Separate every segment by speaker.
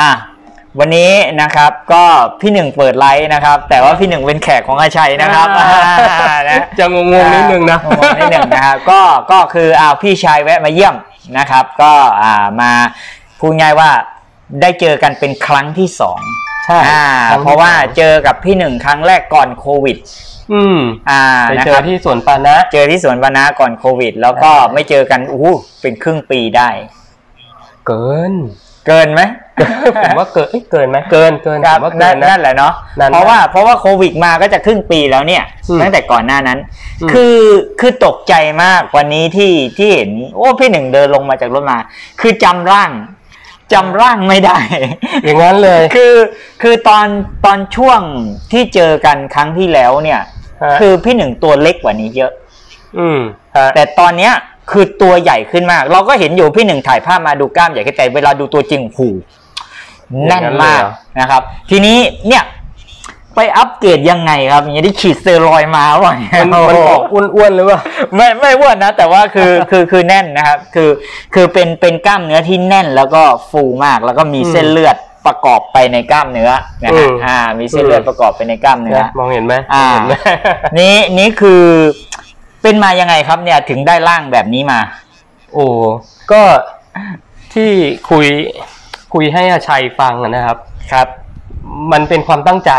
Speaker 1: อ่ะวันนี้นะครับก็พี่หนึ่งเปิดไลฟ์นะครับ แต่ว่าพี่หนึ่งเป็นแขกของอาชัยนะครับ
Speaker 2: อ่า
Speaker 1: อ่านะ
Speaker 2: จะงงงๆนิดนึงนะ
Speaker 1: งงๆนิดนึงนะครับก็ก็คืออ่าพี่ชายแวะมาเยี่ยมนะครับ ก็อ่ามาพูดง่ายว่าได้เจอกันเป็นครั้งที่สอง
Speaker 2: ใช่
Speaker 1: อ่า
Speaker 2: คบ
Speaker 1: เพราะว่าเจอกับพี่หนึ่งครั้งแรกก่อนโควิด
Speaker 2: อืม
Speaker 1: อ่า
Speaker 2: ไป
Speaker 1: นะ
Speaker 2: เจ
Speaker 1: ค
Speaker 2: อ
Speaker 1: รับ
Speaker 2: ที่สวนปานะ
Speaker 1: เจอที่สวนวานาก่อนโควิด แล้วก็ไม่เจอกันอู้เป็นครึ่งปีได้
Speaker 2: เกิน
Speaker 1: เกินไหม
Speaker 2: ผมว่าเกินเอ้ยเกินไหมเกินเกิน
Speaker 1: ค
Speaker 2: ผ
Speaker 1: รับ
Speaker 2: มว่าเกิ
Speaker 1: นั่น
Speaker 2: นนะ
Speaker 1: นั่นแหละเนาะ
Speaker 2: นั่น
Speaker 1: เพราะว่าเพราะว่าโควิดมาก็จะครึ่งปีแล้วเนี่ย
Speaker 2: อืม
Speaker 1: ตั้งแต่ก่อนหน้านั้น
Speaker 2: อืม
Speaker 1: คือคือตกใจมากวันนี้ที่ที่เห็น โอ้พี่หนึ่งเดินลงมาจากรถมา คือจำร่างจำร่างไม่ได้
Speaker 2: อย่างนั้นเลย
Speaker 1: คือคือตอนตอนช่วงที่เจอกันครั้งที่แล้วเนี่ย
Speaker 2: ฮะ
Speaker 1: คือพี่หนึ่งตัวเล็กกว่านี้เยอะ
Speaker 2: อืมฮะ
Speaker 1: แต่ตอนเนี้ยคือตัวใหญ่ขึ้นมาก เราก็เห็นอยู่พี่หนึ่งถ่ายภาพมาดูกล้ามใหญ่ขึ้นแต่เวลาดูตัวจริงหูแน่นมากนะครับ ทีนี้เนี่ยไปอัปเกรดยังไงครับอย่างที่ฉีดสเตียรอยด์มาหร่อย
Speaker 2: มันมันออกอ้วนๆหรือเปล่า
Speaker 1: ไม่ไม่อ้วนนะ แต่ว่าคือคือคือแน่นนะครับ คือคือเป็นเป็นกล้ามเนื้อที่แน่นแล้วก็ฟูมาก แล้วก็มีเส้นเลือดประกอบไปในกล้ามเนื้อนะฮะ
Speaker 2: อืม
Speaker 1: อ่า มีเส้นเลือดประกอบไปในกล้ามเนื้อ
Speaker 2: นะมองเห็นไหม
Speaker 1: อ่า
Speaker 2: เห็นไหม
Speaker 1: นี่นี่คือเป็นมายังไงครับเนี่ยถึงได้ร่างแบบนี้มา
Speaker 2: โอ้ก็ที่คุยคุยให้อาชัยฟังอะนะครับ
Speaker 1: ครับ
Speaker 2: มันเป็นความตั้งใจ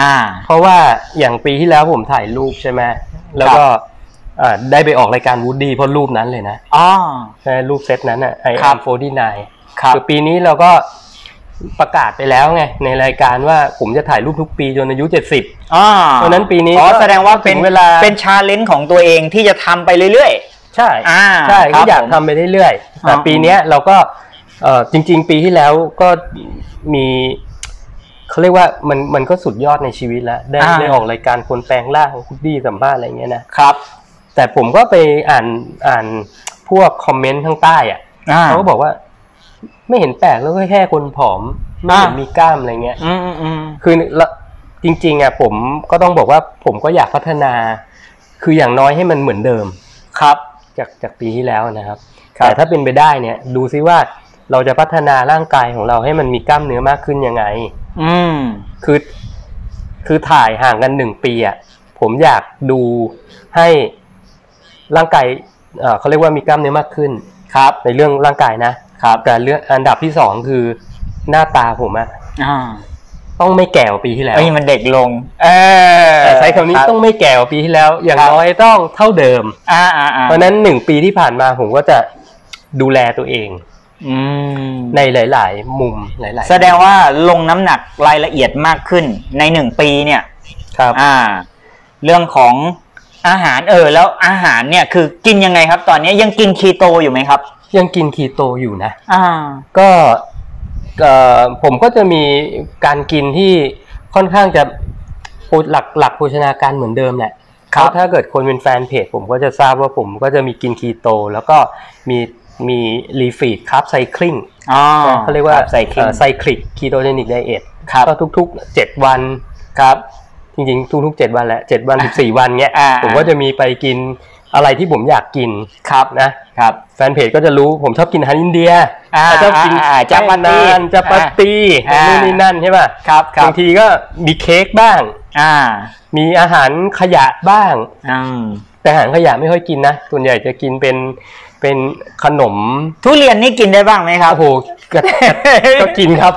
Speaker 1: อ่า
Speaker 2: เพราะว่าอย่างปีที่แล้วผมถ่ายรูปใช่ไหมแล้วก็เอ่อได้ไปออกรายการวูดดี้เพราะรูปนั้นเลยนะ
Speaker 1: อ๋อ
Speaker 2: ใช่รูปเซตนั้นอะไอ
Speaker 1: ครั
Speaker 2: อา
Speaker 1: บ
Speaker 2: ร์โฟดีนาย
Speaker 1: ครับ
Speaker 2: คือปีนี้เราก็ประกาศไปแล้วไง ในรายการว่าผมจะถ่ายรูปทุกปีจนอายุ 70
Speaker 1: อ๋อ
Speaker 2: เพราะฉะนั้นปีนี้
Speaker 1: อ๋อ
Speaker 2: ก็
Speaker 1: แสดงว่าเป็น
Speaker 2: ถึงเวลา
Speaker 1: เป็นชาเลนจ์ของตัวเองที่จะทำไปเรื่อย
Speaker 2: ใช่
Speaker 1: อ่า
Speaker 2: ใช่
Speaker 1: ครั
Speaker 2: ก็
Speaker 1: บ
Speaker 2: อยาก
Speaker 1: ผม
Speaker 2: ทำไปเรื่อยๆแต่
Speaker 1: อ๋อ
Speaker 2: ปีเนี้ยเราก็เอ่อจริง ๆ ปีที่แล้วก็มีเขาเรียกว่ามันมันก็สุดยอดในชีวิตแล้วได้
Speaker 1: อ่า
Speaker 2: ได้ออกรายการคนแปลงร่างคุดดี้สัมภาษณ์อะไรเงี้ยนะ
Speaker 1: ๆ ครับ
Speaker 2: แต่ผมก็ไปอ่านอ่านพวกคอมเมนต์ข้างใต้อะ
Speaker 1: อ่า
Speaker 2: เขาก็บอกว่า ไม่เห็นแปลกแล้วก็แค่คนผอม ไม่เห็น
Speaker 1: อ่ามี
Speaker 2: มีกล้ามอะไรเงี้ย
Speaker 1: อืมอืม
Speaker 2: คือละจริง ๆอ่ะผมก็ต้องบอกว่าผมก็อยากพัฒนา คืออย่างน้อยให้มันเหมือนเดิม
Speaker 1: ครับ
Speaker 2: จากจากปีที่แล้วนะครับ
Speaker 1: ครับ
Speaker 2: แต่ถ้าเป็นไปได้เนี่ย ดูซิว่าเราจะพัฒนาร่างกายของเราให้มันมีกล้ามเนื้อมากขึ้นยังไง
Speaker 1: อืม
Speaker 2: คือ คือถ่ายห่างกันหนึ่งปีอะ่ะ ผมอยากดูให้ร่างกายเอ่อเขาเรียกว่ามีกล้ามเนื้อมากขึ้น
Speaker 1: ครับ
Speaker 2: ในเรื่องร่างกายนะ
Speaker 1: ครับ
Speaker 2: แต่เรื่องอันดับที่สองคือหน้าตาผมอะ
Speaker 1: อ่า
Speaker 2: ต้องไม่แก่กว่าปีที่แล้ว
Speaker 1: เอ้ยมันเด็กลง เออ
Speaker 2: แต่ใช้คำนี้
Speaker 1: รับ
Speaker 2: ต้องไม่แก่กว่าปีที่แล้ว อย่าง
Speaker 1: ครับ
Speaker 2: น้อยต้องเท่าเดิม
Speaker 1: อ่าอ่าอ่า
Speaker 2: เพราะฉะนั้นหนึ่งปีที่ผ่านมาผมก็จะดูแลตัวเอง
Speaker 1: อืม
Speaker 2: ในหลาย ๆ มุมหลายๆ
Speaker 1: แสดงว่าลงน้ำหนักรายละเอียดมากขึ้นในหนึ่งปีเนี่ย
Speaker 2: ครับ
Speaker 1: อ่า เรื่องของอาหารเออ แล้วอาหารเนี่ยคือกินยังไงครับ ตอนนี้ยังกินคีโตอยู่ไหมครับ
Speaker 2: ยังกินคีโตอยู่นะ
Speaker 1: อ่า
Speaker 2: ก็เอ่อผมก็จะมีการกินที่ค่อนข้างจะโภหลักหลักโภชนาการเหมือนเดิมแหละ
Speaker 1: ครับ
Speaker 2: เพาะถ้าเกิดคนเป็นแฟนเพจผมก็จะทราบว่าผมก็จะมีกินคีโต แล้วก็มีมีรีฟีดคาร์บไซคลิง
Speaker 1: อ๋อ
Speaker 2: เขาเรียกว่า
Speaker 1: ใส่เครื่อง
Speaker 2: ไซคลิกคีโตเจนิกไดเอท
Speaker 1: ครับ
Speaker 2: ก็ทุกๆ 7 วันครับ จริงๆ ทุกๆ 7 วันแหละ 7 วัน 14 วันเนี้ย
Speaker 1: อ่า
Speaker 2: ผมก็จะมีไปกินอะไรที่ผมอยากกิน
Speaker 1: ครับ
Speaker 2: นะ
Speaker 1: ครับ
Speaker 2: แฟนเพจก็จะรู้ผมชอบกินอาหารอินเดีย
Speaker 1: อ่า
Speaker 2: ชอบกิน
Speaker 1: อ่าอ่าจาปาตี
Speaker 2: แป้งนานจัปาตี
Speaker 1: อ่านู่
Speaker 2: นู่นนี่นั่นใช่ป่ะ
Speaker 1: ครับครับ
Speaker 2: างทีก็มีเค้กบ้าง
Speaker 1: อ่า
Speaker 2: มีอาหารขยะบ้าง
Speaker 1: อืม
Speaker 2: แต่อาหารขยะไม่ค่อยกินนะ ส่วนใหญ่จะกินเป็นเป็นขนม
Speaker 1: ทุเรียนนี่กินได้บ้างไหมครับ
Speaker 2: โอ้โหกระ ก็กินครับ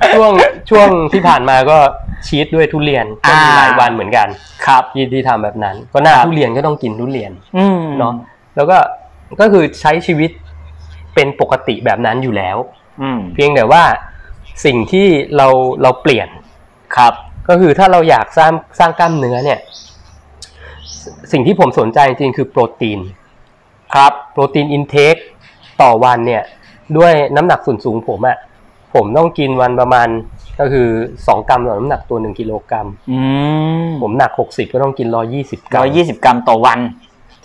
Speaker 2: ช่วงช่วงที่ผ่านมาก็ชีสด้วยทุเรียนก็มี
Speaker 1: อ่า
Speaker 2: หลายวันเหมือนกัน
Speaker 1: ครับ
Speaker 2: ที่ที่ทำแบบนั้น ก็หน้า
Speaker 1: ครับ
Speaker 2: ทุเรียนก็ต้องกินทุเรียน
Speaker 1: อืม
Speaker 2: เนาะแล้วก็ก็คือใช้ชีวิตเป็นปกติแบบนั้นอยู่แล้ว
Speaker 1: อืม
Speaker 2: เพียงแต่ว่าสิ่งที่เราเราเปลี่ยน
Speaker 1: ครับ
Speaker 2: ก็คือถ้าเราอยากสร้างสร้างกล้ามเนื้อเนี่ยสสิ่งที่ผมสนใจจริงๆคือโปรตีน
Speaker 1: ครับ
Speaker 2: โปรตีนอินเทคต่อวันเนี่ย ด้วยน้ำหนักส่วนสูงผมอะผมต้องกินวันประมาณก็คือ 2 กรัมต่อน้ำหนักตัว 1 กิโลกรัม
Speaker 1: อืม
Speaker 2: ผมหนัก 60 ก็ต้องกิน 120 กรั
Speaker 1: ร้อ
Speaker 2: ม
Speaker 1: ยยี่สิบกรัมต่อวัน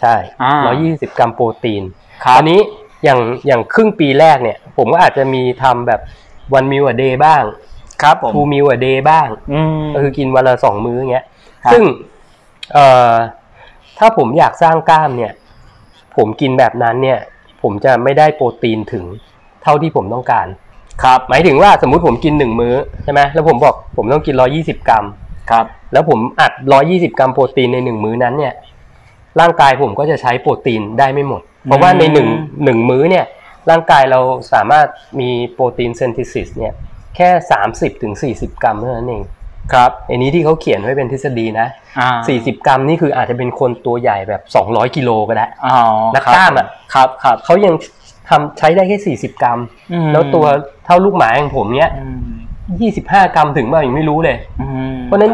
Speaker 2: ใช่
Speaker 1: อ่า
Speaker 2: 120 กรัมโปรตีน
Speaker 1: ครั
Speaker 2: ต
Speaker 1: บ
Speaker 2: อนนี้อย่างอย่างครึ่งปีแรกเนี่ย ผมก็อาจจะมีทำแบบวันมิวอะเดย์บ้าง
Speaker 1: ครับผม
Speaker 2: ทูมิวอะเดย์บ้าง
Speaker 1: อืม
Speaker 2: ก็คือกินวันละสองมื้ออย่างเงี้ย
Speaker 1: ครับ
Speaker 2: ซึ่งเอ่อถ้าผมอยากสร้างกล้ามเนี่ย ผมกินแบบนั้นเนี่ย ผมจะไม่ได้โปรตีนถึงเท่าที่ผมต้องการ
Speaker 1: ครับ
Speaker 2: หมายถึงว่าสมมุติผมกินหนึ่งมื้อใช่ไหมแล้วผมบอกผมต้องกินร้อยี่สิบกรัม
Speaker 1: ครับ
Speaker 2: แล้วผมอัดร้อยี่สิบกรัมโปรตีนในหนึ่งมื้อนั้นเนี่ย ร่างกายผมก็จะใช้โปรตีนได้ไม่หมด เพราะว่าในหนึ่งหนึ่งมื้อเนี่ย ร่างกายเราสามารถมีโปรตีนเซนติซิสเนี่ย แค่สามสิบถึงสี่สิบกรัมเท่านั้นเอง
Speaker 1: ครับ
Speaker 2: อันนี้ที่เขาเขียนไว้เป็นทฤษฎีนะ
Speaker 1: อ่า
Speaker 2: สี่สิบกรัมนี่คืออาจจะเป็นคนตัวใหญ่แบบสองร้อยกิโลก็ได้
Speaker 1: อ๋อ
Speaker 2: นักกล้ามอะ
Speaker 1: ครับครับ
Speaker 2: เขายังทำใช้ได้แค่สี่สิบกรัม
Speaker 1: อืม
Speaker 2: แล้วตัวเท่าลูกหมาอย่างผมเนี้ย
Speaker 1: อืม
Speaker 2: ยี่สิบห้ากรัมถึงเปล่ายังไม่รู้เลย
Speaker 1: อืม
Speaker 2: เพราะฉะนั้น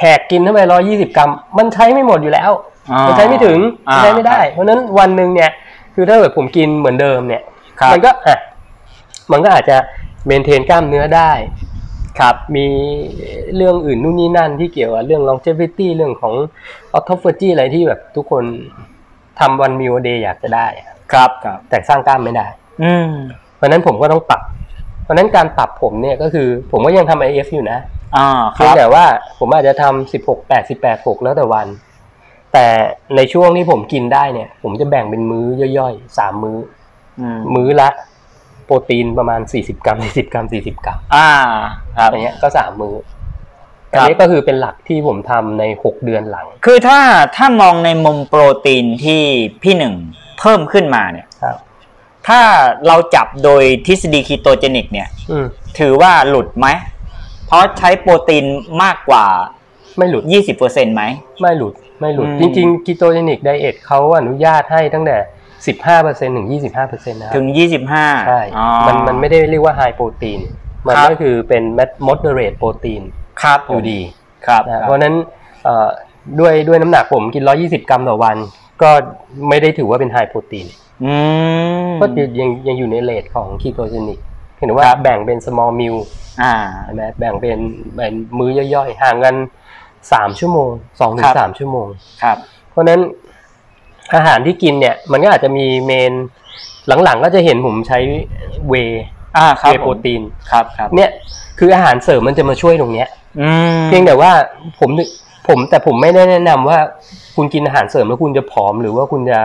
Speaker 2: แหกกินเข้าไปร้อยี่สิบกรัม มันใช้ไม่หมดอยู่แล้ว
Speaker 1: อ๋อ
Speaker 2: มันใช้ไม่ถึง
Speaker 1: อ่า
Speaker 2: ใช้ไม่ได้ เพราะฉะนั้นวันหนึ่งเนี่ย คือถ้าเกิดผมกินเหมือนเดิมเนี่ย
Speaker 1: ครับ
Speaker 2: มัก็อ่ะมันก็อาจจะเมนเทนกล้ามเนื้อได้ ครับ มีเรื่องอื่นนู่นนี่นั่นที่เกี่ยวกับเรื่อง longevity เรื่องของ autophagy อะไรที่แบบทุกคนทำวันมิวเดย์อยากจะได้อะ
Speaker 1: ครับครับ
Speaker 2: แต่สร้างกล้ามไม่ได้
Speaker 1: อืม
Speaker 2: เพราะฉะนั้นผมก็ต้องปรับ เพราะฉะนั้นการปรับผมเนี่ยก็คือผมก็ยังทำ IF อยู่นะ
Speaker 1: อ่าค
Speaker 2: เพีย
Speaker 1: รั
Speaker 2: ง
Speaker 1: บ
Speaker 2: แต่ว่าผมอาจจะทำสิบหกแปดสิบแปดหกแล้วแต่วัน แต่ในช่วงที่ผมกินได้เนี่ย ผมจะแบ่งเป็นมื้อย่อยๆสามมื้อ
Speaker 1: อืม
Speaker 2: มื้อละ โปรตีนประมาณสี่สิบกรัมสี่สิบกรัมสี่สิบกรัม
Speaker 1: อ่าครับ
Speaker 2: อย่างเงี้ยก็สามมื้อ
Speaker 1: ครั
Speaker 2: อัน
Speaker 1: บ
Speaker 2: นี้ก็คือเป็นหลักที่ผมทำในหกเดือนหลัง
Speaker 1: คือถ้าถ้ามองในมุมโปรตีนที่พี่หนึ่งเพิ่มขึ้นมาเนี่ย
Speaker 2: ครับ
Speaker 1: ถ้าเราจับโดยทฤษฎีคีโตเจนิกเนี่ย
Speaker 2: อืม
Speaker 1: ถือว่าหลุดไหม เพราะใช้โปรตีนมากกว่า
Speaker 2: ไม่หลุด
Speaker 1: 20%ไหม
Speaker 2: ไม่หลุดไม่หลุด
Speaker 1: อืม
Speaker 2: จริงๆ k ิโตเจนิกไดเอทเขาอนุญาตให้ตั้งแต่สิบห้าเปอร์เซ็นถึงยี่สิบห้าเปอร์เซ็นต์นะครับ
Speaker 1: ถึง 25
Speaker 2: ใช่
Speaker 1: อ๋อ
Speaker 2: มันมันไม่ได้เรียกว่า High Protein มัน
Speaker 1: ครับ
Speaker 2: ก็คือเป็น moderate protein
Speaker 1: ครับผ
Speaker 2: อ
Speaker 1: ม
Speaker 2: ยู่ดี
Speaker 1: ครับ
Speaker 2: นะเพราะฉะนั้นเอ่อด้วยด้วยน้ำหนักผมกิน 120 กรัมต่อวัน ก็ไม่ได้ถือว่าเป็น High Protein
Speaker 1: อืม
Speaker 2: ก็ยังยังยังอยู่ในเลทของ ketogenic เห็นว่าแบ่งเป็น small meal
Speaker 1: อ่า
Speaker 2: ใช่ไหมแบ่งเป็นเป็นมื้อย่อยๆ ห่างกัน 3 ชั่วโมง 2-3ถึ
Speaker 1: ครั
Speaker 2: ง
Speaker 1: บ
Speaker 2: สามชั่วโมง
Speaker 1: ครับ
Speaker 2: เพราะฉะนั้นอาหารที่กินเนี่ย มันก็อาจจะมีเมนหลังๆ ก็จะเห็นผมใช้เว
Speaker 1: อ่าครับ
Speaker 2: เวโปรตีน
Speaker 1: ครับครับ
Speaker 2: เนี่ยคืออาหารเสริมมันจะมาช่วยตรงเนี้ย
Speaker 1: อืม
Speaker 2: เพียงแต่ว่าผมนึกผมแต่ผมไม่ได้แนะนำว่าคุณกินอาหารเสริมแล้วคุณจะผอมหรือว่าคุณจะ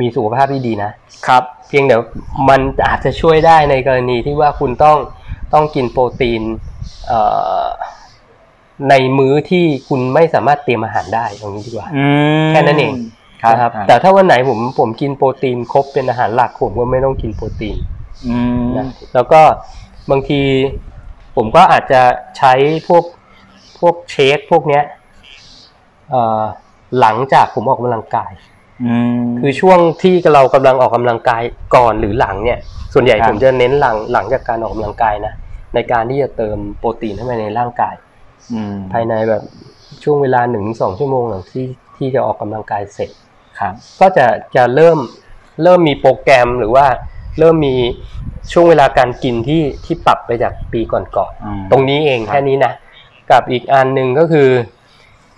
Speaker 2: มีสุขภาพที่ดีนะครับ เพียงแต่มันอาจจะช่วยได้ในกรณีที่ว่าคุณต้องต้องกินโปรตีนเอ่อในมื้อที่คุณไม่สามารถเตรียมอาหารได้ตรงนี้ดีกว่า
Speaker 1: อืม
Speaker 2: แค่นั้นเอง
Speaker 1: ครับ
Speaker 2: นะครับ
Speaker 1: แต่
Speaker 2: แต่ถ้าวันไหนผมผมกินโปรตีนครบเป็นอาหารหลักผมก็ไม่ต้องกินโปรตีน
Speaker 1: อืม
Speaker 2: นะแล้วก็บางทีผมก็อาจจะใช้พวกพวกเชคพวกเนี้ยเอ่อหลังจากผมออกกำลังกาย คือช่วงที่เรากำลังออกกำลังกายก่อนหรือหลังเนี่ย ส่วนใหญ่
Speaker 1: ครับ
Speaker 2: ผมจะเน้นหลังหลังจากการออกกำลังกายนะในการที่จะเติมโปรตีนเข้าไปในร่างกาย
Speaker 1: ม
Speaker 2: ภายในแบบช่วงเวลาหนึ่งสองชั่วโมงหลังที่ที่จะออกกำลังกายเสร็จ
Speaker 1: ครับ
Speaker 2: ก็จะจะเริ่มเริ่มมีโปรแกรมหรือว่าเริ่มมีช่วงเวลาการกินที่ที่ปรับไปจากปีก่อน
Speaker 1: อืม
Speaker 2: ๆตรงนี้เอง
Speaker 1: ครับ
Speaker 2: แค่นี้นะ กับอีกอันหนึ่งก็คือ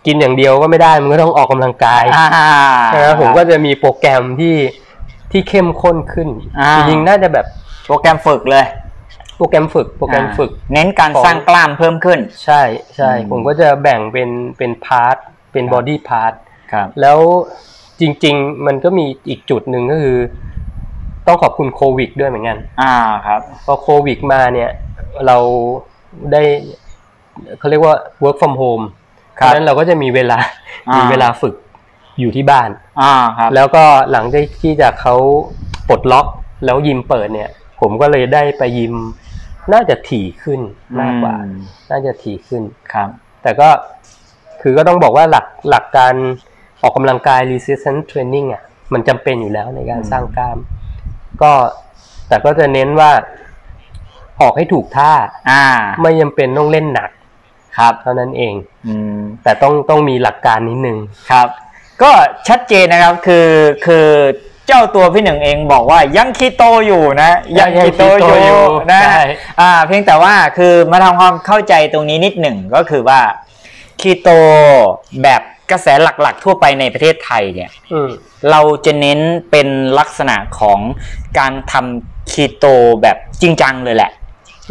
Speaker 2: กินอย่างเดียวก็ไม่ได้มันก็ต้องออกกำลังกาย
Speaker 1: อ่า
Speaker 2: นะผมก็จะมีโปรแกรมที่ที่เข้มข้นขึ้น
Speaker 1: อ่า
Speaker 2: จริงๆน่าจะแบบ
Speaker 1: โปรแกรมฝึกเลย
Speaker 2: โปรแกรมฝึกโปรแกรมฝึก
Speaker 1: เน้นการ
Speaker 2: ของ
Speaker 1: สร้างกล้ามเพิ่มขึ้น
Speaker 2: ใช่ใช่
Speaker 1: อืม
Speaker 2: ผมก็จะแบ่งเป็นเป็นพาร์ทเป็น
Speaker 1: ครับ
Speaker 2: บอดี้พาร์ท
Speaker 1: ครับ
Speaker 2: แล้วจริง ๆ มันก็มีอีกจุดหนึ่งก็คือ ต้องขอบคุณโควิดด้วยเหมือนกัน
Speaker 1: อ่าครับ
Speaker 2: พอโควิดมาเนี่ยเราได้เขาเรียกว่า work from home
Speaker 1: ครับ
Speaker 2: เพาะฉะนั้นเราก็จะมีเวลา
Speaker 1: อ่ามี
Speaker 2: มีเวลาฝึกอยู่ที่บ้าน
Speaker 1: อ่าครับ
Speaker 2: แล้วก็หลังจากที่จากเขาปลดล็อกแล้วยิมเปิดเนี่ย ผมก็เลยได้ไปยิมน่าจะถี่ขึ้นมากกว่า
Speaker 1: อืม
Speaker 2: น่าจะถี่ขึ้น
Speaker 1: ครับ
Speaker 2: แต่ก็คือก็ต้องบอกว่าหลักหลักการออกกำลังกาย resistance training อ่ะมันจำเป็นอยู่แล้วในการ
Speaker 1: อืม
Speaker 2: สร้างกล้าม ก็แต่ก็จะเน้นว่าออกให้ถูกท่า
Speaker 1: อ่า
Speaker 2: ไม่จำเป็นต้องเล่นหนัก
Speaker 1: ครับ
Speaker 2: เท่านั้นเอง
Speaker 1: อืม
Speaker 2: แต่ต้องต้องมีหลักการนิดนึง
Speaker 1: ครับ ก็ชัดเจนนะครับคือคือเจ้าตัวพี่หนึ่งเองบอกว่ายังคีโตอยู่นะยังคีโตอ
Speaker 2: ยังคีโตอยู่
Speaker 1: ยู่นะ
Speaker 2: ใช่
Speaker 1: อ่าเพียงแต่ว่าคือมาทำความเข้าใจตรงนี้นิดหนึ่งก็คือว่าคีโตแบบกระแสหลักๆ ทั่วไปในประเทศไทยเนี่ย
Speaker 2: อืม
Speaker 1: เราจะเน้นเป็นลักษณะของการทำคีโตแบบจริงจังเลยแหละ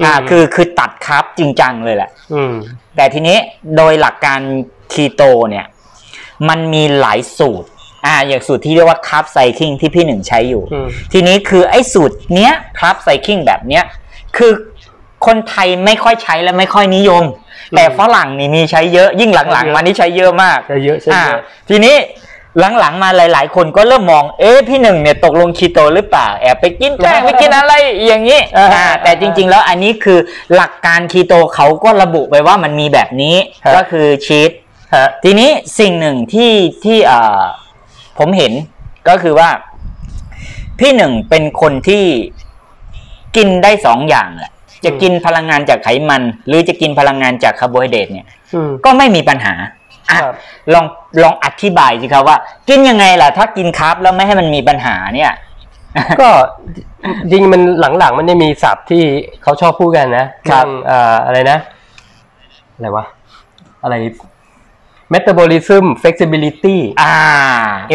Speaker 1: อ่า
Speaker 2: อืม
Speaker 1: คือ คือตัดคาร์บจริงจังเลยแหละ
Speaker 2: อืม
Speaker 1: แต่ทีนี้โดยหลักการคีโตเนี่ย มันมีหลายสูตร อ่า อย่างสูตรที่เรียกว่าคาร์บไซคลิงที่พี่หนึ่งใช้อยู่
Speaker 2: อืม
Speaker 1: ทีนี้คือไอ้สูตรเนี้ยคาร์บไซคลิงแบบเนี้ย คือคนไทยไม่ค่อยใช้และไม่ค่อยนิยม แต่ฝรั่งนี่มีใช้เยอะยิ่งหลังๆมานี่ใช้เยอะมาก
Speaker 2: จะเยอะใช่ไหม
Speaker 1: อ่าทีนี้หลังๆมาหลาย ๆ คนก็เริ่มมอง เอ๊ะพี่หนึ่งเนี่ยตกลงคีโตหรือเปล่าแอบไปกินแป้งไปกินอะไรอย่าง นี้อ่าแต่จริง ๆ แล้วอันนี้คือหลักการคีโตเขาก็ระบุไปว่ามันมีแบบนี้ก็คือชีส
Speaker 2: ฮะ
Speaker 1: ทีนี้สิ่งหนึ่งที่ที่เอ่อผมเห็นก็คือว่า พี่หนึ่งเป็นคนที่กินได้สองอย่างแหละจะกินพลังงานจากไขมัน หรือจะกินพลังงานจากคาร์โบไฮเดรตเนี่ย
Speaker 2: อืม
Speaker 1: ก็ไม่มีปัญหาอ่ะ
Speaker 2: ครับ
Speaker 1: ลองลองอธิบายสิครับว่า กินยังไงล่ะ ถ้ากินคาร์บแล้วไม่ให้มันมีปัญหาเนี่ย
Speaker 2: ก็จริงๆมันหลังๆ มันจะมีศัพท์ที่เขาชอบพูดกันนะครับ เองเอ่ออะไรนะ อะไรวะ อะไร metabolism flexibility
Speaker 1: อ่า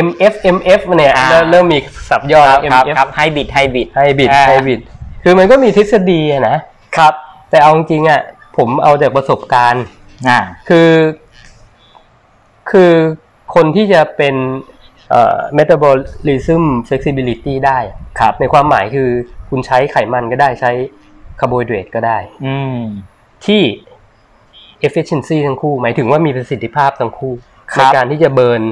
Speaker 2: MF MF เนี่ย
Speaker 1: อ่า
Speaker 2: เริ่มเริ่มมีศัพท์ย่อ
Speaker 1: ครับครับ
Speaker 2: MF
Speaker 1: ครับไฮบิดไฮบิด
Speaker 2: ไฮบริด
Speaker 1: อ่า
Speaker 2: ไฮบริดคือมันก็มีทฤษฎีอะนะครับ แต่เอาจริงๆอ่ะ ผมเอาจากประสบการณ์
Speaker 1: อ่า
Speaker 2: คือ คือคนที่จะเป็นเอ่อ metabolism flexibility ได้อะ
Speaker 1: ครับ
Speaker 2: ในความหมายคือคุณใช้ไขมันก็ได้ใช้คาร์โบไฮเดรตก็ได้
Speaker 1: อืม
Speaker 2: ที่ efficiency ทั้งคู่ หมายถึงว่ามีประสิทธิภาพทั้งคู่
Speaker 1: ครั
Speaker 2: ใน
Speaker 1: บ
Speaker 2: การที่จะเบิร์น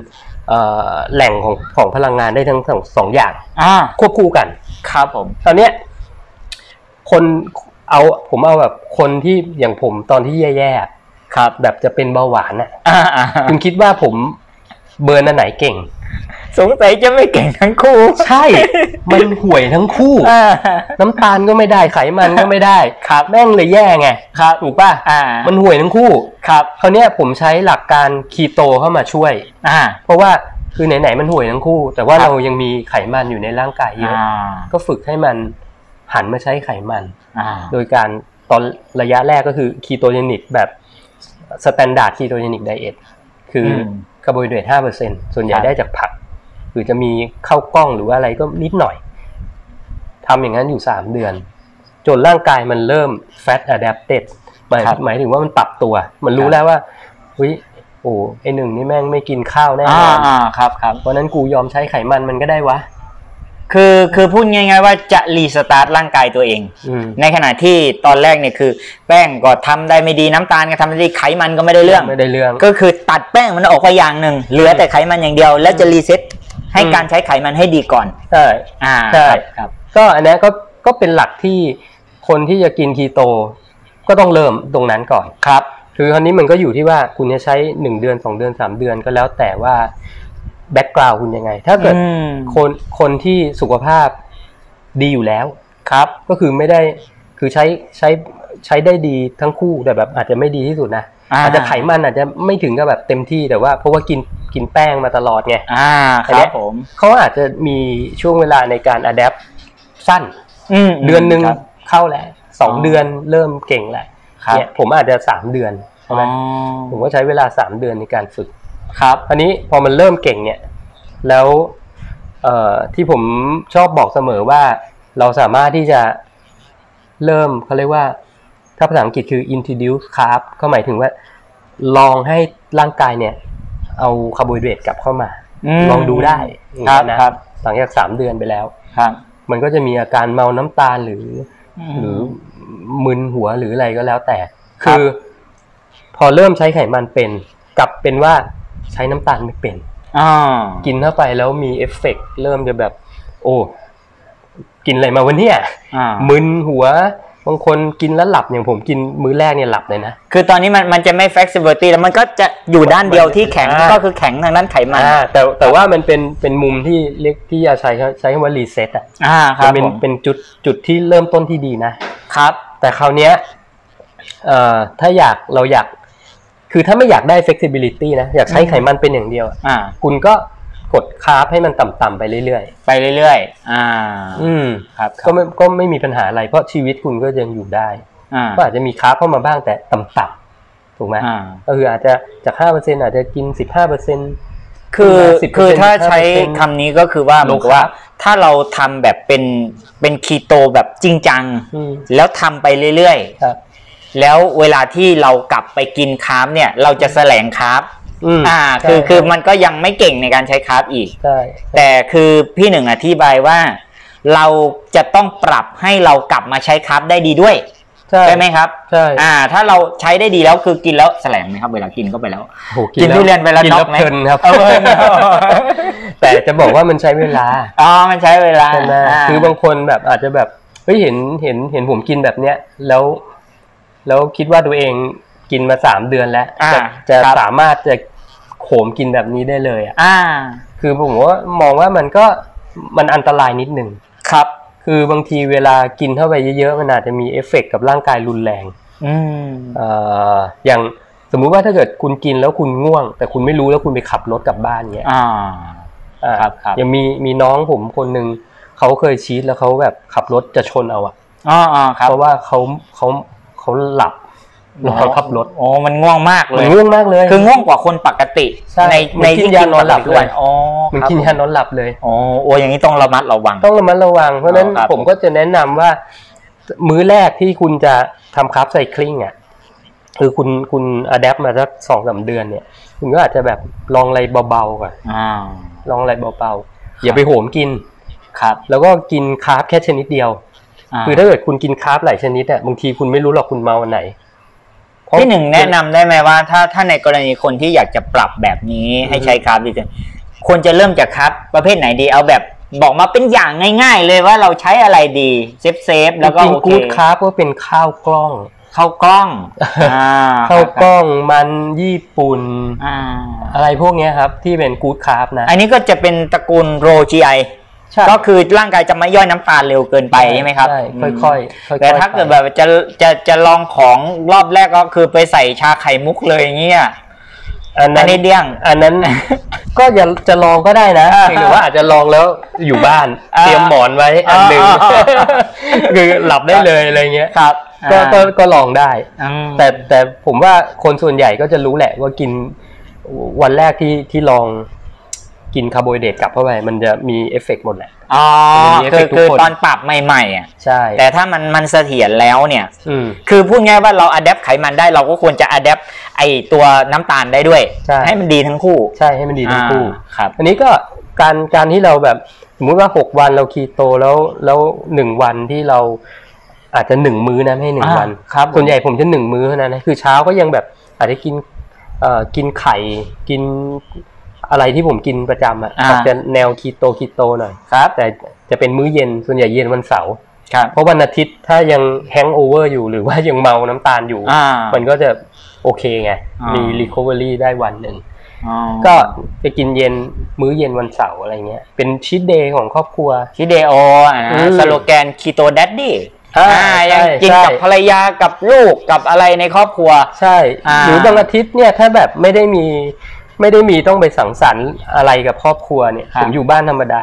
Speaker 2: เอ่อแหล่งของของพลังงานได้ทั้งสองสองอย่าง
Speaker 1: อ่า
Speaker 2: ควบคู่กัน
Speaker 1: ครับผม
Speaker 2: ตอนเนี้ยคนเอาผมเอาแบบคนที่อย่างผมตอนที่แย่ๆครับ แบบจะเป็นเบาหวานอ่ะ
Speaker 1: อ่าอ่า
Speaker 2: คุณคิดว่าผมเบิร์นอันไหนเก่ง
Speaker 1: สงสัยจะไม่เก่งทั้งคู่
Speaker 2: ใช่ มันห่วยทั้งคู่
Speaker 1: อ่า
Speaker 2: น้ำตาลก็ไม่ได้ไขมันก็ไม่ได้ครับแม่งเลยแย่ไงครับถูกป่ะ
Speaker 1: อ่า
Speaker 2: มันห่วยทั้งคู่
Speaker 1: ครับ
Speaker 2: คราวเนี้ยผมใช้หลักการคีโตเข้ามาช่วย
Speaker 1: อ่า
Speaker 2: เพราะว่าคือไหนๆมันห่วยทั้งคู่ แต่ว่า
Speaker 1: ครับ
Speaker 2: เรายังมีไขมันอยู่ในร่างกายเยอะ
Speaker 1: อ่า
Speaker 2: ก็ฝึกให้มันหันมาใช้ไขมัน
Speaker 1: อ่า
Speaker 2: โดยการตอนระยะแรกก็คือคีโตเจนิกแบบสแตนดาร์ดคีโตเจนิกไดเอทคืออ
Speaker 1: ม
Speaker 2: คาร์โบไฮเดรตห้าเปอร์เซ็นส่วนใหญ่
Speaker 1: ครับ
Speaker 2: ได้จากผัก หรือจะมีข้าวกล้องหรือว่าอะไรก็นิดหน่อยทำอย่างนั้นอยู่สามเดือน จนร่างกายมันเริ่ม fat adapted หมาย
Speaker 1: ครับ
Speaker 2: หมายถึงว่ามันปรับตัว มันรู้
Speaker 1: ครับ
Speaker 2: แล้วว่าเฮ้ยโอ้ไอหนึ่งนี่แม่งไม่กินข้าวแน่น
Speaker 1: อ่า
Speaker 2: อน
Speaker 1: อ่าครับครับ
Speaker 2: เพราะฉะนั้นกูยอมใช้ไขมันมันก็ได้วะ
Speaker 1: คือคือพูดง่ายๆว่าจะรีสตาร์ทร่างกายตัวเอง
Speaker 2: อืม
Speaker 1: ในขณะที่ตอนแรกเนี่ยคือ แป้งก็ทำได้ไม่ดีน้ำตาลก็ทำไม่ดีไขมันก็ไม่ได้เรื่อง
Speaker 2: ไม่ได้เรื่อง
Speaker 1: ก็คือตัดแป้งมันออกไปอย่างหนึ่งเหลือแต่ไขมันอย่างเดียว แล้วจะรีเซ็ตให้
Speaker 2: อืม
Speaker 1: การใช้ไขมันให้ดีก่อน
Speaker 2: ใช่
Speaker 1: อ่า
Speaker 2: ใช่
Speaker 1: ครับครับ
Speaker 2: ก็อันเนี้ยก็ก็เป็นหลักที่คนที่จะกินคีโต ก็ต้องเริ่มตรงนั้นก่อนครับคือคราวนี้มันก็อยู่ที่ว่าคุณจะใช้หนึ่งเดือนสองเดือนสามเดือนก็แล้วแต่ว่าแบ็กกราวคุณยังไง ถ้าเกิด
Speaker 1: อืม
Speaker 2: คนคนที่สุขภาพดีอยู่แล้วครับ ก็คือไม่ได้คือใช้ใช้ใช้ได้ดีทั้งคู่แต่แบบอาจจะไม่ดีที่สุดนะอาจจะไขมันอาจจะไม่ถึงกับแบบเต็มที่แต่ว่าเพราะว่ากินกินแป้งมาตลอดไง
Speaker 1: อ่าค
Speaker 2: อันเนี้
Speaker 1: รับ
Speaker 2: ย
Speaker 1: ผม
Speaker 2: เขาอาจจะมีช่วงเวลาในการอัดแอปสั้น
Speaker 1: อืมม
Speaker 2: เดือนหนึ่ง
Speaker 1: ครับ
Speaker 2: เข้าแล้วสอง
Speaker 1: อ๋อ
Speaker 2: เดือนเริ่มเก่งแล้ว
Speaker 1: ครับ
Speaker 2: เนี่ยผมอาจจะสามเดือนใช่
Speaker 1: อ๋
Speaker 2: ไหม
Speaker 1: อ
Speaker 2: ผมก็ใช้เวลาสามเดือนในการฝึก
Speaker 1: ครับ
Speaker 2: อันนี้พอมันเริ่มเก่งเนี่ย แล้วเอ่อที่ผมชอบบอกเสมอว่าเราสามารถที่จะเริ่มเขาเรียกว่า ถ้าภาษาอังกฤษคือ introduce carb ก็หมายถึงว่า ลองให้ร่างกายเนี่ย เอาคาร์โบไฮเดรตกลับเข้ามา
Speaker 1: อืม
Speaker 2: ลองดูได้
Speaker 1: ครับ
Speaker 2: นะครับหลังจากสามเดือนไปแล้ว
Speaker 1: ครับ
Speaker 2: มันก็จะมีอาการเมาน้ำตาลหรือ หรือมึนหัวหรืออะไรก็แล้วแต่ คือ พอเริ่มใช้ไขมันเป็น กลับเป็นว่าใช้น้ำตาลไม่เป็น
Speaker 1: อ่า
Speaker 2: กินเข้าไปแล้วมีเอฟเฟกต์เริ่มจะแบบ โอ้กินอะไรมาวันเนี่ย
Speaker 1: อ่า
Speaker 2: มึนหัว บางคนกินแล้วหลับอย่างผมกินมื้อแรกเนี่ยหลับเลยนะ
Speaker 1: คือตอนนี้มันมันจะไม่ flexibility แล้วมันก็จะอยู่ด้านเดียวที่แข็ง
Speaker 2: อ่า
Speaker 1: ก็คือแข็งทางด้านไขมัน
Speaker 2: อ่าแต่แต่ว่ามันเป็นเป็นมุมที่เรียกที่จะใช้ใช้คำว่ารีเซ็ตอ่ะ
Speaker 1: อ่าค
Speaker 2: มั
Speaker 1: รับ
Speaker 2: นเป็น
Speaker 1: ผม
Speaker 2: เป็นจุดจุดที่เริ่มต้นที่ดีนะ
Speaker 1: ครับ
Speaker 2: แต่คราวเนี้ยเอ่อถ้าอยากเราอยาก คือถ้าไม่อยากได้ flexibility นะ อยากใช้
Speaker 1: อืม
Speaker 2: ไขมันเป็นอย่างเดียวอะ
Speaker 1: อ่า
Speaker 2: คุณก็กดคาร์บให้มันต่ำๆไปเรื่อย
Speaker 1: ไปเรื่อยๆ อ่า
Speaker 2: ๆ อืม
Speaker 1: ครับค
Speaker 2: ก็
Speaker 1: รับ
Speaker 2: ไม่ก็ไม่มีปัญหาอะไรเพราะชีวิตคุณก็ยังอยู่ได้
Speaker 1: อ่า
Speaker 2: ก็อาจจะมีคาร์บเข้ามาบ้างแต่ต่ำๆถูกไหม
Speaker 1: อ่า
Speaker 2: ก็คืออาจจะจาก 5%อาจจะกิน 15%ขึ้น
Speaker 1: คือ
Speaker 2: มา10%
Speaker 1: คือถ้าใช้
Speaker 2: 15%
Speaker 1: คำนี้ก็คือว่าเหมือนกับว่า
Speaker 2: low
Speaker 1: ถ้าเราทำแบบเป็น เป็นคีโตแบบจริงจัง
Speaker 2: อืม
Speaker 1: แล้วทำไปเรื่อย
Speaker 2: ครับ
Speaker 1: ๆ แล้วเวลาที่เรากลับไปกินคาร์บเนี่ย เราจะแสลงคาร์บ
Speaker 2: อืม
Speaker 1: อ่า คือ คือมันก็ยังไม่เก่งในการใช้คาร์บอีก
Speaker 2: ใช่
Speaker 1: แต่คือพี่หนึ่งอธิบายว่า เราจะต้องปรับให้เรากลับมาใช้คาร์บได้ดีด้วย
Speaker 2: ใช่
Speaker 1: ใช่ไหมครับ
Speaker 2: ใช่
Speaker 1: อ่า ถ้าเราใช้ได้ดีแล้วคือกินแล้วแสลงไหมครับเวลากินก็ไปแล้ว
Speaker 2: โอ้โห
Speaker 1: กินทุเรียนไปแล้ว
Speaker 2: กิน
Speaker 1: น็อ
Speaker 2: แล้ว
Speaker 1: กไหม
Speaker 2: เพลินครับ
Speaker 1: เออ
Speaker 2: แต่จะบอกว่ามันใช้เวลา
Speaker 1: อ๋อมันใช้เวลา
Speaker 2: ใช่ไหม
Speaker 1: า
Speaker 2: คือบางคนแบบอาจจะแบบเฮ้ยเห็นเห็นเห็นผมกินแบบเนี้ยแล้ว แล้วคิดว่าตัวเองกินมาสามเดือนแล้ว
Speaker 1: อ่า
Speaker 2: จะจะ
Speaker 1: ครับ
Speaker 2: สามารถจะโขมกินแบบนี้ได้เลยอ่ะ
Speaker 1: อ่า
Speaker 2: คือผมว่ามองว่ามันก็มันอันตรายนิดหนึ่ง
Speaker 1: ครับ
Speaker 2: คือบางทีเวลากินเข้าไปเยอะๆมันอาจจะมีเอฟเฟกต์กับร่างกายรุนแรง
Speaker 1: อืม
Speaker 2: เอ่ออย่างสมมุติว่าถ้าเกิดคุณกินแล้วคุณง่วง แต่คุณไม่รู้แล้วคุณไปขับรถกลับบ้านเนี้ย
Speaker 1: อ่า
Speaker 2: อ่า
Speaker 1: ครับครับ
Speaker 2: ยังมีมีน้องผมคนหนึ่งเขาเคยชีตแล้วเขาแบบขับรถจะชนเอาอะ
Speaker 1: อ๋ออ๋อครับ
Speaker 2: เพราะว่าเขาเขาเขาหลับแล้วเขาขับรถ
Speaker 1: โอ้มันง่วงมาก
Speaker 2: มั
Speaker 1: เล
Speaker 2: น
Speaker 1: ย
Speaker 2: ง่วงมากเลย
Speaker 1: คือง่วงกว่าคนปกติ
Speaker 2: ใช่
Speaker 1: ใน
Speaker 2: มันกิน
Speaker 1: ที่
Speaker 2: ยานอนหลับ
Speaker 1: ปกติด้วย
Speaker 2: เลย
Speaker 1: อ๋อ
Speaker 2: มัน
Speaker 1: ครับ
Speaker 2: กินยานอนหลับเลย
Speaker 1: อ๋อโอ้อย่างนี้ต้องระมัดระวัง
Speaker 2: ต้องระมัดระวัง เพราะฉะนั้น
Speaker 1: อ๋อครับ
Speaker 2: ผมก็จะแนะนำว่า มื้อแรกที่คุณจะทำคับไซคลิงอ่ะคือคุณคุณอัดแอปมาสักสองสามเดือนเนี่ย คุณก็อาจจะแบบลองอะไรเบาๆก่อน
Speaker 1: อ่า
Speaker 2: ลองอะไรเบาๆอย่าไปโหมกิน
Speaker 1: ครับ
Speaker 2: แล้วก็กินคาร์บแค่ชนิดเดียว
Speaker 1: า
Speaker 2: คือถ้าเกิดคุณกินคาร์บหลายชนิดเนี่ยบางทีคุณไม่รู้หรอกคุณเมาอันไหนเพราะ
Speaker 1: พี่หนึ่งแนะนำได้ไหมว่า ถ้าถ้าในกรณีคนที่อยากจะปรับแบบนี้ให้ใช้คาร์บดีขึ้นควรจะเริ่มจากคาร์บประเภทไหนดีเอาแบบบอกมาเป็นอย่างง่าย ๆ เลยว่าเราใช้อะไรดีเซฟเซฟ
Speaker 2: จริงๆ
Speaker 1: แล้วก็โอเค
Speaker 2: กู๊ดคาร์บก็เป็นข้าวกล้อง
Speaker 1: เข้าวกล้องอ่า
Speaker 2: ข้าวกล้องมันญี่ปุ่น
Speaker 1: อ่า
Speaker 2: อะไรพวกเนี้ยครับ ที่เป็นกู๊ดคาร์บนะ
Speaker 1: อันนี้ก็จะเป็นตระกูลโร GI
Speaker 2: ใช่
Speaker 1: ก็คือร่างกายจะไม่ย่อยน้ำตาลเร็วเกินไปใช่ไหมครับ
Speaker 2: ใช่ค่อยๆ
Speaker 1: ม
Speaker 2: ค่อยๆ
Speaker 1: แต่ถ้าเกิดแบบจะจะจะลองของรอบแรกก็คือไปใส่ชาไข่มุกเลยอย่างเงี้ย
Speaker 2: อัน
Speaker 1: อั
Speaker 2: นั้น น
Speaker 1: นี้เดี้ยง
Speaker 2: อันนั้น ก็อย่าจะลองก็ได้นะ
Speaker 1: อ่า
Speaker 2: เพียงแต่ว่าอาจจะลองแล้วอยู่บ้าน
Speaker 1: อ่า
Speaker 2: เตรียมหมอนไว้อันหนึ่ง
Speaker 1: อ่าอ่า
Speaker 2: คือหลับได้เลยอะไรเงี้ย
Speaker 1: ครับ
Speaker 2: ก็ก็ก็ลองได้
Speaker 1: อ่า
Speaker 2: แต่แต่ผมว่าคนส่วนใหญ่ก็จะรู้แหละว่ากินวันแรกที่ที่ลองกินคาร์โบไฮเดรตกลับเข้าไปมันจะมีเอฟเฟกต์หมดแหละ
Speaker 1: อ๋อ
Speaker 2: มันมี
Speaker 1: คือ
Speaker 2: effect ทุก
Speaker 1: คือ
Speaker 2: คน
Speaker 1: ตอนปรับใหม่ๆอ่ะ
Speaker 2: ใช่
Speaker 1: แต่ถ้ามันมันเสถียรแล้วเนี่ย
Speaker 2: อืม
Speaker 1: คือพูดง่ายว่าเราอัดแอปไขมันได้เราก็ควรจะอัดแอปไอตัวน้ำตาลได้ด้วย
Speaker 2: ใช่
Speaker 1: ให้มันดีทั้งคู่
Speaker 2: ใช่ให้มันดีทั้งคู่
Speaker 1: อ่าครับ
Speaker 2: อันนี้ก็การการที่เราแบบสมมุติว่าหกวันเราคีโตแล้วแล้วหนึ่งวันที่เราอาจจะหนึ่งมื้อนะไม่ให้หนึ่งวัน
Speaker 1: อ่าครับ
Speaker 2: ส่วนใหญ่ผมจะหนึ่งมื้อเท่านั้นนะคือเช้าก็ยังแบบอาจจะกินเอ่อกินไข่กินอะไรที่ผมกินประจำอะ
Speaker 1: อ่า
Speaker 2: อาจจะแนวคีโตคีโตหน่อย
Speaker 1: ครับ
Speaker 2: แต่จะเป็นมื้อเย็นส่วนใหญ่เย็นวันเสาร์
Speaker 1: ครับ
Speaker 2: เพราะวันอาทิตย์ถ้ายังแฮงโอเวอร์อยู่หรือว่ายังเมาน้ำตาลอยู่
Speaker 1: อ่า
Speaker 2: มันก็จะโอเคไง
Speaker 1: อ่ามี
Speaker 2: มีรีค o เวอรี่ได้วันหนึ่ง
Speaker 1: อ๋อ
Speaker 2: ก็จะกินเย็นมื้อเย็นวันเสาร์อะไรเงี้ย เป็นชีตเดย์ของครอบครัว
Speaker 1: ชิเดโออ่า
Speaker 2: อืม
Speaker 1: สโลแกนคีโต d ดดดี้
Speaker 2: อ่า
Speaker 1: อ่า
Speaker 2: ใช่
Speaker 1: ยังกิน
Speaker 2: ใช่
Speaker 1: กับภรรยากับลูกกับอะไรในครอบครัว
Speaker 2: ใช่
Speaker 1: อ่า
Speaker 2: หรือบางอาทิตย์เนี่ยถ้าแบบไม่ได้มีไม่ได้มีต้องไปสังสรรค์อะไรกับครอบครัวเนี่ย ผมอยู่บ้านธรรมดา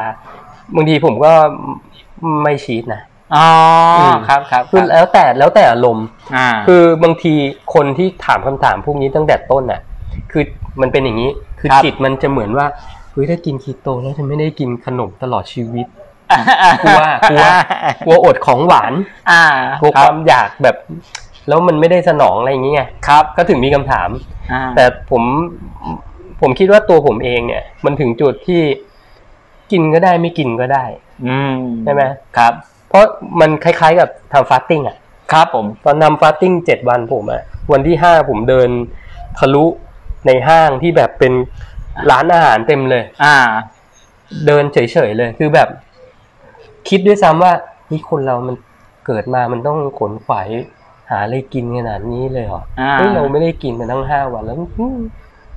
Speaker 2: บางทีผมก็ไม่ชีตนะ
Speaker 1: อ๋ออ
Speaker 2: ม
Speaker 1: ครับครับ
Speaker 2: คือ
Speaker 1: ครับ
Speaker 2: แล้วแต่แล้วแต่อารมณ์
Speaker 1: อ่า
Speaker 2: คือบางทีคนที่ถามคำถามพวกนี้ตั้งแต่ต้นน่ะ คือมันเป็นอย่างนี้ คือจิตมันจะเหมือนว่า เฮ้ยถ้ากินคีโตแล้วจะไม่ได้กินขนมตลอดชีวิต กลัวกลัว กลัวอดของหวาน
Speaker 1: อ่าก
Speaker 2: ลัว
Speaker 1: ค
Speaker 2: ค
Speaker 1: รั
Speaker 2: วา
Speaker 1: บ
Speaker 2: มอยากแบบ แล้วมันไม่ได้สนองอะไรอย่างเงี้ย ครับ ก็ถึงมีคำถาม
Speaker 1: อ่า
Speaker 2: แต่ผม ผมคิดว่าตัวผมเองเนี่ย มันถึงจุดที่กินก็ได้ไม่กินก็ได้
Speaker 1: อืม
Speaker 2: ใช่ไหม
Speaker 1: ครับ
Speaker 2: เพราะมันคล้ายๆกับทำฟาสติ้งอะ
Speaker 1: ครับผม
Speaker 2: ตอนนำฟาสติ้งเจ็ดวันผมอะวันที่ห้าผมเดินทะลุในห้างที่แบบเป็นร้านอาหารเต็มเลย
Speaker 1: อ่า
Speaker 2: เดินเฉยๆเลย คือแบบ คิดด้วยซ้ำว่านี่คนเรามันเกิดมามันต้องขนขวายหาอะไรกินขนาดนี้เลยเหรอ
Speaker 1: อ่า
Speaker 2: เฮ้ยเราไม่ได้กินมาตั้งห้าวันแล้วอืม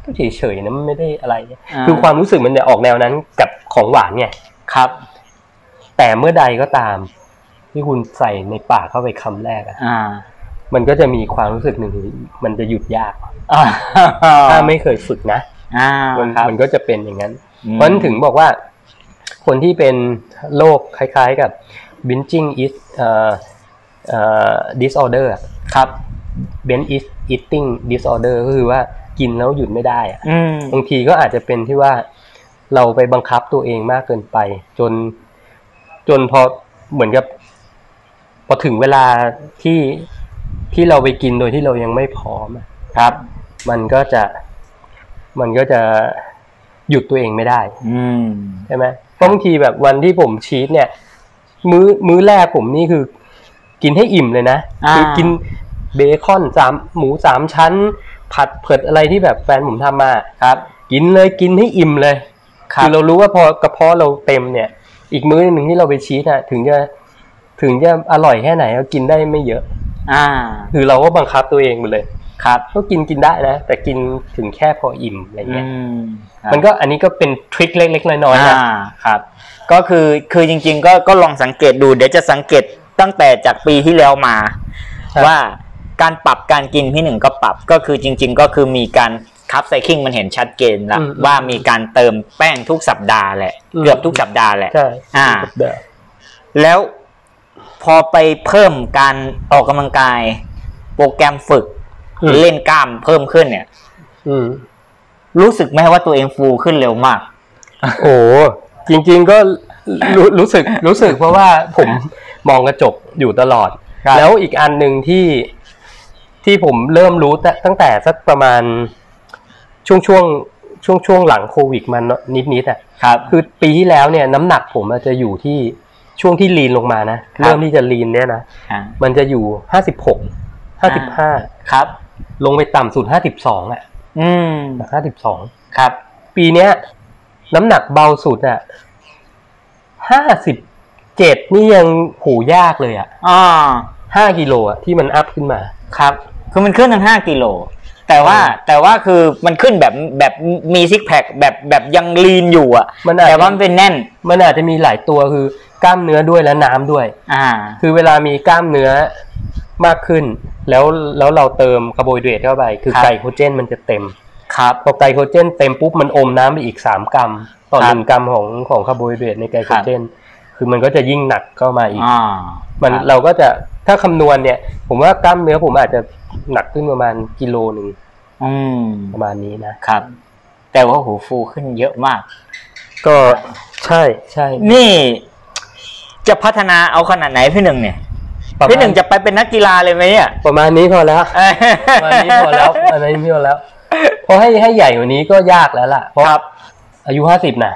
Speaker 2: ก็เฉยๆนะมันไม่ได้อะไร
Speaker 1: อ่า
Speaker 2: คือความรู้สึกมันจะออกแนวนั้นกับของหวานไง
Speaker 1: ครับ
Speaker 2: แต่เมื่อใดก็ตาม ที่คุณใส่ในปากเข้าไปคำแรกอะ
Speaker 1: อ่า
Speaker 2: มันก็จะมีความรู้สึกหนึ่งมันจะหยุดยาก
Speaker 1: อ่า
Speaker 2: ถ้าไม่เคยฝึกนะ
Speaker 1: อ่า
Speaker 2: มัน
Speaker 1: ครับ
Speaker 2: มันก็จะเป็นอย่างนั้น
Speaker 1: อืม
Speaker 2: เพราะฉะนั้นถึงบอกว่า คนที่เป็นโรคคล้ายๆกับ binging is เอ่อเอ่อ disorder อะครับ binge is eating disorder ก็คือว่ากินแล้วหยุดไม่ได้อะ
Speaker 1: อืม
Speaker 2: บางทีก็อาจจะเป็นที่ว่าเราไปบังคับตัวเองมากเกินไป จนจนพอเหมือนกับ พอถึงเวลาที่ที่เราไปกินโดยที่เรายังไม่พร้อมอะ
Speaker 1: ครับ
Speaker 2: มันก็จะมันก็จะหยุดตัวเองไม่ได้
Speaker 1: อืม
Speaker 2: ใช่ไหมเพราะบางทีแบบวันที่ผมชีตเนี่ย มื้อมื้อแรกผมนี่คือ กินให้อิ่มเลยนะ
Speaker 1: อ่า
Speaker 2: คืกินเบคอนสามหมูสามชั้น ผัดเผ็ดอะไรที่แบบแฟนผมทำมาครับ กินเลยกินให้อิ่มเลยคือเรารู้ว่าพอกระเพาะเราเต็มเนี่ย อีกมื้อหนึ่งที่เราไปชีสอะถึงจะถึงจะอร่อยแค่ไหนก็กินได้ไม่เยอะ
Speaker 1: อ่า
Speaker 2: คือเราก็บังคับตัวเองไปเลย
Speaker 1: ครับ
Speaker 2: ก็กินกินได้นะ แต่กินถึงแค่พออิ่มอะไร
Speaker 1: อื
Speaker 2: เงี้ย
Speaker 1: มครับ
Speaker 2: มันก็อันนี้ก็เป็นทริคเล็กๆน้อยๆนะ
Speaker 1: อ่าครับ ก็คือคือจริง ๆ ก็ก็ลองสังเกตดูเดี๋ยวจะสังเกตตั้งแต่จากปีที่แล้วมา
Speaker 2: ครับ
Speaker 1: ว่าการปรับการกินพี่หนึ่งก็ปรับก็คือจริง ๆ ก็คือมีการคับไซคิงมันเห็นชัดเจนละ
Speaker 2: อืม
Speaker 1: ว่ามีการเติมแป้งทุกสัปดาห์แหละ
Speaker 2: อืม
Speaker 1: เกือบทุกสัปดาห์แหละ
Speaker 2: ใช่
Speaker 1: อ่า
Speaker 2: แบบเดิม
Speaker 1: แล้วพอไปเพิ่มการออกกำลังกาย โปรแกรมฝึก
Speaker 2: อืม
Speaker 1: เล่นกล้ามเพิ่มขึ้นเนี่ย
Speaker 2: อืม
Speaker 1: รู้สึกไหมว่าตัวเองฟูขึ้นเร็วมาก
Speaker 2: โอ้จริงๆก็รู้รู้สึกรู้สึกเพราะว่าผมมองกระจกอยู่ตลอด
Speaker 1: ครับ
Speaker 2: แล้วอีกอันหนึ่งที่ที่ผมเริ่มรู้ตตั้งแต่สักประมาณช่วงช่วงช่วงช่วงหลังโควิดมันนิดนิดๆอ่ะ
Speaker 1: ครับ
Speaker 2: คือปีที่แล้วเนี่ยน้ำหนักผมอาจจะอยู่ที่ช่วงที่ลีนลงมานะ
Speaker 1: ครับ
Speaker 2: เริ่มที่จะลีนเนี่ยนะ มันจะอยู่ห้าสิบหกห้าสิบห้า
Speaker 1: ครับ
Speaker 2: ลงไปต่ำสุดห้าสิบสองอ่ะ
Speaker 1: อืม
Speaker 2: ห้าสิบสอง
Speaker 1: ครับ
Speaker 2: ปีเนี้ย น้ำหนักเบาสุดอ่ะห้าสิบเจ็ดนี่ยังหูยากเลยอ่ะ
Speaker 1: อ่า
Speaker 2: ห้ากิโลอ่ะที่มันอัพขึ้นมา
Speaker 1: ครับ คือมันขึ้นทั้งห้ากิโล แต่ว่า
Speaker 2: อืม
Speaker 1: แต่ว่าคือมันขึ้นแบบแบบมีซิกแพคแบบแบบยังลีนอยู่อะ
Speaker 2: มันอาจจะ
Speaker 1: แต่ว่ามันเป็นแน่น
Speaker 2: มันอาจจะมีหลายตัวคือกล้ามเนื้อด้วยและน้ำด้วย
Speaker 1: อ่า
Speaker 2: คือเวลามีกล้ามเนื้อมากขึ้น แล้วแล้วเราเติมคาร์โบไฮเดรตเข้าไป คือ
Speaker 1: ครับ
Speaker 2: ไกลโคเจนมันจะเต็ม
Speaker 1: ครับ
Speaker 2: พอไกลโคเจนเต็มปุ๊บมันอมน้ำไปอีกสามกรัม ต่อหนึ่งกรัมของของคาร์โบไฮเดรตในไกลโคเจน คือมันก็จะยิ่งหนักเข้ามาอีก
Speaker 1: อ่า มั
Speaker 2: มันเราก็จะถ้าคำนวณเนี่ย ผมว่ากล้ามเนื้อผมอาจจะหนักขึ้นประมาณกิโลหนึ่ง
Speaker 1: อืม
Speaker 2: ประมาณนี้นะ
Speaker 1: ครับ แต่ว่าโหฟูขึ้นเยอะมาก
Speaker 2: ก็ใช่ใช่
Speaker 1: นี่จะพัฒนาเอาขนาดไหนพี่หนึ่งเนี่ย
Speaker 2: ประ
Speaker 1: พี่
Speaker 2: มา
Speaker 1: ห
Speaker 2: ณ
Speaker 1: นึ่งจะไปเป็นนักกีฬาเลยไหมเนี่ย
Speaker 2: ประมาณนี้พอแล้ว ประมาณนี้พอแล้วประมาณนี้พอแล้วเพราะให้ให้ใหญ่กว่านี้ก็ยากแล้วล่ะ เพราะ
Speaker 1: ครับ
Speaker 2: อายุห้าสิบนะ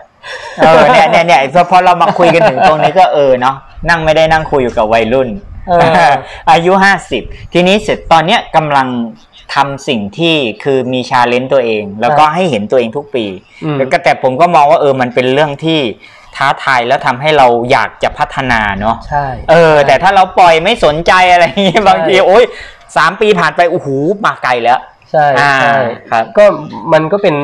Speaker 1: เออเนี่ยเนี่ยเนี่ยพอพอเรามาคุยกันถึงตรงนี้ก็เออเนาะนั่งไม่ได้นั่งคุยอยู่กับวัยรุ่น
Speaker 2: เออ
Speaker 1: อายุห้าสิบทีนี้เสร็จตอนเนี้ยกำลังทำสิ่งที่คือมีชาเลนจ์ตัวเอง แล้วก็ให้เห็นตัวเองทุกปี
Speaker 2: อืม
Speaker 1: แล้วก็แต่ผมก็มองว่าเออมันเป็นเรื่องที่ท้าทายแล้วทำให้เราอยากจะพัฒนาเนาะ
Speaker 2: ใช่
Speaker 1: เออ แต่ถ้าเราปล่อยไม่สนใจอะไรอย่างเงี้ยบางที
Speaker 2: ใช่
Speaker 1: โอ๊ยสามปีผ่านไปโอ้โหมาไกลแล้ว
Speaker 2: ใช่
Speaker 1: อ่า
Speaker 2: ใช่
Speaker 1: ครับ
Speaker 2: ก็มันก็เป็น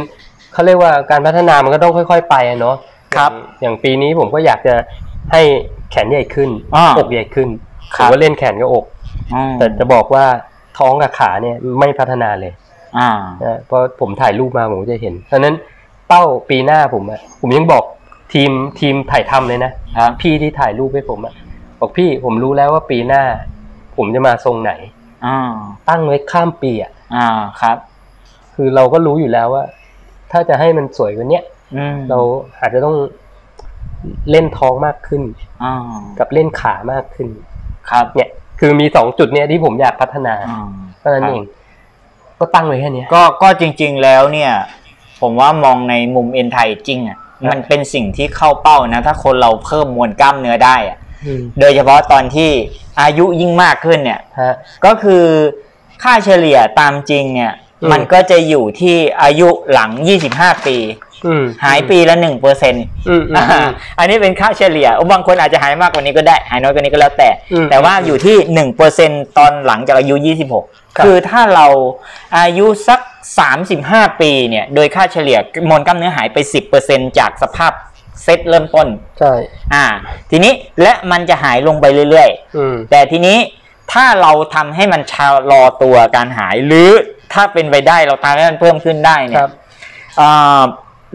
Speaker 2: เขาเรียกว่าการพัฒนามันก็ต้องค่อย ๆ ไปอะเนาะ
Speaker 1: ครับ
Speaker 2: อย่างอย่างปีนี้ผมก็อยากจะให้แขนใหญ่ขึ้น
Speaker 1: อ่า
Speaker 2: อกใหญ่ขึ้น
Speaker 1: ค
Speaker 2: ผ
Speaker 1: รั
Speaker 2: ม
Speaker 1: บ
Speaker 2: ว่าเล่นแขนกับอก
Speaker 1: อืม
Speaker 2: แต่จะบอกว่าท้องกับขาเนี่ยไม่พัฒนาเลย
Speaker 1: อ่า
Speaker 2: นะเพราะผมถ่ายรูปมาผมก็จะเห็นฉะนั้นเป้าปีหน้าผมอะผมยังบอกทีมทีมถ่ายทำเลยนะ
Speaker 1: ครับ
Speaker 2: พี่ที่ถ่ายรูปให้ผมอะบอกพี่ผมรู้แล้วว่าปีหน้า ผมจะมาทรงไหน
Speaker 1: อ่า
Speaker 2: ตั้งไว้ข้ามปีอะ
Speaker 1: อ่าครับ
Speaker 2: คือเราก็รู้อยู่แล้วว่า ถ้าจะให้มันสวยกว่าเนี้ย
Speaker 1: อืม
Speaker 2: เราอาจจะต้องเล่นท้องมากขึ้น
Speaker 1: อ่า
Speaker 2: กับเล่นขามากขึ้น
Speaker 1: ครับ
Speaker 2: เนี่ยคือมีสองจุดเนี่ยที่ผมอยากพัฒนา
Speaker 1: อ่า
Speaker 2: เท่านั้นเอง ก็ตั้งไว้แค่เนี้ย
Speaker 1: ก็ก็จริงๆแล้วเนี่ย ผมว่ามองในมุมเอ็นไทจริงอ่ะ
Speaker 2: ครับ
Speaker 1: มันเป็นสิ่งที่เข้าเป้านะ ถ้าคนเราเพิ่มมวลกล้ามเนื้อได้อ่ะ
Speaker 2: อืม
Speaker 1: โดยเฉพาะตอนที่อายุยิ่งมากขึ้นเนี่ย
Speaker 2: ฮะ
Speaker 1: ก็คือค่าเฉลี่ยตามจริงเนี่ย
Speaker 2: อืม
Speaker 1: มันก็จะอยู่ที่อายุหลัง 25 ปี
Speaker 2: อืม
Speaker 1: หายปีละ1%เปอร์เซ็นต์
Speaker 2: อืมอืมอืม
Speaker 1: อันนี้เป็นค่าเฉลี่ยบางคนอาจจะหายมากกว่านี้ก็ได้ หายน้อยกว่านี้ก็แล้วแต่
Speaker 2: อืม
Speaker 1: แต่ว่าอยู่ที่หนึ่งเปอร์เซ็นตอนหลังจากอายุยี่สิบหก
Speaker 2: ครับ
Speaker 1: คือถ้าเราอายุสักสามสิบห้าปีเนี่ย โดยค่าเฉลี่ยมวลกล้ามเนื้อหายไปสิบเปอร์เซ็นจากสภาพเซตเริ่มต้น
Speaker 2: ใช่
Speaker 1: อ่า ทีนี้และมันจะหายลงไปเรื่อยๆ
Speaker 2: อืม
Speaker 1: แต่ทีนี้ถ้าเราทำให้มันชะลอตัวการหายหรือถ้าเป็นไปได้เราทำให้มันเพิ่มขึ้นได้เนี่
Speaker 2: ค
Speaker 1: ย
Speaker 2: รับ
Speaker 1: เอ่อ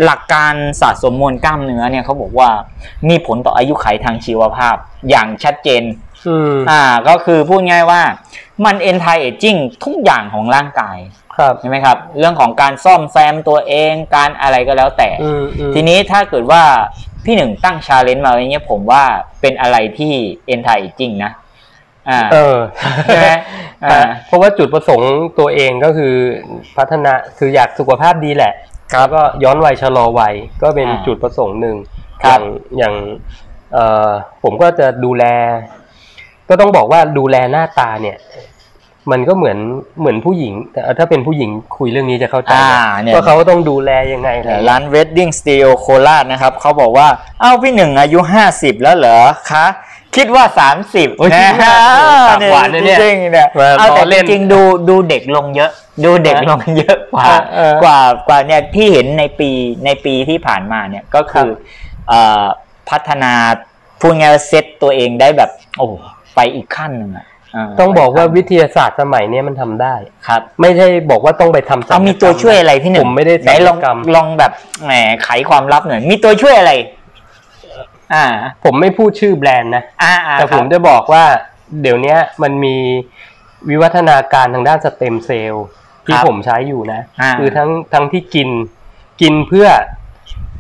Speaker 1: หลักการสะสมมวลกล้ามเนื้อเนี่ยเขาบอกว่ามีผลต่ออายุไขยทางชีวภาพอย่างชัดเจน
Speaker 2: อืม
Speaker 1: อ่าก็คือพูดง่ายว่ามันเอนไทเอจิ้งทุกอย่างของร่างกาย
Speaker 2: ครับ
Speaker 1: ใช่ไหมครับ เรื่องของการซ่อมแซมตัวเองการอะไรก็แล้วแต่
Speaker 2: อืมอืม
Speaker 1: ทีนี้ถ้าเกิดว่าพี่หนึ่งตั้งชาเลนจ์มาอย่างเงี้ยผมว่าเป็นอะไรที่เอนไทเอจิ้งนะอ่า
Speaker 2: เออ
Speaker 1: ใช่ไหมอ่า
Speaker 2: เพราะว่าจุดประสงค์ตัวเองก็คือพัฒนาคืออยากสุขภาพดีแหละแล้วก็ย้อนวัยชะลอวัยก็เป็น
Speaker 1: อ่า
Speaker 2: จุดประสงค์หนึ่ง
Speaker 1: ครับ
Speaker 2: อย่างอย่าง เอ่อผมก็จะดูแล ก็ต้องบอกว่าดูแลหน้าตาเนี่ย มันก็เหมือนเหมือนผู้หญิง แต่ถ้าเป็นผู้หญิงคุยเรื่องนี้จะเข้าใจ
Speaker 1: อ่าเนี่ย
Speaker 2: ว่าเขาต้องดูแลยังไงอะไร
Speaker 1: ร้าน Wedding Studio โคราชนะครับเขาบอกว่า เอ้าพี่หนึ่งอายุ 50 แล้วเหรอคะ คิดว่า 30
Speaker 2: โอ้ย
Speaker 1: นะ
Speaker 2: คิดว่าปากหวานนะ
Speaker 1: จ
Speaker 2: เนี่ย
Speaker 1: ริงๆเนี่ย
Speaker 2: มา
Speaker 1: เอาแต่
Speaker 2: ล้อ
Speaker 1: จ
Speaker 2: เล่น
Speaker 1: ริงๆดูดูเด็กลงเยอะ ดูเด็กลงเยอะกว่า
Speaker 2: เออก
Speaker 1: ว่ากว่าเนี่ยที่เห็นในปีในปีที่ผ่านมาเนี่ยก็คือ
Speaker 2: ครับ
Speaker 1: เอ่อพัฒนาพูดง่ายๆเซ็ตตัวเองได้แบบ โอ้ไปอีกขั้นหนึ่งอะา
Speaker 2: ต้องบอกว่า
Speaker 1: ไป
Speaker 2: วิทยาศาสตร์สมัยเนี้ยมันทำได้
Speaker 1: ครับ
Speaker 2: ไม่ใช่บอกว่าต้องไปทำศัลยกร
Speaker 1: เอา
Speaker 2: ร
Speaker 1: มีตัวช่วยอะไรพี่หนึ่ง
Speaker 2: ผมไม่ได้
Speaker 1: ไหนลอง
Speaker 2: ศัลยกรรม
Speaker 1: ลองแบบแหมไขความลับหน่อย มีตัวช่วยอะไร อ่า
Speaker 2: ผมไม่พูดชื่อแบรนด์นะ
Speaker 1: อ่าอ่า
Speaker 2: แต่
Speaker 1: ค
Speaker 2: ผ
Speaker 1: รับ
Speaker 2: มจะบอกว่าเดี๋ยวเนี้ยมันมีวิวัฒนาการทางด้านสเต็มเซลล์ที่ผมใช้อยู่นะ
Speaker 1: า
Speaker 2: คือทั้งทั้งที่กินกินเพื่อ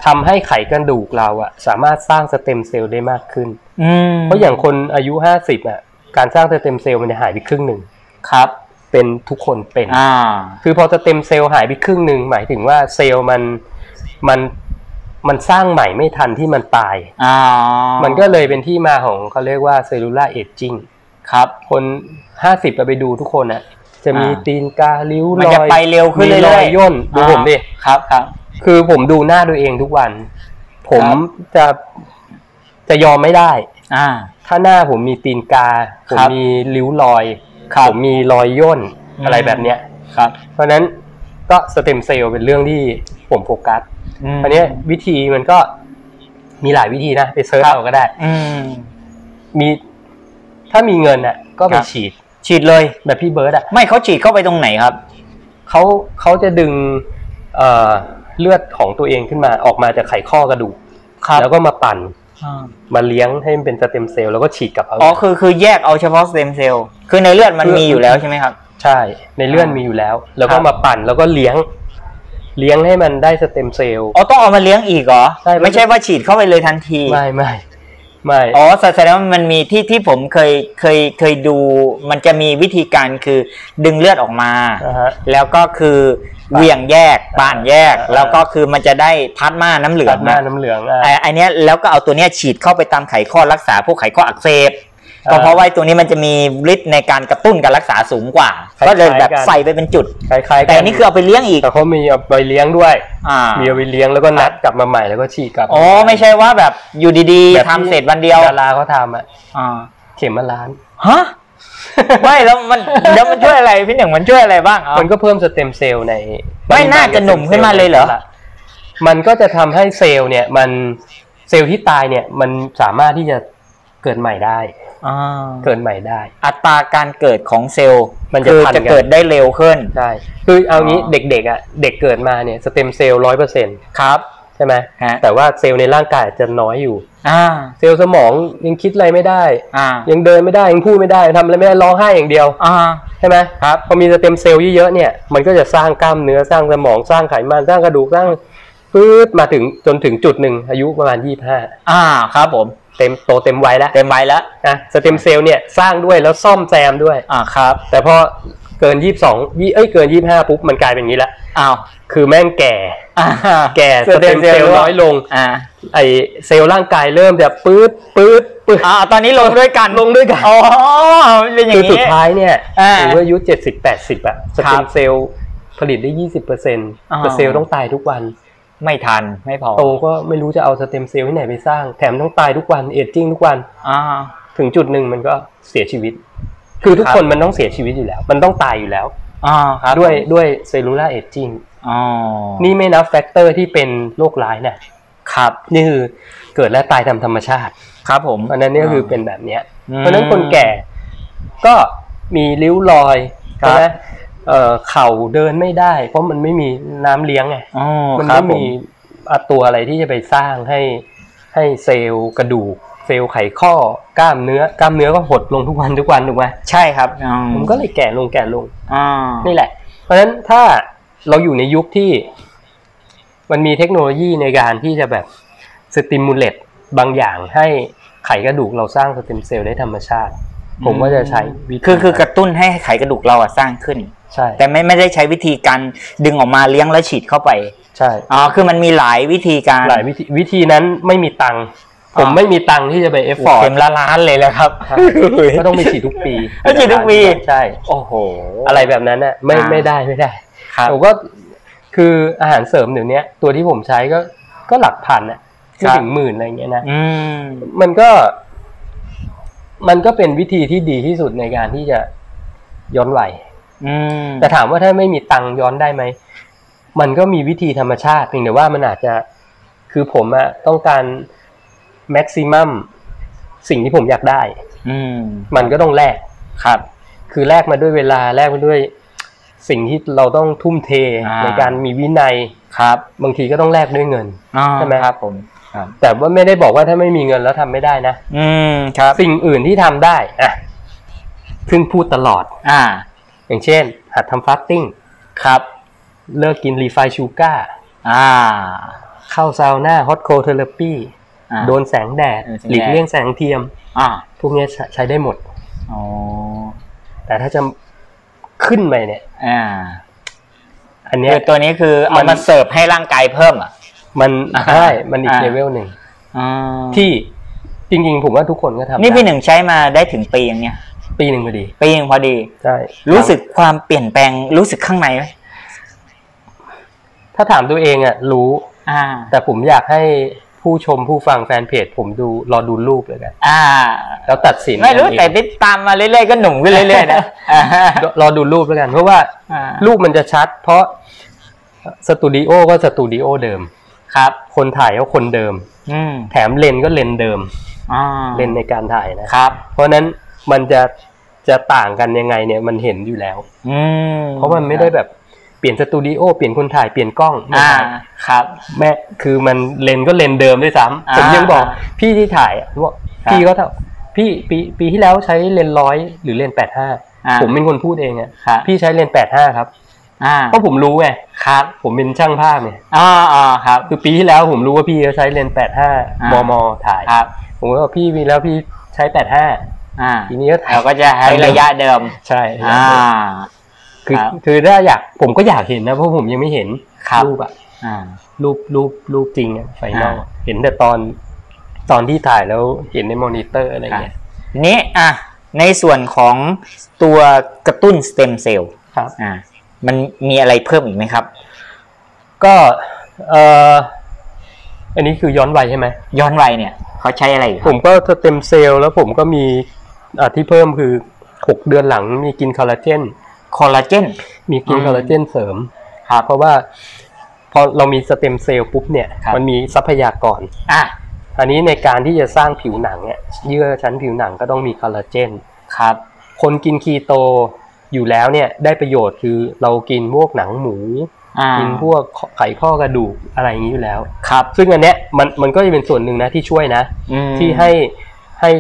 Speaker 2: ทำให้ไขกระดูกเราอะสามารถสร้างสเต็มเซลล์ได้มากขึ้น
Speaker 1: อืม
Speaker 2: เพราะอย่างคนอายุห้าสิบอะการสร้างสเต็มเซลล์มันจะหายไปครึ่งหนึ่ง
Speaker 1: ครับ
Speaker 2: เป็นทุกคนเป็น
Speaker 1: อ่า
Speaker 2: คือพอสเต็มเซลล์หายไปครึ่งหนึ่งหมายถึงว่าเซลล์มันมันมันสร้างใหม่ไม่ทันที่มันตาย
Speaker 1: อ่า
Speaker 2: มั
Speaker 1: มัน
Speaker 2: ก็เลยเป็นที่มาของเขาเรียกว่าเซลลูล่าเอจจิ้ง
Speaker 1: ครับ
Speaker 2: คนห้าสิบไปดูทุกคนอะจะมี
Speaker 1: อ่า
Speaker 2: ตีนกาลิ้วรอย
Speaker 1: มันจะไปเร็วขึ้น
Speaker 2: มี
Speaker 1: เรื่
Speaker 2: รอ
Speaker 1: อย ย
Speaker 2: ย่นดูผมดิ
Speaker 1: อ่าครับครับ
Speaker 2: คือผมดูหน้าตัวเองทุกวัน ผม
Speaker 1: ครับ
Speaker 2: จะจะยอมไม่ได้
Speaker 1: อ่า
Speaker 2: ถ้าหน้าผมมีตีนกา ผม
Speaker 1: ครับ
Speaker 2: มีริ้วรอย
Speaker 1: ครับ
Speaker 2: ผมมีรอยย่น
Speaker 1: อืม
Speaker 2: อะไรแบบเนี้ย
Speaker 1: ครับ
Speaker 2: เพราะฉะนั้นก็สเต็มเซลล์เป็นเรื่องที่ผมโฟกัส
Speaker 1: ม
Speaker 2: อันเนี้ยวิธีมันก็มีหลายวิธีนะ ไปเซิร์ชเอาก็ได้
Speaker 1: อืม
Speaker 2: มีถ้ามีเงินอ่ะ ก็ไป
Speaker 1: ครับ
Speaker 2: ฉีด
Speaker 1: ฉีดเลย
Speaker 2: แบบพี่เบิร์ดอ่ะ
Speaker 1: ไม่เขาฉีดเข้าไปตรงไหนครับ
Speaker 2: เขาเขาจะดึงเอ่อเลือดของตัวเองขึ้นมาออกมาจากไขข้อกระดูก
Speaker 1: ครับ
Speaker 2: แล้วก็มาปั่น
Speaker 1: อ่า
Speaker 2: มาเลี้ยงให้มันเป็นสเต็มเซลล์แล้วก็ฉีดกลับเอา
Speaker 1: อ๋อ คือ คือแยกเอาเฉพาะสเต็มเซลล์ คือในเลือดมันมีอยู่แล้วใช่ไหมครับ
Speaker 2: ใช่ ในเลือดมีอยู่แล้ว แล้วก็
Speaker 1: ครับ
Speaker 2: มาปั่นแล้วก็เลี้ยง เลี้ยงให้มันได้สเต็มเซลล์
Speaker 1: อ๋อ ต้องเอามาเลี้ยงอีกเหรอ
Speaker 2: ใช่
Speaker 1: ไม่ใช่ว่าฉีดเข้าไปเลยทันที
Speaker 2: ไม่ไม่ไม่
Speaker 1: อ๋อแสดงว่ามันมีที่ที่ผมเคยเคยเคยดู มันจะมีวิธีการคือดึงเลือดออกมา
Speaker 2: นะฮะ
Speaker 1: แล้วก็คือเหวี่ยงแยกปานแยก
Speaker 2: อ่า
Speaker 1: แล้วก็คือมันจะได้พลาสมาน้ำเหลือง
Speaker 2: ตัดหน้า
Speaker 1: นะ
Speaker 2: น้ำเหลืองอ่ะ
Speaker 1: ไอ้ไอันนี้ยแล้วก็เอาตัวเนี้ยฉีดเข้าไปตามไขข้อรักษาพวกไขข้ออักเสบ
Speaker 2: อ่า
Speaker 1: ก็เพราะว่าไอ้ตัวนี้มันจะมีฤทธิ์ในการกระตุ้นการรักษาสูงกว่า
Speaker 2: คล้ายๆ
Speaker 1: ก็เลยแบบ
Speaker 2: กัน
Speaker 1: ใส่ไปเป็นจุด
Speaker 2: คล้ายๆกั
Speaker 1: แต่อันนี่คือเอาไปเลี้ยงอีก
Speaker 2: แต่เขามีเอาไปเลี้ยงด้วย
Speaker 1: อ่า
Speaker 2: มีเอาไปเลี้ยงแล้วก็นัดกลับมาใหม่แล้วก็ฉีดกลับ
Speaker 1: อ๋อไม่ใช่ว่าแบบอยู่ดี
Speaker 2: แบบ
Speaker 1: ๆทำเสร็จวันเดียว
Speaker 2: ดาราเขาทำอ่ะ
Speaker 1: อ่า
Speaker 2: เข็มละล้าน
Speaker 1: ฮะ ไม่แล้วมันแล้วมันช่วยอะไรพี่หนึ่งมันช่วยอะไรบ้างเอา
Speaker 2: มันก็เพิ่มสเต็มเซลล์ใน
Speaker 1: ไม่น่าจะหนุ่มขึ้นมาเลยเหรอ
Speaker 2: มันก็จะทำให้เซลล์เนี่ยมันเซลล์ที่ตายเนี่ยมันสามารถที่จะเกิดใหม่ได้
Speaker 1: อ่า
Speaker 2: เกิดใหม่ได้
Speaker 1: อัตราการเกิดของเซลล์
Speaker 2: มันจะ
Speaker 1: คือ
Speaker 2: พันกั
Speaker 1: จะ
Speaker 2: น
Speaker 1: เกิดได้เร็วขึ้น
Speaker 2: ใช่คือเอางี้
Speaker 1: อ๋อ
Speaker 2: เด็กๆอ่ะเด็กเกิดมาเนี่ยสเต็มเซลล์ร้อยเปอร์เซ็นต์
Speaker 1: ครับ
Speaker 2: ใช่ไหม
Speaker 1: ฮะ
Speaker 2: แต่ว่าเซลล์ในร่างกายอาจจะน้อยอยู่
Speaker 1: อ่า
Speaker 2: เซลล์สมองยังคิดอะไรไม่ได้
Speaker 1: อ่า
Speaker 2: ยังเดินไม่ได้ยังพูดไม่ได้ทำอะไรไม่ได้ร้องไห้อย่างเดียว
Speaker 1: อ่า
Speaker 2: ใช่ไหมครับพอมีสเต็มเซลล์เยอะๆเนี่ยมันก็จะสร้างกล้ามเนื้อสร้างสมองสร้างไขมันสร้างกระดูกสร้างพืดมาถึงจนถึงจุดหนึ่งอายุประมาณยี่ห้า
Speaker 1: อ่าครับผม
Speaker 2: เต็มโตเต็มวัยแล้ว
Speaker 1: เต็มใบแล้ว
Speaker 2: นะสเต็มเซลล์เนี่ยสร้างด้วยแล้วซ่อมแซมด้วย
Speaker 1: อ่าครับ
Speaker 2: แต่พอเกินยี่สิบสองยี่เอ้ยเกินยี่ห้าปุ๊บมันกลายเป็นอย่างนี้ละ
Speaker 1: อ้าว
Speaker 2: คือแม่งแก่
Speaker 1: อ่า
Speaker 2: แก่สเต็มเซลล์น้อยลง
Speaker 1: อ่า
Speaker 2: ไอเซลล์ร่างกายเริ่มจะปื๊ดปื๊ดปื๊ด
Speaker 1: อ่าตอนนี้ลงด้วยกัน
Speaker 2: ลงด้วยกัน
Speaker 1: อ๋อเป็นอย่าง
Speaker 2: คือ
Speaker 1: นี้
Speaker 2: สุดท้ายเนี่ย
Speaker 1: อ่า
Speaker 2: ถึงอายุเจ็ดสิบแปดสิบอะสเต็มเซลล์ผลิตได้ยี่สิบเปอร์เซ็นต์
Speaker 1: อ๋อ
Speaker 2: แต่เซลล์ต้องตายทุกวัน
Speaker 1: ไม่ทันไม่พอ
Speaker 2: โตก็ไม่รู้จะเอาสเต็มเซลล์ที่ไหนไปสร้าง แถมต้องตายทุกวันเอจจิ้งทุกวัน
Speaker 1: อ่า
Speaker 2: ถึงจุดหนึ่งมันก็เสียชีวิต คือทุก
Speaker 1: ครับ
Speaker 2: คนมันต้องเสียชีวิตอยู่แล้ว มันต้องตายอยู่แล้ว
Speaker 1: อ่าครับ
Speaker 2: ด้วยด้วยเซลลูล่าเอจจิ้ง
Speaker 1: อ๋อ
Speaker 2: นี่ไม่นับแฟกเตอร์ที่เป็นโรคร้ายนะครับ นี่คือเกิดและตายตามธรรมชาติ
Speaker 1: ครับผม
Speaker 2: อันนั้นนี่ก็คือเป็นแบบเนี้ย
Speaker 1: อืม
Speaker 2: เพราะฉะนั้นคนแก่ก็มีริ้วรอย
Speaker 1: ครั
Speaker 2: ใช่
Speaker 1: บ
Speaker 2: ไหมเอ่อเข่าเดินไม่ได้ เพราะมันไม่มีน้ำเลี้ยงไง
Speaker 1: อ๋อ
Speaker 2: มั
Speaker 1: ครับ
Speaker 2: ไม่
Speaker 1: ผ
Speaker 2: มี
Speaker 1: ม
Speaker 2: อะตัวอะไรที่จะไปสร้างให้ให้เซลล์กระดูก เซลล์ไขข้อกล้ามเนื้อกล้ามเนื้อก็หดลงทุกวันทุกวันถูกไหม
Speaker 1: ใช่ครับ
Speaker 2: ผมก็เลยแก่ลงแก่ลง
Speaker 1: อ่า
Speaker 2: นี่แหละ เพราะฉะนั้นถ้าเราอยู่ในยุคที่ มันมีเทคโนโลยีในการที่จะแบบสติมูลเลตบางอย่างให้ไขกระดูกเราสร้างสเต็มเซลล์ได้ธรรมชาติ ผมก็จะใช้วิธี
Speaker 1: คือคือกระตุ้นให้ไขกระดูกเราอะสร้างขึ้น
Speaker 2: ใช่
Speaker 1: แต่ไม่ไม่ได้ใช้วิธีการดึงออกมาเลี้ยงแล้วฉีดเข้าไป
Speaker 2: ใช่
Speaker 1: อ๋อคือมันมีหลายวิธีการ
Speaker 2: หลายวิธีวิธีนั้นไม่มีตังค์ ผมไม่มีตังค์ที่จะไปเอฟฟอร์
Speaker 1: เข็มละล้านเลยแหละครับ
Speaker 2: ก็ต้องไปฉีดทุกปี
Speaker 1: ต้องฉีดทุกปี
Speaker 2: ใช่
Speaker 1: โอ้โห
Speaker 2: อะไรแบบนั้นน่ะไม่
Speaker 1: อ่า
Speaker 2: ไม่ได้ไม่ได้
Speaker 1: ครับ
Speaker 2: ผมก็คืออาหารเสริมเดี๋ยวเนี้ย ตัวที่ผมใช้ก็ก็หลักพันน่ะไม่
Speaker 1: ครับ
Speaker 2: ถึงหมื่นอะไรเงี้ยนะ
Speaker 1: อืม
Speaker 2: มันก็ มันก็เป็นวิธีที่ดีที่สุดในการที่จะย้อนวัย
Speaker 1: อืม
Speaker 2: แต่ถามว่าถ้าไม่มีตังค์ย้อนได้ไหมมันก็มีวิธีธรรมชาติเพียงแต่ว่ามันอาจจะคือผมอะต้องการแม็กซิมัมสิ่งที่ผมอยากได้
Speaker 1: อืม
Speaker 2: มันก็ต้องแลก
Speaker 1: ครับ
Speaker 2: คือแลกมาด้วยเวลาแลกมาด้วยสิ่งที่เราต้องทุ่มเท
Speaker 1: อ่า
Speaker 2: ในการมีวินัย
Speaker 1: ครับ
Speaker 2: บางทีก็ต้องแลกด้วยเงิน
Speaker 1: อ่า
Speaker 2: ใช่ไหม
Speaker 1: ครับผมครับ
Speaker 2: แต่ว่าไม่ได้บอกว่าถ้าไม่มีเงินแล้วทำไม่ได้นะ
Speaker 1: อืมครับ
Speaker 2: สิ่งอื่นที่ทำได้อ่ะซึ่งพูดตลอด
Speaker 1: อ่า
Speaker 2: อย่างเช่น หัดทำฟาสติ้ง
Speaker 1: ครับ
Speaker 2: เลิกกินรีไฟชูการ์
Speaker 1: อ่า
Speaker 2: เข้าซาวน่าฮอตโคเทอราปี
Speaker 1: อ่า
Speaker 2: โดนแสงแดด
Speaker 1: เออแสงแดด
Speaker 2: หลีกเลี่ยงแสงเทียม
Speaker 1: อ่า
Speaker 2: พวกเนี้ยใช้ใช้ได้หมด
Speaker 1: อ๋อ
Speaker 2: แต่ถ้าจะขึ้นไปเนี่ย
Speaker 1: อ่า
Speaker 2: อันเนี้
Speaker 1: คื
Speaker 2: ย
Speaker 1: อตัวนี้คือเอา
Speaker 2: มั
Speaker 1: มาน เสิร์ฟให้ร่างกายเพิ่มเหรอ่ะ
Speaker 2: มันใช่มันอีก
Speaker 1: อ่า
Speaker 2: เลเวลหนึ่ง
Speaker 1: อ่า
Speaker 2: ที่จริงๆ ผมว่าทุกคนก็ทำ
Speaker 1: นี่พี่ห
Speaker 2: ได้
Speaker 1: นึ่งใช้มาได้ถึงปีอย่างเนี้ย
Speaker 2: ปีหนึ่งพอดี
Speaker 1: ปียังพอดี
Speaker 2: ใช่
Speaker 1: รู้สึกความเปลี่ยนแปลงรู้สึกข้างในไหม
Speaker 2: ถ้าถามตัวเองอ่ะ รู้
Speaker 1: อ่า
Speaker 2: แต่ผมอยากให้ผู้ชมผู้ฟังแฟนเพจ ผมดูรอดูรูปเลยกัน
Speaker 1: อ่า
Speaker 2: แล้วตัดสิน
Speaker 1: ไม่รู้
Speaker 2: กันเอง
Speaker 1: แต่ติดตามมาเรื่อยๆก็หนุ่มขึ้นเรื่อยๆนะอ่าร
Speaker 2: อดูรูปแล้วกันเพราะว่า
Speaker 1: อ่า
Speaker 2: รูปมันจะชัด เพราะสตูดิโอก็สตูดิโอเดิม
Speaker 1: ครับ
Speaker 2: คนถ่ายก็คนเดิม
Speaker 1: อืม
Speaker 2: แถมเลนส์ก็เลนส์เดิม
Speaker 1: อ่า
Speaker 2: เลนส์ในการถ่ายนะ
Speaker 1: ครับ
Speaker 2: เพราะฉะนั้นมันจะจะต่างกันยังไงเนี่ยมันเห็นอยู่แล้ว
Speaker 1: อืม
Speaker 2: เพราะมันไม่ได้แบบเปลี่ยนสตูดิโอเปลี่ยนคนถ่ายเปลี่ยนกล้องไม่
Speaker 1: อ่า
Speaker 2: ใช่
Speaker 1: ครับ
Speaker 2: แม่คือมันเลนส์ก็เลนส์เดิมด้วยซ้
Speaker 1: อ่า
Speaker 2: ำผมยังบอกพี่ที่ถ่ายอะว่า
Speaker 1: ครับ
Speaker 2: พี่ก็เท่าพี่ปีปีที่แล้วใช้เลนร้อยหรือเลนแปดห้า
Speaker 1: อ่า
Speaker 2: ผมเป็นคนพูดเองอะ
Speaker 1: ครับ
Speaker 2: พี่ใช้เลนแปดห้าครับ
Speaker 1: อ่า
Speaker 2: เพราะผมรู้ไงครับ ผมเป็นช่างภาพไง
Speaker 1: อ่าอ่าครับ
Speaker 2: คือปีที่แล้วผมรู้ว่าพี่เขาใช้เลนแปดห้า
Speaker 1: อ่าม ม
Speaker 2: มถ่าย
Speaker 1: ครับ
Speaker 2: ผมก็บอกพี่ปีแล้วพี่ใช้แปดห้า
Speaker 1: อ่า
Speaker 2: ทีนี้ก็ถ่าย
Speaker 1: เราก็จะให้ระยะเดิม
Speaker 2: ใช่
Speaker 1: อ่า
Speaker 2: คือ
Speaker 1: ครับ
Speaker 2: คือถ้าอยากผมก็อยากเห็นนะเพราะผมยังไม่เห็น
Speaker 1: ครับ
Speaker 2: รูปอะ
Speaker 1: อ่า
Speaker 2: รูปรูปรูปจริงอะไฟนอล
Speaker 1: อ่า
Speaker 2: เห็นแต่ตอนตอนที่ถ่ายแล้วเห็นในมอนิเตอร์อะไรเงี้ย
Speaker 1: ทีนี้อ่ะในส่วนของตัวกระตุ้นสเต็มเซลล์
Speaker 2: ครับ
Speaker 1: อ่า มันมีอะไรเพิ่มอีกไหมครับ
Speaker 2: ก็เอ่ออันนี้คือย้อนวัยใช่ไหม
Speaker 1: ย้อนวัยเนี่ย เขาใช้อะไรอีกค
Speaker 2: ผ
Speaker 1: รับ
Speaker 2: มก็สเต็มเซลล์แล้วผมก็มีอ่ะที่เพิ่มคือ 6 เดือนหลังมีกินคอลลาเจน
Speaker 1: คอลลาเจน
Speaker 2: มีกิน
Speaker 1: อืม
Speaker 2: คอลลาเจนเสริม
Speaker 1: ครับ
Speaker 2: เพราะว่าพอเรามีสเต็มเซลล์ปุ๊บเนี่ย
Speaker 1: ครับ
Speaker 2: มันมีทรัพยากร
Speaker 1: อ่ะ
Speaker 2: อันนี้ในการที่จะสร้างผิวหนังเนี่ยเยื่อชั้นผิวหนังก็ต้องมีคอลลาเจน
Speaker 1: ครับ
Speaker 2: คนกินคีโตอยู่แล้วเนี่ยได้ประโยชน์คือเรากินพวกหนังหมู
Speaker 1: อ่า
Speaker 2: กินพวกไขข้อกระดูกอะไรอย่างนี้อยู่แล้ว
Speaker 1: ครับ
Speaker 2: ซึ่งอันเนี้ยมันมันก็จะเป็นส่วนหนึ่งนะที่ช่วยนะ
Speaker 1: อืม
Speaker 2: ที่ให้ให้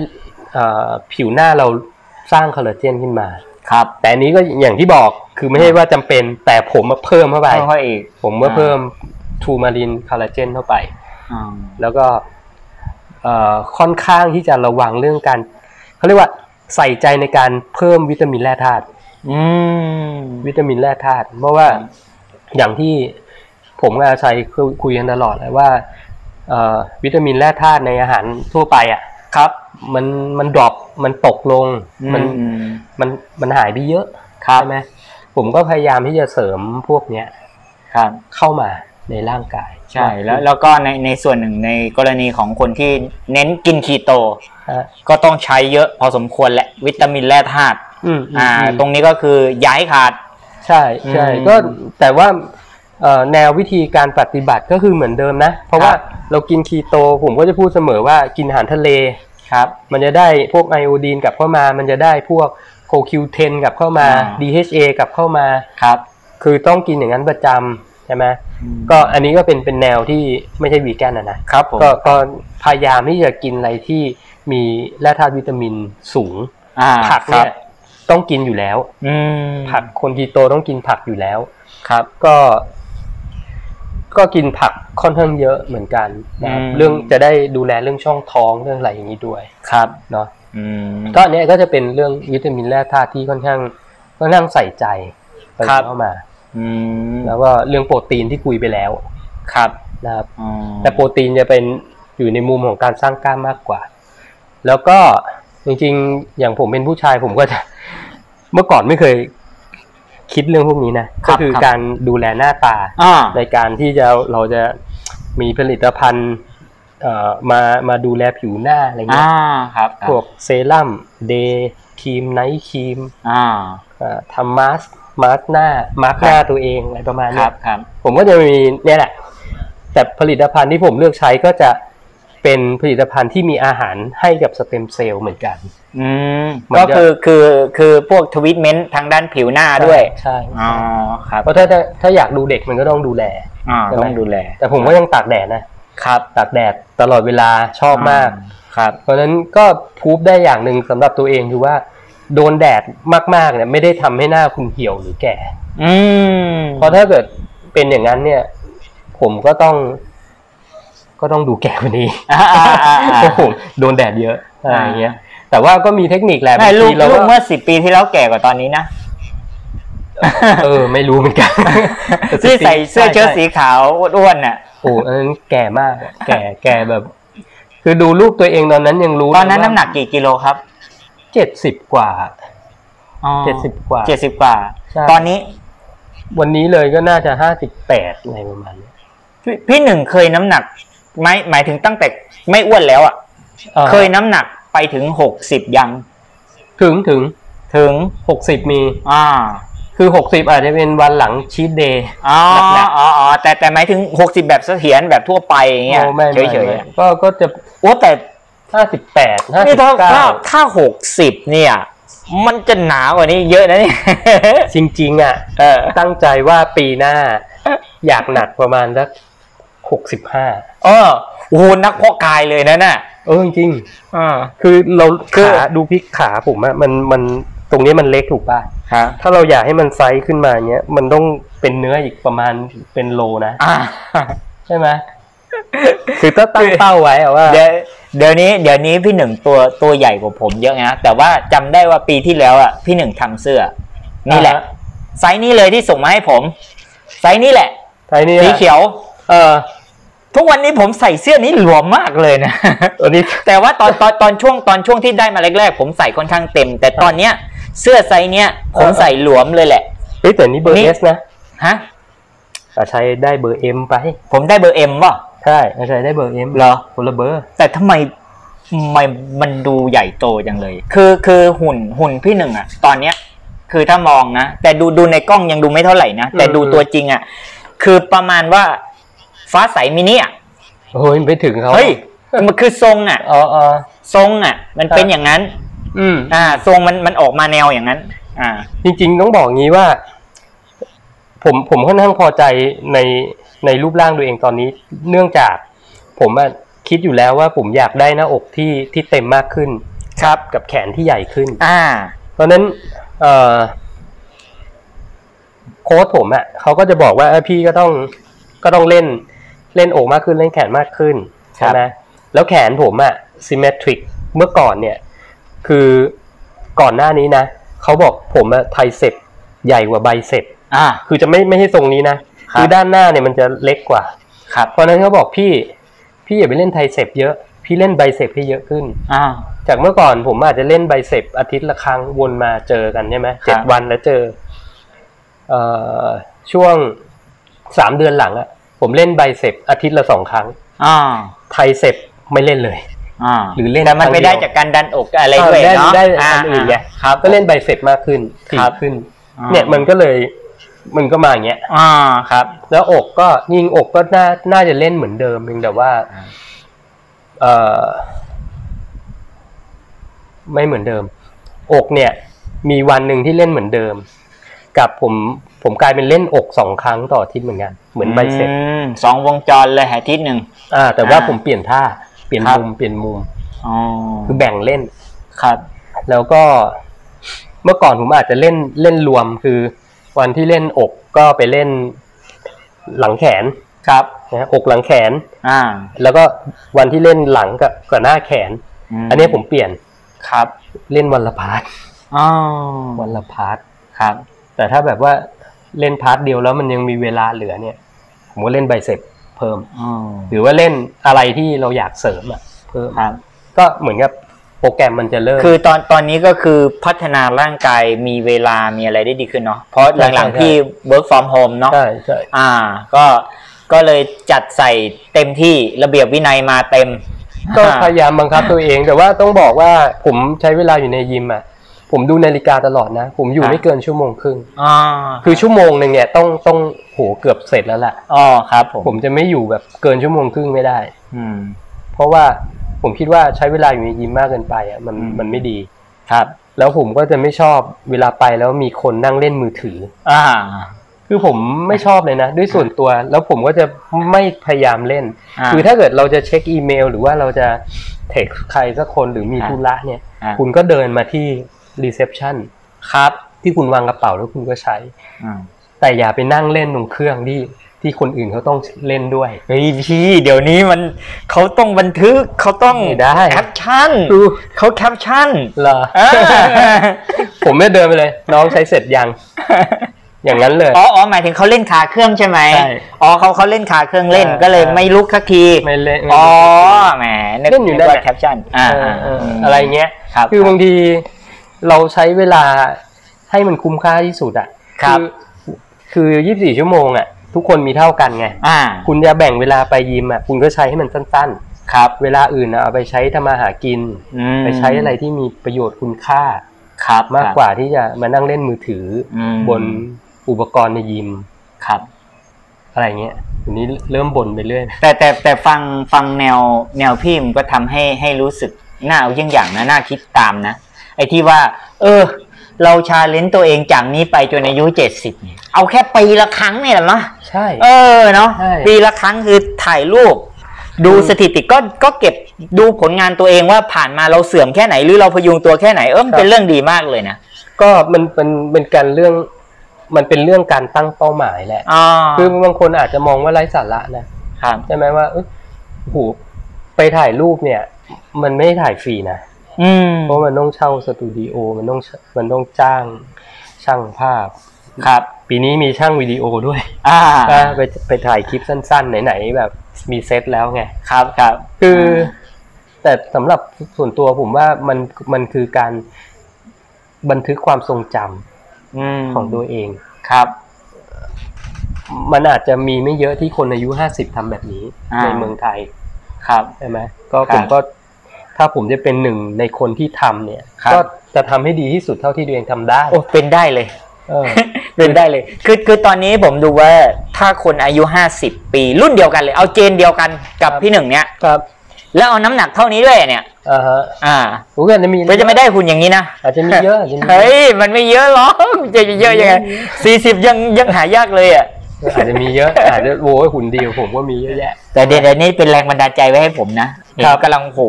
Speaker 2: เอ่อผิวหน้าเราสร้างคอลลาเจนขึ้นมา
Speaker 1: ครับ
Speaker 2: แต่อันนี้ก็อย่างที่บอกคือไม่ใช่ว่าจำเป็นแต่ผมมาเพิ่มเข้าไป
Speaker 1: เพิ่มเข้าอีก
Speaker 2: ผมมาเพิ่มทูมารินคอลลาเจนเข้าไป
Speaker 1: อ่า
Speaker 2: แล้วก็เอ่อค่อนข้างที่จะระวังเรื่องการเขาเรียกว่าใส่ใจในการเพิ่มวิตามินแร่ธาตุ
Speaker 1: อืม
Speaker 2: วิตามินแร่ธาตุเพราะว่า
Speaker 1: ครับ
Speaker 2: อย่างที่ผมกับอาชัยคุยคุยกันตลอดเลยว่าเอ่อวิตามินแร่ธาตุในอาหารทั่วไปอ่ะครับ มันมันดรอปมันตกลงมัน
Speaker 1: อืม
Speaker 2: มันมันหายไปเยอะใช่ไหมผมก็พยายามที่จะเสริมพวกเนี้ย
Speaker 1: ครับ
Speaker 2: เข้ามาในร่างกาย
Speaker 1: ใช่แล้วแล้วก็ในในส่วนหนึ่งในกรณีของคนที่เน้นกินคีโต
Speaker 2: ฮะ
Speaker 1: ก็ต้องใช้เยอะพอสมควรแหละวิตามินแร่ธาตุ
Speaker 2: อืมม
Speaker 1: อ่า
Speaker 2: ม
Speaker 1: ตรงนี้ก็คือย้ายขาด
Speaker 2: ใช่ใช่
Speaker 1: อืม
Speaker 2: ก็แต่ว่าเอ่อแนววิธีการปฏิบัติก็คือเหมือนเดิมนะ เพราะว่า
Speaker 1: ครับ
Speaker 2: เรากินคีโตผมก็จะพูดเสมอว่ากินอาหารทะเล
Speaker 1: ครับ
Speaker 2: มันจะได้พวกไอโอดีนกลับเข้ามา มันจะได้พวกโคคิวเทนกลับเข้ามา
Speaker 1: อ่า
Speaker 2: DHA กลับเข้ามา
Speaker 1: ครับ
Speaker 2: คือต้องกินอย่างนั้นประจำใช่ไหมก็อันนี้ก็เป็นเป็นแนวที่ไม่ใช่วีแกนนะนะครับ
Speaker 1: ผม
Speaker 2: ก็ก็พยายามที่จะกินอะไรที่มีแร่ธาตุวิตามินสูง
Speaker 1: อ่า
Speaker 2: ผัก
Speaker 1: ค
Speaker 2: เนี่
Speaker 1: รั
Speaker 2: ยต้องกินอยู่แล้ว
Speaker 1: อืม
Speaker 2: ผักคนคีโตต้องกินผักอยู่แล้ว
Speaker 1: ครับ
Speaker 2: ก็ ก็กินผักค่อนข้างเยอะเหมือนกันนะครับ
Speaker 1: อืม
Speaker 2: เรื่องจะได้ดูแลเรื่องช่องท้องเรื่องอะไรอย่างนี้ด้วย
Speaker 1: ครับ
Speaker 2: เนาะ
Speaker 1: อืม
Speaker 2: ก็อันเนี้ยก็จะเป็นเรื่องวิตามินแร่ธาตุที่ค่อนข้างค่อนข้างใส่ใจเติม
Speaker 1: ครับ
Speaker 2: เข้ามา
Speaker 1: อืม
Speaker 2: แล้วก็เรื่องโปรตีนที่คุยไปแล้ว
Speaker 1: ครับ
Speaker 2: นะครับ
Speaker 1: อ๋อ
Speaker 2: แต่โปรตีนจะเป็น อยู่ในมุมของการสร้างกล้ามมากกว่า แล้วก็จริงๆ อย่างผมเป็นผู้ชายผมก็จะ เมื่อก่อนไม่เคยคิดเรื่องพวกนี้นะ
Speaker 1: ครั
Speaker 2: ก็
Speaker 1: บ
Speaker 2: คือ
Speaker 1: ครับ
Speaker 2: การดูแลหน้าตา
Speaker 1: อ่า
Speaker 2: ในการที่จะเราจะมีผลิตภัณฑ์เอ่อมามาดูแลผิวหน้าอะไรเงี้
Speaker 1: อ่าย ครับ
Speaker 2: พวกเซรั่มเดย์ครีมไนท์ครีม
Speaker 1: อ่า
Speaker 2: เอ่อทำมาสก์มาสก์หน้ามาสก์หน้าตัวเองอะไรประมาณ
Speaker 1: ค
Speaker 2: เนี้
Speaker 1: รั
Speaker 2: ย
Speaker 1: บครับ
Speaker 2: ผมก็จะมีเนี่ยแหละ แต่ผลิตภัณฑ์ที่ผมเลือกใช้ก็จะเป็นผลิตภัณฑ์ที่มีอาหารให้กับสเต็มเซลล์เหมือนกัน
Speaker 1: อืม
Speaker 2: มัน
Speaker 1: ก็
Speaker 2: จะ
Speaker 1: คือคือคือพวกทวีตเมนต์ทางด้านผิวหน้าด้วย
Speaker 2: ใช่
Speaker 1: อ๋อครับ
Speaker 2: เพราะถ้าถ้าถ้าอยากดูเด็กมันก็ต้องดูแล
Speaker 1: อ่าต้องดูแล
Speaker 2: แต่ผมก็ยังตากแดดนะครับ ตากแดดตลอดเวลาชอบมาก
Speaker 1: ครับ
Speaker 2: เพราะฉะนั้นก็พูฟได้อย่างหนึ่งสำหรับตัวเองคือว่าโดนแดดมากๆเนี่ยไม่ได้ทำให้หน้าคุณเหี่ยวหรือแก่
Speaker 1: อืม
Speaker 2: เพราะถ้าเกิดเป็นอย่างนั้นเนี่ย ผมก็ต้อง ก็ต้องดูแก่กว่านี้
Speaker 1: อ่าอ่าอ่า
Speaker 2: เพราะผมโดนแดดเยอะอะไรอย่างเงี้ย แต่ว่าก็มีเทคนิคแหละ
Speaker 1: ไม่
Speaker 2: บาง
Speaker 1: ลูก
Speaker 2: ทีเรา
Speaker 1: ลู
Speaker 2: ก็
Speaker 1: กเมื่อสิบปีที่แล้วแก่กว่าตอนนี้นะ
Speaker 2: เออไม่รู้เหมือนกัน
Speaker 1: ที่ใส่เสื้อเชิ้ต
Speaker 2: ใช่ใช่
Speaker 1: สีขาวอ้วนๆน่ะ
Speaker 2: โอ้อันนั้นแก่มาก แก่แก่แบบ คือดูรูปตัวเองตอนนั้นยังรู้
Speaker 1: ตอนนั้นน้ำหนักกี่กิโลครับ
Speaker 2: เจ็ดสิบกว่า
Speaker 1: อ๋อ
Speaker 2: เจ็ดสิบกว่า
Speaker 1: เจ็ดสิบกว่า
Speaker 2: ใช่
Speaker 1: ตอนนี้
Speaker 2: วันนี้เลยก็น่าจะห้าสิบแปดอะไรประมาณเนี้ย
Speaker 1: พี่พี่หนึ่งเคยน้ำหนักไหมหมายถึงตั้งแต่ไม่อ้วนแล้วอ่ะ
Speaker 2: อ่อ
Speaker 1: เคยน้ำหนักไปถึงหกสิบยัง
Speaker 2: ถึงถึง
Speaker 1: ถึง
Speaker 2: หกสิบมี
Speaker 1: อ่า
Speaker 2: คือหกสิบอาจจะเป็นวันหลังชีทเดย์
Speaker 1: อ๋อ
Speaker 2: หนัก
Speaker 1: อ๋ออ๋อแต่แต่หมายถึงหกสิบแบบเสถียรแบบทั่วไปอย่างเงี้ย
Speaker 2: ไม่
Speaker 1: เฉ
Speaker 2: ไม่
Speaker 1: ยเฉย
Speaker 2: ไม่ก็ก็จะ
Speaker 1: ๆโอ้แต่
Speaker 2: ห้าสิบแปดห้าสิ
Speaker 1: นี่
Speaker 2: บ
Speaker 1: ถ้าถ้า
Speaker 2: เก้า
Speaker 1: ถ้าหกสิบเนี่ย มันจะหนากว่านี้เยอะนะเนี่ย
Speaker 2: จริงๆอ่ะ
Speaker 1: เออ
Speaker 2: ตั้งใจว่าปีหน้า อยากหนักประมาณสักหกสิบห้า
Speaker 1: เออโอ้โหนักเพาะกายเลยนะน่ะ
Speaker 2: เออจริง
Speaker 1: อ่า
Speaker 2: ๆคือเรา
Speaker 1: คือ
Speaker 2: ขาดูพลิกขาผมอะมันมันตรงนี้มันเล็กถูกป่ะ
Speaker 1: ครับ
Speaker 2: ถ้าเราอยากให้มันไซส์ขึ้นมาเนี้ยมันต้องเป็นเนื้ออีกประมาณเป็นโลนะ
Speaker 1: อ่า
Speaker 2: ใช่ไหม คือต้องตั้งเป้าไว้อะว่า
Speaker 1: เดี๋ยวเดี๋ยวนี้เดี๋ยวนี้พี่หนึ่งตัวตัวใหญ่กว่าผมเยอะนะแต่ว่าจำได้ว่าปีที่แล้วอ่ะพี่หนึ่งทำเสื้อ นี่แหละ
Speaker 2: อ่าฮะ
Speaker 1: ไซส์นี้เลยที่ส่งมาให้ผม ไซส์นี้แหละ
Speaker 2: ไอ้นี่
Speaker 1: สี
Speaker 2: อะ
Speaker 1: เขียว
Speaker 2: เออ
Speaker 1: ทุกวันนี้ผมใส่เสื้อนี้หลวมมากเลยนะ
Speaker 2: อันนี้
Speaker 1: แต่ว่าตอนตอนตอนช่วงตอนช่วงที่ได้มาแรกๆผมใส่ค่อนข้างเต็ม แต่ตอนเนี้ย เสื้อไซส์เนี้ยผม
Speaker 2: เออ
Speaker 1: ใส่หลวมเลยแหละ
Speaker 2: เฮ้ยแต่นี่เบอร์
Speaker 1: นี่
Speaker 2: เอสนะ
Speaker 1: ฮะ
Speaker 2: อ่ะใช้ได้เบอร์เอ็มไป
Speaker 1: ผมได้เบอร์เอ็มป่ะ
Speaker 2: ใช่อ่ะใช้ได้เบอร์เอ็ม
Speaker 1: เหรอ
Speaker 2: คนละเบอร์
Speaker 1: แต่ทำไมมันมันดูใหญ่โตจังเลย คือคือหุ่นหุ่นพี่หนึ่งอะตอนเนี้ย คือถ้ามองนะ แต่ดูดูในกล้องยังดูไม่เท่าไหร่นะ แต่ดู
Speaker 2: อืม
Speaker 1: ตัวจริงอะคือประมาณว่าฟ้าใสมินิอะ
Speaker 2: โอ้ยไม่ถึงเขา
Speaker 1: เฮ้ย มันคือทรงอะ
Speaker 2: อ๋ออ๋อ
Speaker 1: ทรงอะมันเป็นอย่างนั้น
Speaker 2: อืม
Speaker 1: อ่า ทรงมันมันออกมาแนวอย่างนั้น อ่า
Speaker 2: จริงๆต้องบอกงี้ว่า ผมผมค่อนข้างพอใจในในรูปร่างตัวเองตอนนี้ เนื่องจาก ผมอะคิดอยู่แล้วว่าผมอยากได้หน้าอกที่ที่เต็มมากขึ้น ครับ กับแขนที่ใหญ่ขึ้น
Speaker 1: อ่า
Speaker 2: เพราะฉะนั้นเอ่อโค้ชผมอะ่ะเขาก็จะบอกว่าเอ้ยพี่ก็ต้องก็ต้องเล่นเล่นอกมากขึ้นเล่นแขนมากขึ้น
Speaker 1: ครับ
Speaker 2: ใช่ไหมแล้วแขนผมอะ่ะ symmetric เมื่อก่อนเนี่ย คือก่อนหน้านี้นะเขาบอกผมอะไทเซปใหญ่กว่าไบเซป
Speaker 1: อ่า
Speaker 2: คือจะไม่ไม่ใช่ทรงนี้นะครับ อด้านหน้าเนี่ยมันจะเล็กกว่า
Speaker 1: ครับ
Speaker 2: เพราะฉะนั้นเขาบอกพี่ พี่อย่าไปเล่นไทเซปเยอะ พี่เล่นไบเซปให้เยอะขึ้น
Speaker 1: อ่า
Speaker 2: จากเมื่อก่อนผมอาจจะเล่นไบเซปอาทิตย์ละครั้งวนมาเจอกันใช่ไหม
Speaker 1: ครั
Speaker 2: เจ็
Speaker 1: บ
Speaker 2: ดวันแล้วเจอเอ่อช่วงสามเดือนหลังอะผมเล่นไบเซปอาทิตย์ละสองครั้ง
Speaker 1: อ่า
Speaker 2: ไทเซปไม่เล่นเลย
Speaker 1: อ่า
Speaker 2: หรือเล่น
Speaker 1: แต่มัน
Speaker 2: ครั้ง
Speaker 1: ไป
Speaker 2: เดียว
Speaker 1: ได้จากการดันอกอะไรด้วย
Speaker 2: เออได้
Speaker 1: เนาะ
Speaker 2: ได้อันอื่นไง
Speaker 1: ครับ
Speaker 2: ก็เล่นไบเซปมากขึ้นถี่
Speaker 1: ครับ
Speaker 2: ขึ้น
Speaker 1: อ่า
Speaker 2: เนี่ยมันก็เลยมันก็มาอย่างเงี้ย
Speaker 1: อ่า ครับ
Speaker 2: แล้วอกก็ยิงอกก็น่าน่าจะเล่นเหมือนเดิมเพียงแต่ว่า
Speaker 1: อ่า
Speaker 2: เออไม่เหมือนเดิม อกเนี่ย มีวันหนึ่งที่เล่นเหมือนเดิม กับผมผมกลายเป็นเล่นอกสองครั้งต่ออาทิตย์เหมือนกัน เหมือนไบเซ็ป
Speaker 1: อืมสองวงจรเลยอาทิตย์หนึ่ง
Speaker 2: อ่า แต่ว่า
Speaker 1: อ่า
Speaker 2: ผมเปลี่ยนท่า เปลี่ยน
Speaker 1: ครับ
Speaker 2: มุมเปลี่ยนมุม
Speaker 1: อ๋อ
Speaker 2: คือแบ่งเล่น
Speaker 1: ครับ
Speaker 2: แล้วก็เมื่อก่อนผมอาจจะเล่นเล่นรวมคือ วันที่เล่นอกก็ไปเล่นหลังแขน
Speaker 1: ครับ
Speaker 2: นะอกหลังแขน
Speaker 1: อ่า
Speaker 2: แล้วก็วันที่เล่นหลังกับกับหน้าแขน
Speaker 1: ม
Speaker 2: อันนี้ผมเปลี่ยน
Speaker 1: ครับ
Speaker 2: เล่นวันละพาร์ท
Speaker 1: อ๋อ
Speaker 2: วันละพาร์ท
Speaker 1: ครับ
Speaker 2: แต่ถ้าแบบว่าเล่นพาร์ทเดียวแล้วมันยังมีเวลาเหลือเนี่ย ผมก็เล่นไบเซ็ป เพิ่ม
Speaker 1: อืม
Speaker 2: หรือว่าเล่นอะไรที่เราอยากเสริมอะเพิ่ม
Speaker 1: ครับ
Speaker 2: ก็เหมือนกับโปรแกรมมันจะเริ่ม
Speaker 1: คือตอนตอนนี้ก็คือพัฒนาร่างกายมีเวลามีอะไรได้ดีขึ้นเนาะเพราะหลัง
Speaker 2: ใช่
Speaker 1: ๆพี่ work from home เนาะ
Speaker 2: ใช่ใช่
Speaker 1: อ่า ก็ก็เลยจัดใส่เต็มที่ระเบียบวินัยมาเต็ม
Speaker 2: ก็
Speaker 1: อ่า
Speaker 2: พยายามบังคับตัวเอง แต่ว่าต้องบอกว่าผมใช้เวลาอยู่ในยิมอ่ะ ผมดูนาฬิกาตลอดนะ ผมอยู่ไม่เกินชั่วโมงครึ่ง
Speaker 1: อ๋อ
Speaker 2: คือชั่วโมงหนึ่งเนี่ยต้องต้องโหเกือบเสร็จแล้วล่ะ
Speaker 1: อ๋อครับผม
Speaker 2: ผมจะไม่อยู่แบบเกินชั่วโมงครึ่งไม่ได้
Speaker 1: อืม
Speaker 2: เพราะว่าผมคิดว่าใช้เวลาอยู่ในยิมมากเกินไปอ่ะมัน
Speaker 1: อืม
Speaker 2: มันไม่ดี
Speaker 1: ครับ
Speaker 2: แล้วผมก็จะไม่ชอบเวลาไปแล้วมีคนนั่งเล่นมือถือ
Speaker 1: อ่า
Speaker 2: คือผมไม่ชอบเลยนะ ด้วยส่วนตัวแล้วผมก็จะไม่พยายามเล่น
Speaker 1: อ่า
Speaker 2: คือถ้าเกิดเราจะเช็คอีเมล หรือว่าเราจะเทคใครสักคนหรือมี
Speaker 1: อ่า
Speaker 2: ธุระเนี่ย
Speaker 1: อ่า
Speaker 2: คุณก็เดินมาที่รีเซพชัน
Speaker 1: ครับ
Speaker 2: ที่คุณวางกระเป๋าแล้วคุณก็ใช้
Speaker 1: อืม
Speaker 2: แต่อย่าไปนั่งเล่นตรงเครื่องที่ที่คนอื่นเขาต้องเล่นด้วย
Speaker 1: เฮ้ยพี่เดี๋ยวนี้มันเขาต้องบันทึกเขาต้อง
Speaker 2: ไม่ได้
Speaker 1: แคปชั่น
Speaker 2: ดู
Speaker 1: เขาแคปชั่น
Speaker 2: เหรอ
Speaker 1: อ่า
Speaker 2: ผมไม่เดินไปเลย น้องใช้เสร็จยัง อย่างนั้นเลย
Speaker 1: อ๋ออ๋อหมายถึงเขาเล่นขาเครื่องใช่ไหม
Speaker 2: ใช่
Speaker 1: อ๋อเขาเขาเล่นขาเครื่องเล่น
Speaker 2: อ่า
Speaker 1: ก็เลย
Speaker 2: อ่า
Speaker 1: ไม่ลุกสักที
Speaker 2: ไม่เล่น
Speaker 1: อ๋อแหมก
Speaker 2: เล่นอยู่นั่นแหละ
Speaker 1: กว่าแคปชั่น
Speaker 2: เอ
Speaker 1: อ่า
Speaker 2: อเออ
Speaker 1: ๆ
Speaker 2: อะไรเงี้ย
Speaker 1: ครับ
Speaker 2: คือบางทีเราใช้เวลาให้มันคุ้มค่าที่สุดอะ
Speaker 1: ครับ
Speaker 2: คือ 24 ชั่วโมงอะทุกคนมีเท่ากันไง
Speaker 1: อ่า
Speaker 2: คุณจะแบ่งเวลาไปยิมอะคุณก็ใช้ให้มันสั้น
Speaker 1: ครับ
Speaker 2: ๆ เวลาอื่นน่ะเอาไปใช้ทำมาหากิน
Speaker 1: อืม
Speaker 2: ไปใช้อะไรที่มีประโยชน์คุณค่า
Speaker 1: ครับ
Speaker 2: มากกว่าที่จะมานั่งเล่นมือถือ
Speaker 1: อื
Speaker 2: อ
Speaker 1: ม
Speaker 2: บนอุปกรณ์ในยิม
Speaker 1: ครับ
Speaker 2: อะไรเงี้ยวันนี้เริ่มบ่นไปเรื่อย
Speaker 1: แต่แต่แต่ฟังฟังแนวแนวพี่มันก็ทำให้ให้รู้สึกน่าเอาเยี่ยงอย่างนะน่าคิดตามนะ ไอ้ที่ว่า เออ เราชาเลนจ์ตัวเองจากนี้ไปจนอายุเจ็ดสิบเนี่ยเอาแค่ปีละครั้งเนี่ยเหรอเนาะ
Speaker 2: ใช่
Speaker 1: เออเนาะ
Speaker 2: ใช่
Speaker 1: ปีละครั้งคือถ่ายรูป ดู
Speaker 2: อืม
Speaker 1: สถิติก็ก็เก็บดูผลงานตัวเองว่าผ่านมาเราเสื่อมแค่ไหนหรือเราพยุงตัวแค่ไหนเออมัน
Speaker 2: ครับ
Speaker 1: เป็นเรื่องดีมากเลยนะ
Speaker 2: ก็มันเป็นเป็นการเรื่องมันเป็นเรื่องการตั้งเป้าหมายแหละ
Speaker 1: อ๋อ
Speaker 2: คือบางคนอาจจะมองว่าไร้สาระนะ
Speaker 1: ครับ
Speaker 2: ใช่ไหมว่าเอ้ยโหูไปถ่ายรูปเนี่ย มันไม่ได้ถ่ายฟรีนะ
Speaker 1: อืม
Speaker 2: เพราะมันต้องเช่าสตูดิโอมันต้องมันต้องจ้างช่างภาพ
Speaker 1: ครับ
Speaker 2: ปีนี้มีช่างวิดีโอด้วย
Speaker 1: อ่า
Speaker 2: ก็ไปไปถ่ายคลิปสั้นๆ ไหนๆแบบมีเซตแล้วไง
Speaker 1: ครับครับ
Speaker 2: คือ แต่สำหรับส่วนตัวผมว่ามันมันคือการบันทึกความทรงจำ
Speaker 1: อืม
Speaker 2: ของตัวเอง
Speaker 1: ครับ
Speaker 2: มันอาจจะมีไม่เยอะที่คนอายุห้าสิบทำแบบนี้
Speaker 1: อ่า
Speaker 2: ในเมืองไทย
Speaker 1: ครับ
Speaker 2: ใช่ไหมก็
Speaker 1: ครับ
Speaker 2: ผมก็ถ้าผมจะเป็นหนึ่งในคนที่ทำเนี่ย
Speaker 1: ครับ
Speaker 2: ก็จะทำให้ดีที่สุดเท่าที่ตัวเองทำได้
Speaker 1: โอ้เป็นได้เลย
Speaker 2: เออ
Speaker 1: เป็นได้เลย คือคือตอนนี้ผมดูว่าถ้าคนอายุห้าสิบปีรุ่นเดียวกันเลย เอาเจนเดียวกันกับ
Speaker 2: ครับ
Speaker 1: พี่หนึ่งเนี้ย
Speaker 2: ครับ
Speaker 1: แล้วเอาน้ำหนักเท่านี้ด้วยเนี่ย
Speaker 2: อ่าฮะ
Speaker 1: อ่า
Speaker 2: ผมก็อาจจะมี
Speaker 1: ก็จะไม่ได้หุ่นอย่างนี้นะ
Speaker 2: อาจจะมีเยอะอาจจะมี
Speaker 1: เฮ้ย มันไม่เยอะหรอกจะจะเยอะยังไงสี่สิบยังยังหายากเลยอ่ะ
Speaker 2: อาจจะมีเยอะอาจจะโว้ยหุ่นดีกว่าผมก็มีเยอะแยะ
Speaker 1: แต่เดี๋ยวเดี๋ยวนี้เป็นแรงบันดาลใจไว้ให้ผมนะครับเห็นกำลังโห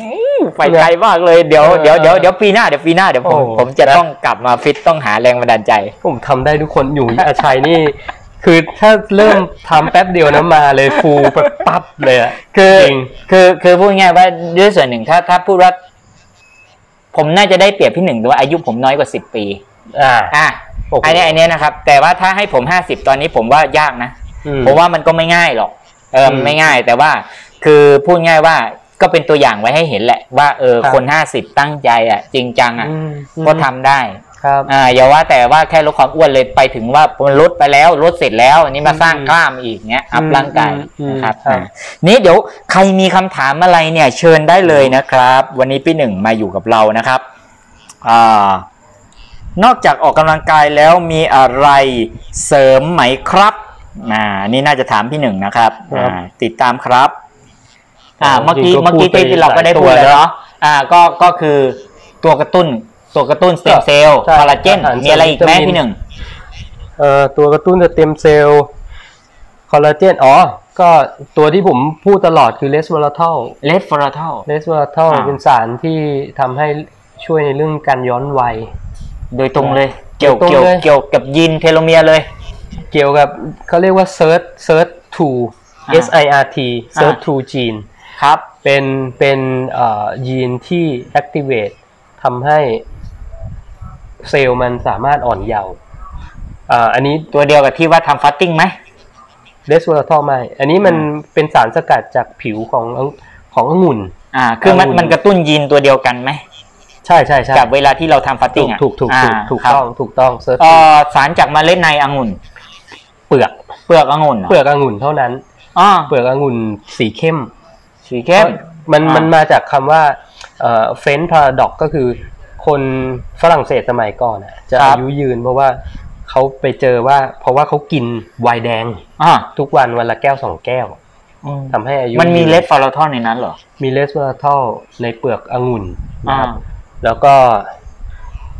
Speaker 1: อื้อไปไกลมากเลยเดี๋ยว
Speaker 2: เออ
Speaker 1: เดี๋ยวเดี๋ยวเดี๋ยวปีหน้าเดี๋ยวปีหน้าเดี๋ยวผม
Speaker 2: โอ้
Speaker 1: ผมจะต้องกลับมาฟิตต้องหาแรงบันดาลใจ
Speaker 2: ผมทำได้ทุกคนอยู่ อาชัยนี่ คือถ้าเริ่มทำแป๊บเดียวนะมาเลยฟูแบบปั๊บเลยอะ
Speaker 1: คือ
Speaker 2: จริง
Speaker 1: คือคือพูดง่ายๆว่าด้วยส่วนหนึ่งถ้าถ้าพูดว่า ผมน่าจะได้เปรียบพี่หนึ่งด้วยอายุผมน้อยกว่าสิบปี
Speaker 2: อ่า
Speaker 1: อ่ะ
Speaker 2: โอ้โห
Speaker 1: อันนี้อันนี้นะครับ แต่ว่าถ้าให้ผมห้าสิบตอนนี้ผมว่ายากนะ
Speaker 2: อืม
Speaker 1: เพราะว่ามันก็ไม่ง่ายหรอก เออ
Speaker 2: อืม
Speaker 1: ไม่ง่าย แต่ว่า คือพูดง่ายว่าก็เป็นตัวอย่างไว้ให้เห็นแหละ ว่าเออ
Speaker 2: ครับ
Speaker 1: คนห้าสิบตั้งใจอ่ะ จริงจังอ่ะ
Speaker 2: อืม
Speaker 1: ก็ทำได้
Speaker 2: ครับ
Speaker 1: อ่าอย่าว่าแต่ว่าแค่ลดความอ้วนเลยไปถึงว่ามันลดไปแล้วลดเสร็จแล้ว อันนี้มาสร้างกล้ามอีกเนี้ยอัพร่างกาย
Speaker 2: อืม
Speaker 1: นะครับ
Speaker 2: ครับ
Speaker 1: อ่านี่เดี๋ยวใครมีคำถามอะไรเนี่ย เชิญได้เลยนะครับ วันนี้พี่หนึ่งมาอยู่กับเรานะครับอ่านอกจากออกกำลังกายแล้วมีอะไรเสริมไหมครับอ่านี่น่าจะถามพี่หนึ่งนะครับอ่าติดตามครับ อ่าเมื่อกี้
Speaker 2: จริงๆ
Speaker 1: เมื่อกี้
Speaker 2: พูดไป
Speaker 1: ที่เราก็ได้พูด
Speaker 2: หลย
Speaker 1: แล้
Speaker 2: ตัวว
Speaker 1: เนาะอ่าก็ก็คือตัวกระตุ้นตัวกระตุ้นสเต็มเซลล์
Speaker 2: ใช่
Speaker 1: คอลลาเจน
Speaker 2: อาหารเสริม
Speaker 1: มีอะไรอีกไหม
Speaker 2: วิตามิน
Speaker 1: พี่หนึ่ง
Speaker 2: เอ่อตัวกระตุ้นสเต็มเซลล์คอลลาเจนอ๋อ ก็ตัวที่ผมพูดตลอดคือเลสวอลทอล
Speaker 1: เลดฟอร์ทัล
Speaker 2: เลสวอลทอล
Speaker 1: อ่า
Speaker 2: เป็นสารที่ทำให้ช่วยในเรื่องการย้อนวัย
Speaker 1: โดยตรงเลย เกี่ยว
Speaker 2: โดยตร
Speaker 1: เกี่ย
Speaker 2: ง
Speaker 1: ว
Speaker 2: เลย
Speaker 1: เกี่ยวกับยีนเทโลเมียร์เลย
Speaker 2: เกี่ยวกับเขาเรียกว่า SIRT SIRT
Speaker 1: อ่า
Speaker 2: 2 SIRT SIRT
Speaker 1: อ่า
Speaker 2: 2 gene
Speaker 1: ครับ
Speaker 2: เป็นเป็นเอ่อยีนที่ activate ทำให้เซลล์มันสามารถอ่อนเยาว์อ่าอันนี้
Speaker 1: ตัวเดียวกับที่ว่าทำฟัตติ้งไหม
Speaker 2: เรสโวลาทอลไม่ อันนี้มัน
Speaker 1: อืม
Speaker 2: เป็นสารสกัดจากผิวของขององุ่น
Speaker 1: อ่า คือมัน
Speaker 2: องุ่น
Speaker 1: มันกระตุ้นยีนตัวเดียวกันไหม
Speaker 2: ใช่ใช่ใช่
Speaker 1: กับเวลาที่เราทำฟัต
Speaker 2: ถู
Speaker 1: ติ้ง
Speaker 2: ก
Speaker 1: อ่ะ
Speaker 2: ถูกถูกถูก
Speaker 1: า
Speaker 2: ถูก
Speaker 1: ครับ
Speaker 2: ต้องถูกต้องเซิร์ช
Speaker 1: เอ่อสารจากเมล็ดในองุ่น
Speaker 2: เปลือก
Speaker 1: เปลือกองุ่นหร
Speaker 2: เปลือกองุ่นเท่านั้น
Speaker 1: อ๋อ
Speaker 2: เปลือกองุ่นสีเข้ม
Speaker 1: สีเข้ม
Speaker 2: มัน
Speaker 1: อ่ามั
Speaker 2: มันมาจากคำว่าเฟนพาราดอกก็คือ คนฝรั่งเศสสมัยก่อนอะจะ
Speaker 1: ครับ
Speaker 2: อายุยืนเพราะว่าเขาไปเจอว่า เพราะว่าเขากินไวน์แดง
Speaker 1: อ่า
Speaker 2: ทุกวันวันละแก้วสองแก้วทำให้อายุ
Speaker 1: มันมี
Speaker 2: ยื
Speaker 1: เลดฟอลอทอนในนั้นเหรอ
Speaker 2: มีเลสเวอร์ทอลในเปลือกองุ่นนะ
Speaker 1: อ่า
Speaker 2: ครับแล้วก็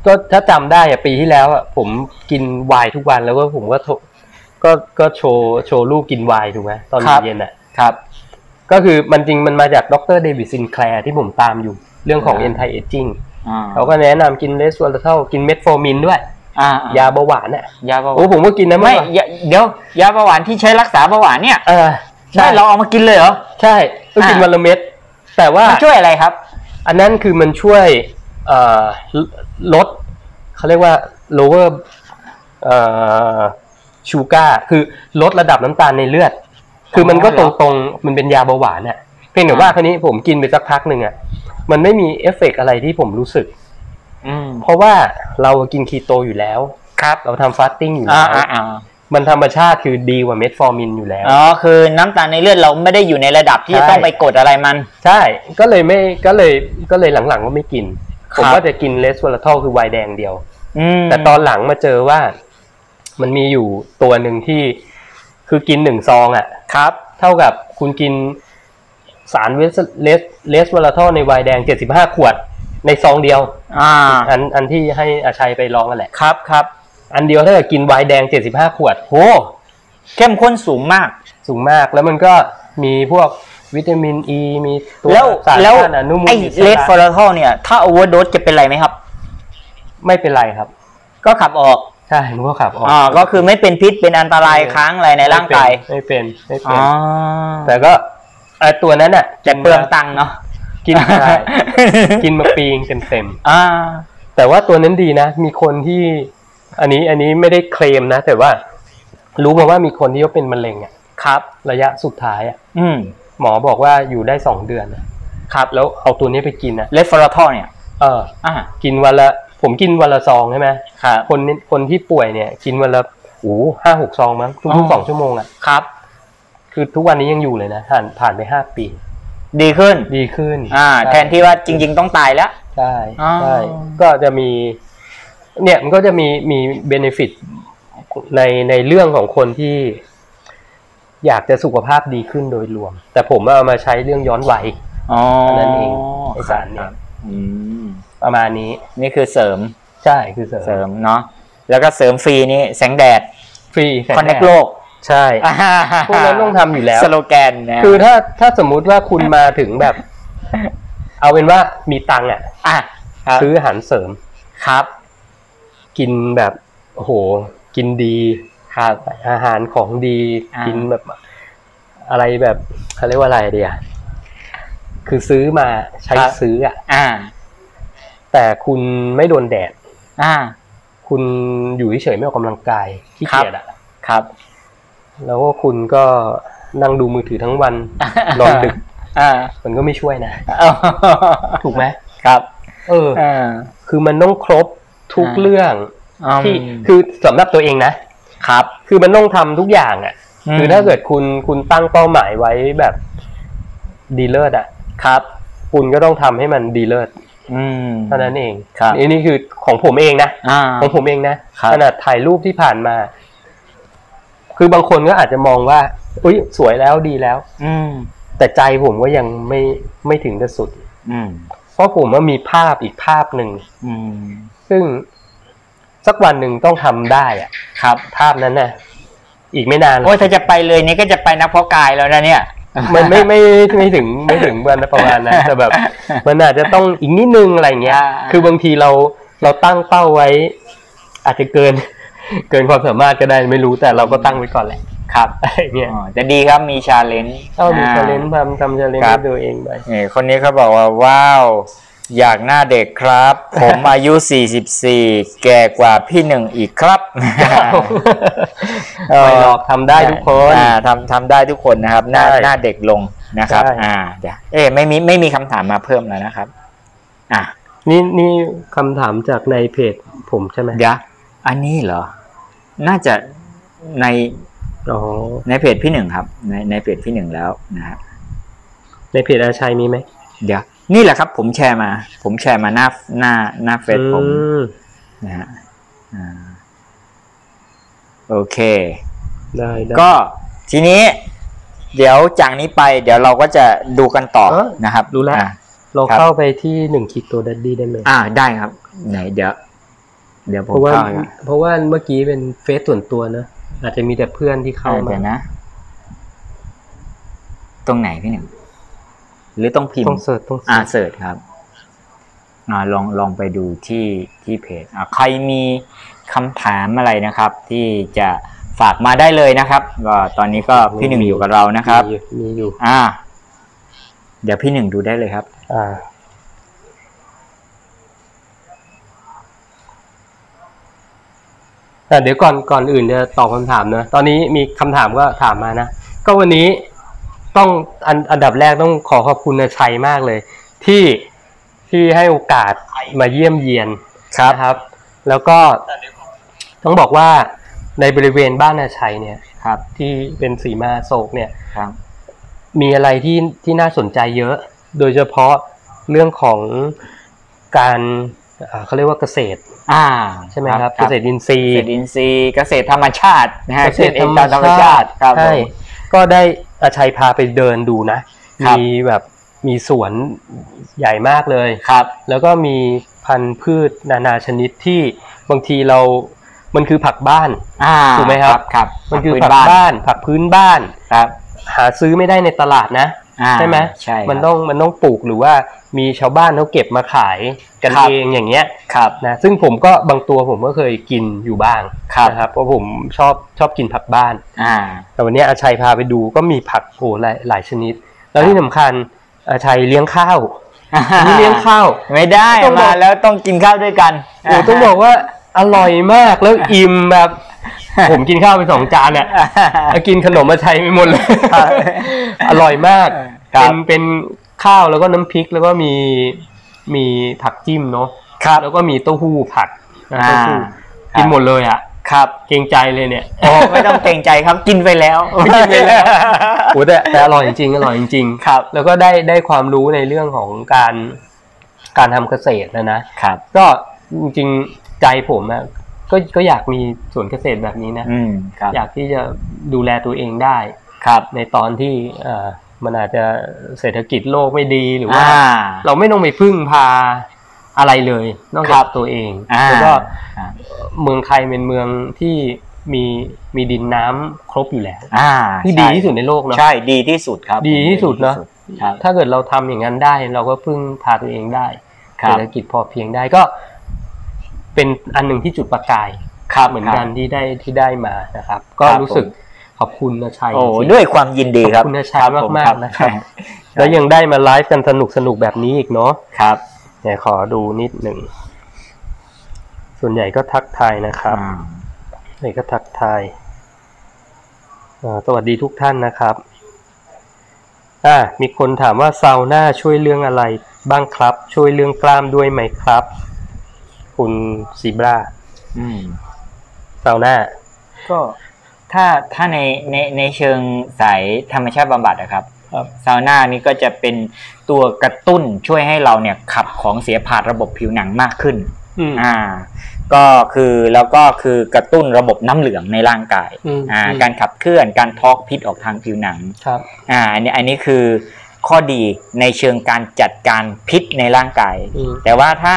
Speaker 2: ก็ถ้าจำได้อะปีที่แล้วอะผมกินไวน์ทุกวันแล้วก็ผมก็โทก็ก็โชว์โชว์รูปกินไวน์ถูกไหมตอน
Speaker 1: ครับ
Speaker 2: เย็นๆอะ
Speaker 1: ครับ
Speaker 2: ก็คือมันจริงมันมาจากดรเดวิดซินแคลร์ที่ผมตามอยู่เรื่องของ
Speaker 1: อ่า
Speaker 2: anti aging
Speaker 1: อ่า
Speaker 2: เขาก็แนะนำกินเลสโวลาเทลกินเม็ดโฟร์มินด้วย
Speaker 1: อ่าย
Speaker 2: าเบาหวานอ่ะ
Speaker 1: ยาเบาห
Speaker 2: โอ้
Speaker 1: วาน
Speaker 2: ผมก็กินนะ
Speaker 1: ไม่
Speaker 2: เอก่อน
Speaker 1: ยาเดี๋ยวยาเบาหวานที่ใช้รักษาเบาหวานเนี่ย
Speaker 2: เออใช่
Speaker 1: ไม่เราเอามากินเลยเหรอ
Speaker 2: ใช่ก็กิน
Speaker 1: อ่า
Speaker 2: วันละเม็ดแต่ว่า
Speaker 1: มันช่วยอะไรครับ
Speaker 2: อันนั้นคือมันช่วยเอ่อลลดเขาเรียกว่า lower เอ่อชูการ์คือลดระดับน้ำตาลในเลือด คือมันก็
Speaker 1: อ๋อเห
Speaker 2: ต
Speaker 1: ร
Speaker 2: ร
Speaker 1: อ
Speaker 2: งๆมันเป็นยาเบาหวานอ่ะเพียงแต่ว่าคราวนี้ผมกินไปสักพักหนึ่งอ่ะมันไม่มีเอฟเฟกต์อะไรที่ผมรู้สึก
Speaker 1: อืม
Speaker 2: เพราะว่าเรากินคีโตอยู่แล้ว
Speaker 1: ครับ
Speaker 2: เราทำฟาสติ้งอยู่
Speaker 1: อ่า
Speaker 2: แล้ว
Speaker 1: อ่าอ่า
Speaker 2: มันธรรมชาติคือดีกว่าเม็ดฟอร์มินอยู่แล้ว
Speaker 1: อ๋อคือน้ำตาลในเลือดเราไม่ได้อยู่ในระดับที่
Speaker 2: ใช่
Speaker 1: จะต้องไปกดอะไรมัน
Speaker 2: ใช่ก็เลยไม่ก็เลยก็เลยหลังๆก็ไม่กิน
Speaker 1: ค
Speaker 2: ผ
Speaker 1: รับ
Speaker 2: มว่าจะกินเลสวอลาทอลคือไวน์แดงเดียว
Speaker 1: อืม
Speaker 2: แต่ตอนหลังมาเจอว่า มันมีอยู่ตัวหนึ่งที่คือกินหนึ่งซองอะ่ะ
Speaker 1: ครับ
Speaker 2: เท่ากับคุณกินสารเลสเลสวอลาทอลในไวน์แดง 75 ขวดในซองเดียว
Speaker 1: อ่า
Speaker 2: อันอันที่ให้อาชัยไปลองกันแหละ
Speaker 1: ครับครับ
Speaker 2: อันเดียวถ้าเกิดกินไวน์แดง 75 ขวด
Speaker 1: โหเข้มข้นสูงมาก
Speaker 2: สูงมากแล้วมันก็มีพวกวิตามินอ e, ีมีตัว
Speaker 1: แล้ว
Speaker 2: สาร
Speaker 1: แล้ว
Speaker 2: ต้านอนุมูล
Speaker 1: ไอ้
Speaker 2: อิส
Speaker 1: เล
Speaker 2: ระ
Speaker 1: ดฟอร์ทอลเนี่ย ถ้าโอเวอร์โดสจะเป็นไรไหมครับ
Speaker 2: ไม่เป็นไรครับ
Speaker 1: ก็ขับออก
Speaker 2: ใช่มันก็ขับออก
Speaker 1: อ่าก็คือไม่เป็นพิษเป็นอันตรายค้างอะไรในร่างกาย
Speaker 2: ไม่เป็นไม่เป็น
Speaker 1: อ๋อ
Speaker 2: ไม่เป็นแต่ก็ไอ้ตัวนั้นอ่ะ
Speaker 1: แต่เปลืองตังค์เนาะ
Speaker 2: กินมาได้กินมาปีงเต็ม
Speaker 1: อ่า
Speaker 2: ๆแต่ว่าตัวนั้นดีนะ มีคนที่อันนี้อันนี้ไม่ได้เคลมนะ แต่ว่า รู้มาว่ามีคนที่เขาเป็นมะเร็งอะ
Speaker 1: ครับ
Speaker 2: ระยะสุดท้ายอะ
Speaker 1: อืม
Speaker 2: หมอบอกว่าอยู่ได้สองเดือนอะ
Speaker 1: ครับ
Speaker 2: แล้วเอาตัวนี้ไปกินอะ
Speaker 1: เลดฟอร์ทอลเนี่ย
Speaker 2: เออ
Speaker 1: อ่า
Speaker 2: กินวันละ ผมกินวันละซองใช่ไหม
Speaker 1: ครับ
Speaker 2: คนนี่คนที่ป่วยเนี่ย กินวันละโอ้ห้าหกซองมั้ง
Speaker 1: อ๋
Speaker 2: ทุ
Speaker 1: อ
Speaker 2: กๆสองชั่วโมงอะ
Speaker 1: ครับ
Speaker 2: คือทุกวันนี้ยังอยู่เลยนะผ่านผ่านไปห้าปี
Speaker 1: ดีขึ้น
Speaker 2: ดีขึ้น
Speaker 1: อ่า
Speaker 2: ใช่
Speaker 1: แทนที่ว่าจริง ๆ ต้องตายแล้ว
Speaker 2: ใช่
Speaker 1: อ๋อ
Speaker 2: ใช่ก็จะมี เนี่ยมันก็จะมีมีเบนฟิตในในเรื่องของคนที่ อยากจะสุขภาพดีขึ้นโดยรวม แต่ผมเอามาใช้เรื่องย้อนวัย
Speaker 1: อ๋อ
Speaker 2: อันนั้นเองไอ้สารเนี่ย
Speaker 1: ครับอืม
Speaker 2: ประมาณนี้
Speaker 1: นี่คือเสริม
Speaker 2: ใช่คือเสริ
Speaker 1: เสริ
Speaker 2: ม
Speaker 1: มเนาะแล้วก็เสริมฟรีนี่แสงแดด
Speaker 2: ฟรี
Speaker 1: คอนเนคโลก
Speaker 2: ใช่พวกนั้นต้องทำอยู่แล้ว
Speaker 1: สโลแกนนะ
Speaker 2: คือถ้าถ้าสมมุติว่าคุณมาถึงแบบ เอาเป็นว่ามีตังค์อ่ะ
Speaker 1: อ่ะครับ
Speaker 2: ซื้ออาหารเสริม
Speaker 1: ครับ
Speaker 2: กินแบบโอ้โห กินดี
Speaker 1: ครับ
Speaker 2: อาหารของดี
Speaker 1: อ่ากิ
Speaker 2: กินแบบอะไรแบบเขาเรียกว่าอะไรเดียคือซื้อมาใช้ซื้ออ่ะ
Speaker 1: อ่า
Speaker 2: แต่คุณไม่โดนแดด
Speaker 1: อ่า
Speaker 2: คุณอยู่เฉยๆไม่ออกกำลังกายขี้เกียจอ่ะ
Speaker 1: ครับ
Speaker 2: แล้วก็คุณก็นั่งดูมือถือทั้งวัน นอนดึก
Speaker 1: อ่า
Speaker 2: มันก็ไม่ช่วยนะ
Speaker 1: เอา
Speaker 2: ถูกไหม
Speaker 1: ครับ
Speaker 2: เออ
Speaker 1: อ่า
Speaker 2: คือมันต้องครบทุก
Speaker 1: อ่า
Speaker 2: เรื่องที่
Speaker 1: ม
Speaker 2: คือสำหรับตัวเองนะ
Speaker 1: ครับ
Speaker 2: คือมันต้องทำทุกอย่างอ่ะ คือถ้าเกิดคุณคุณตั้งเป้าหมายไว้แบบดีเลิศอ่ะ
Speaker 1: ครับ
Speaker 2: คุณก็ต้องทำให้มันดีเลิศ
Speaker 1: อืม
Speaker 2: เท่านั้นเอง
Speaker 1: ครับ
Speaker 2: อันนี่คือของผมเองนะ
Speaker 1: อ่า
Speaker 2: ของผมเองนะครับ ขนาดถ่ายรูปที่ผ่านมา คือบางคนก็อาจจะมองว่า อุ้ยสวยแล้วดีแล้ว
Speaker 1: อืม
Speaker 2: แต่ใจผมก็ยังไม่ไม่ถึงที่สุด
Speaker 1: อืม
Speaker 2: เพราะผมว่ามีภาพอีกภาพหนึ่ง
Speaker 1: อืม
Speaker 2: ซึ่งสักวันหนึ่งต้องทำได้อ่ะ
Speaker 1: ครับ
Speaker 2: ภาพนั้นน่ะ อีกไม่นานหร
Speaker 1: โอ้
Speaker 2: อก
Speaker 1: ยถ้าจะไปเลยนี่ก็จะไปนักเพาะกายแล้วนะเนี่ย
Speaker 2: มันไม่ไม่ไม่ไม่ถึงไม่ถึงวันประมาณนั้นแต่แบบ มันอาจจะต้องอีกนิดนึงอะไรเงี้ย
Speaker 1: อ่า
Speaker 2: คือบางทีเราเราตั้งเป้าไว้ อาจจะเกิน เกินความสามารถก็ได้ไม่รู้แต่เราก็ตั้งไว้ก่อนแหละ
Speaker 1: ครับ
Speaker 2: อะไรเงี้ย
Speaker 1: อ๋อแต่ดีครับมีชาเลนจ์
Speaker 2: เอามีชาเลนจ์ทำทำชาเลนจ์
Speaker 1: ครับ
Speaker 2: ให้ตัวเองไป
Speaker 1: นี่คนนี้เขาบอกว่าว้าว อยากหน้าเด็กครับ ผมอายุ 44 แก่กว่าพี่หนึ่งอีกครับ
Speaker 2: ไม่หร อกทำได้ทุกคน
Speaker 1: อ่าทำทำได้ทุกคนนะครับ หน้า
Speaker 2: ใช่
Speaker 1: หน้าเด็กลงนะครับ
Speaker 2: ใช่
Speaker 1: อ่าเดี๋ยวเอ๊ะไม่มีไม่มีคำถามมาเพิ่มแล้วนะครับ อ่ะ
Speaker 2: นี่นี่คำถามจากในเพจผมใช่ไหม
Speaker 1: เดี๋ยวอันนี้เหรอ น่าจะใน
Speaker 2: อ๋อ
Speaker 1: ในเพจพี่หนึ่งครับ ในในเพจพี่หนึ่งแล้วนะฮะ
Speaker 2: ในเพจอาชัยมีไหม
Speaker 1: เดี๋ยวนี่แหละครับ ผมแชร์มา ผมแชร์มาหน้าหน้าหน้าเฟซผม
Speaker 2: อืม
Speaker 1: นะฮะอ่าโอเค
Speaker 2: ได้ได้
Speaker 1: ก็ทีนี้ เดี๋ยวจากนี้ไป เดี๋ยวเราก็จะดูกันต่อ
Speaker 2: เออ
Speaker 1: นะครับ
Speaker 2: รู้แล้ว
Speaker 1: อ่ะ
Speaker 2: เรา
Speaker 1: ครับ
Speaker 2: เข้าไปที่หนึ่งคลิกตัวดัดดี้ได้ไหม
Speaker 1: อ่าได้ครับ ไหนเดี๋ยว เดี๋ยวผ
Speaker 2: เพ
Speaker 1: ม
Speaker 2: ราะว่า
Speaker 1: เข้าไปก่อน
Speaker 2: เพราะว่าเมื่อกี้เป็นเฟซส่วนตัวนะ อาจจะมีแต่เพื่อนที่เข้า
Speaker 1: เออ
Speaker 2: มา
Speaker 1: เดี๋ยวนะ ตรงไหนพี่หนึ่ง หรือต้องพิมพ์
Speaker 2: ต้องเสิร์ชต้องเสิ
Speaker 1: อ่า
Speaker 2: ร์ช
Speaker 1: เสิร์ชครับอ่าลองลองไปดูที่ที่เพจอ่าใครมีคำถามอะไรนะครับ ที่จะฝากมาได้เลยนะครับก็ตอนนี้ก็พี่หนึ่งอยู่กับเรานะครับ
Speaker 2: มีอยู่มีอยู่
Speaker 1: อ่า เดี๋ยวพี่หนึ่งดูได้เลยครับ
Speaker 2: อ่า แต่เดี๋ยวก่อนก่อนอื่นจะตอบคำถามนะ ตอนนี้มีคำถามก็ถามมานะ ก็วันนี้ต้องอันอันดับแรกต้องขอขอบคุณนะชัยมากเลย ที่ที่ให้โอกาสมาเยี่ยมเยียนครับครับ แล้วก็ต้องบอกว่าในบริเวณบ้านนาชัยเนี่ย
Speaker 1: ครับ
Speaker 2: ที่เป็นสีมาโศกเนี่ย
Speaker 1: ครับ
Speaker 2: มีอะไรที่ที่น่าสนใจเยอะ โดยเฉพาะเรื่องของการอ่าเขาเรียกว่าเกษตร
Speaker 1: อ่า
Speaker 2: ใช่ไหมครับ เกษตรอินทรี
Speaker 1: เก
Speaker 2: ย์
Speaker 1: ษตรอินทรีย์เกษตรธรรมชาตินะฮะ
Speaker 2: เกษตร
Speaker 1: ขึ้นอง
Speaker 2: ธ
Speaker 1: ต
Speaker 2: รรมชาติ
Speaker 1: ครับผ
Speaker 2: ใช่
Speaker 1: ม
Speaker 2: ก็ได้อาชัยพาไปเดินดูนะ
Speaker 1: ครับ
Speaker 2: มีแบบมีสวนใหญ่มากเลย
Speaker 1: ครับ
Speaker 2: แล้วก็มีพันธุ์พืชนานาชนิดที่บางทีเรา มันคือผักบ้าน
Speaker 1: อ่า
Speaker 2: ถูกไหมครับ
Speaker 1: ครับ
Speaker 2: มันคือ
Speaker 1: พื้
Speaker 2: ผักบ้าน ผักพื้นบ้าน
Speaker 1: ครับ
Speaker 2: หาซื้อไม่ได้ในตลาดนะ
Speaker 1: อ่า
Speaker 2: ใช่ไหม
Speaker 1: ใช่ครับ
Speaker 2: มันต้องมันต้องปลูกหรือว่ามีชาวบ้านเขาเก็บมาขายกัน
Speaker 1: ครับ
Speaker 2: เองอย่างเงี้ย
Speaker 1: ครับ
Speaker 2: นะซึ่งผมก็บางตัวผมก็เคยกินอยู่บ้าง
Speaker 1: ครับ
Speaker 2: นะครับเพราะผมชอบชอบกินผักบ้าน
Speaker 1: อ่า
Speaker 2: แต่วันเนี้ยอาชัยพาไปดูก็มีผักโหหลายหลายชนิด แล้วที่สำคัญอาชัยเลี้ยงข้าวนี่เลี้ยงข้าว
Speaker 1: ไม่ได้
Speaker 2: ต้องบอก
Speaker 1: มาแล้วต้องกินข้าวด้วยกัน
Speaker 2: โอ้ต้องบอกว่าอร่อยมากแล้วอิ่มแบบ ผมกินข้าวไปสองจานเนี่ย แล้วกินขนมมาใช้ไม่หมดเลย
Speaker 1: ครับ
Speaker 2: อร่อยมาก
Speaker 1: ครั
Speaker 2: เป็
Speaker 1: บ
Speaker 2: นเป็นข้าวแล้วก็น้ำพริกแล้วก็มีมีผักจิ้มเนาะ
Speaker 1: ครับ
Speaker 2: แล้วก็มีเต้าหู้ผัดนะ
Speaker 1: อ่า
Speaker 2: เต้าหู้
Speaker 1: ครับ
Speaker 2: กินหมดเลยอ่ะ
Speaker 1: ครับ
Speaker 2: เกรงใจเลยเนี่ย
Speaker 1: โอ้ไม่ต้องเกรงใจครับกินไปแล้ว
Speaker 2: กินไปแล้วโอ้แต่แต่อร่อยจริงๆอร่อยจริง
Speaker 1: ครับ
Speaker 2: ๆแล้วก็ได้ได้ความรู้ในเรื่องของการการทำเกษตรนะนะ
Speaker 1: ครับ
Speaker 2: ก็จริงๆใจผมอะก็ก็อยากมีสวนเกษตรแบบนี้นะ
Speaker 1: อืมครับ
Speaker 2: อยากที่จะดูแลตัวเองได้
Speaker 1: ครับ
Speaker 2: ในตอนที่เอ่อมันอาจจะเศรษฐกิจโลกไม่ดีหรือว่า
Speaker 1: อ่า
Speaker 2: เราไม่ต้องไปพึ่งพาอะไรเลย นอก
Speaker 1: ค
Speaker 2: จา
Speaker 1: รั
Speaker 2: ก
Speaker 1: บ
Speaker 2: ตัวเอง
Speaker 1: อ่า
Speaker 2: แล้วก็
Speaker 1: อ่า
Speaker 2: เมืองไทยเป็นเมืองที่มีมีดินน้ำครบอยู่แล้ว
Speaker 1: อ่า
Speaker 2: ที่ดีที่สุดในโลกเนาะ
Speaker 1: ใช่ดีที่สุดครับ
Speaker 2: ดีที่สุดเนอะ
Speaker 1: ครับ
Speaker 2: ถ้าเกิดเราทำอย่างนั้นได้ เราก็พึ่งพาตัวเองได้
Speaker 1: ครับ
Speaker 2: เศรษฐกิจพอเพียงได้ก็ เป็นอันหนึ่งที่จุดประกาย
Speaker 1: ครับ
Speaker 2: เหมือนกันที่ได้ที่ได้มานะครับ ก็
Speaker 1: ครับ
Speaker 2: รู้สึก
Speaker 1: ผม
Speaker 2: ขอบคุณนะชัย
Speaker 1: โอ้
Speaker 2: จริงๆ
Speaker 1: ด้วยความยินดีครับ
Speaker 2: ขอบคุณอาชาย
Speaker 1: รับผม
Speaker 2: ากๆนะครับ
Speaker 1: แล้
Speaker 2: แล้ว ว
Speaker 1: ยัง
Speaker 2: ยังได้มาไลฟ์กันสนุกสนุกๆแบบนี้อีกเนาะ
Speaker 1: ครับ
Speaker 2: เนี่ยขอดูนิดหนึ่ง ส่วนใหญ่ก็ทักทายนะครับ
Speaker 1: อ่า
Speaker 2: ส่วนใหญ่ก็ทักทายอ่าสวัสดีทุกท่านนะครับ อ่า มีคนถามว่าซาวน่าช่วยเรื่องอะไรบ้างครับ ช่วยเรื่องกล้ามด้วยไหมครับ คุณซีบรา
Speaker 1: อืม
Speaker 2: ซาวน่า
Speaker 1: ก็ถ้าถ้าในในในเชิงสายธรรมชาติบำบัดนะครับ
Speaker 2: ครับ
Speaker 1: ซาวน่านี่ก็จะเป็นตัวกระตุ้นช่วยให้เราเนี่ยขับของเสียผ่านระบบผิวหนังมากขึ้น
Speaker 2: อืม
Speaker 1: อ่า ก็คือแล้วก็คือกระตุ้นระบบน้ำเหลืองในร่างกาย
Speaker 2: อืม
Speaker 1: อ่า
Speaker 2: อืม
Speaker 1: การขับเคลื่อนการทอกพิษออกทางผิวหนัง
Speaker 2: ครับ
Speaker 1: อ่าอันนี้อันนี้คือข้อดีในเชิงการจัดการพิษในร่างกาย
Speaker 2: อืม
Speaker 1: แต่ว่าถ้า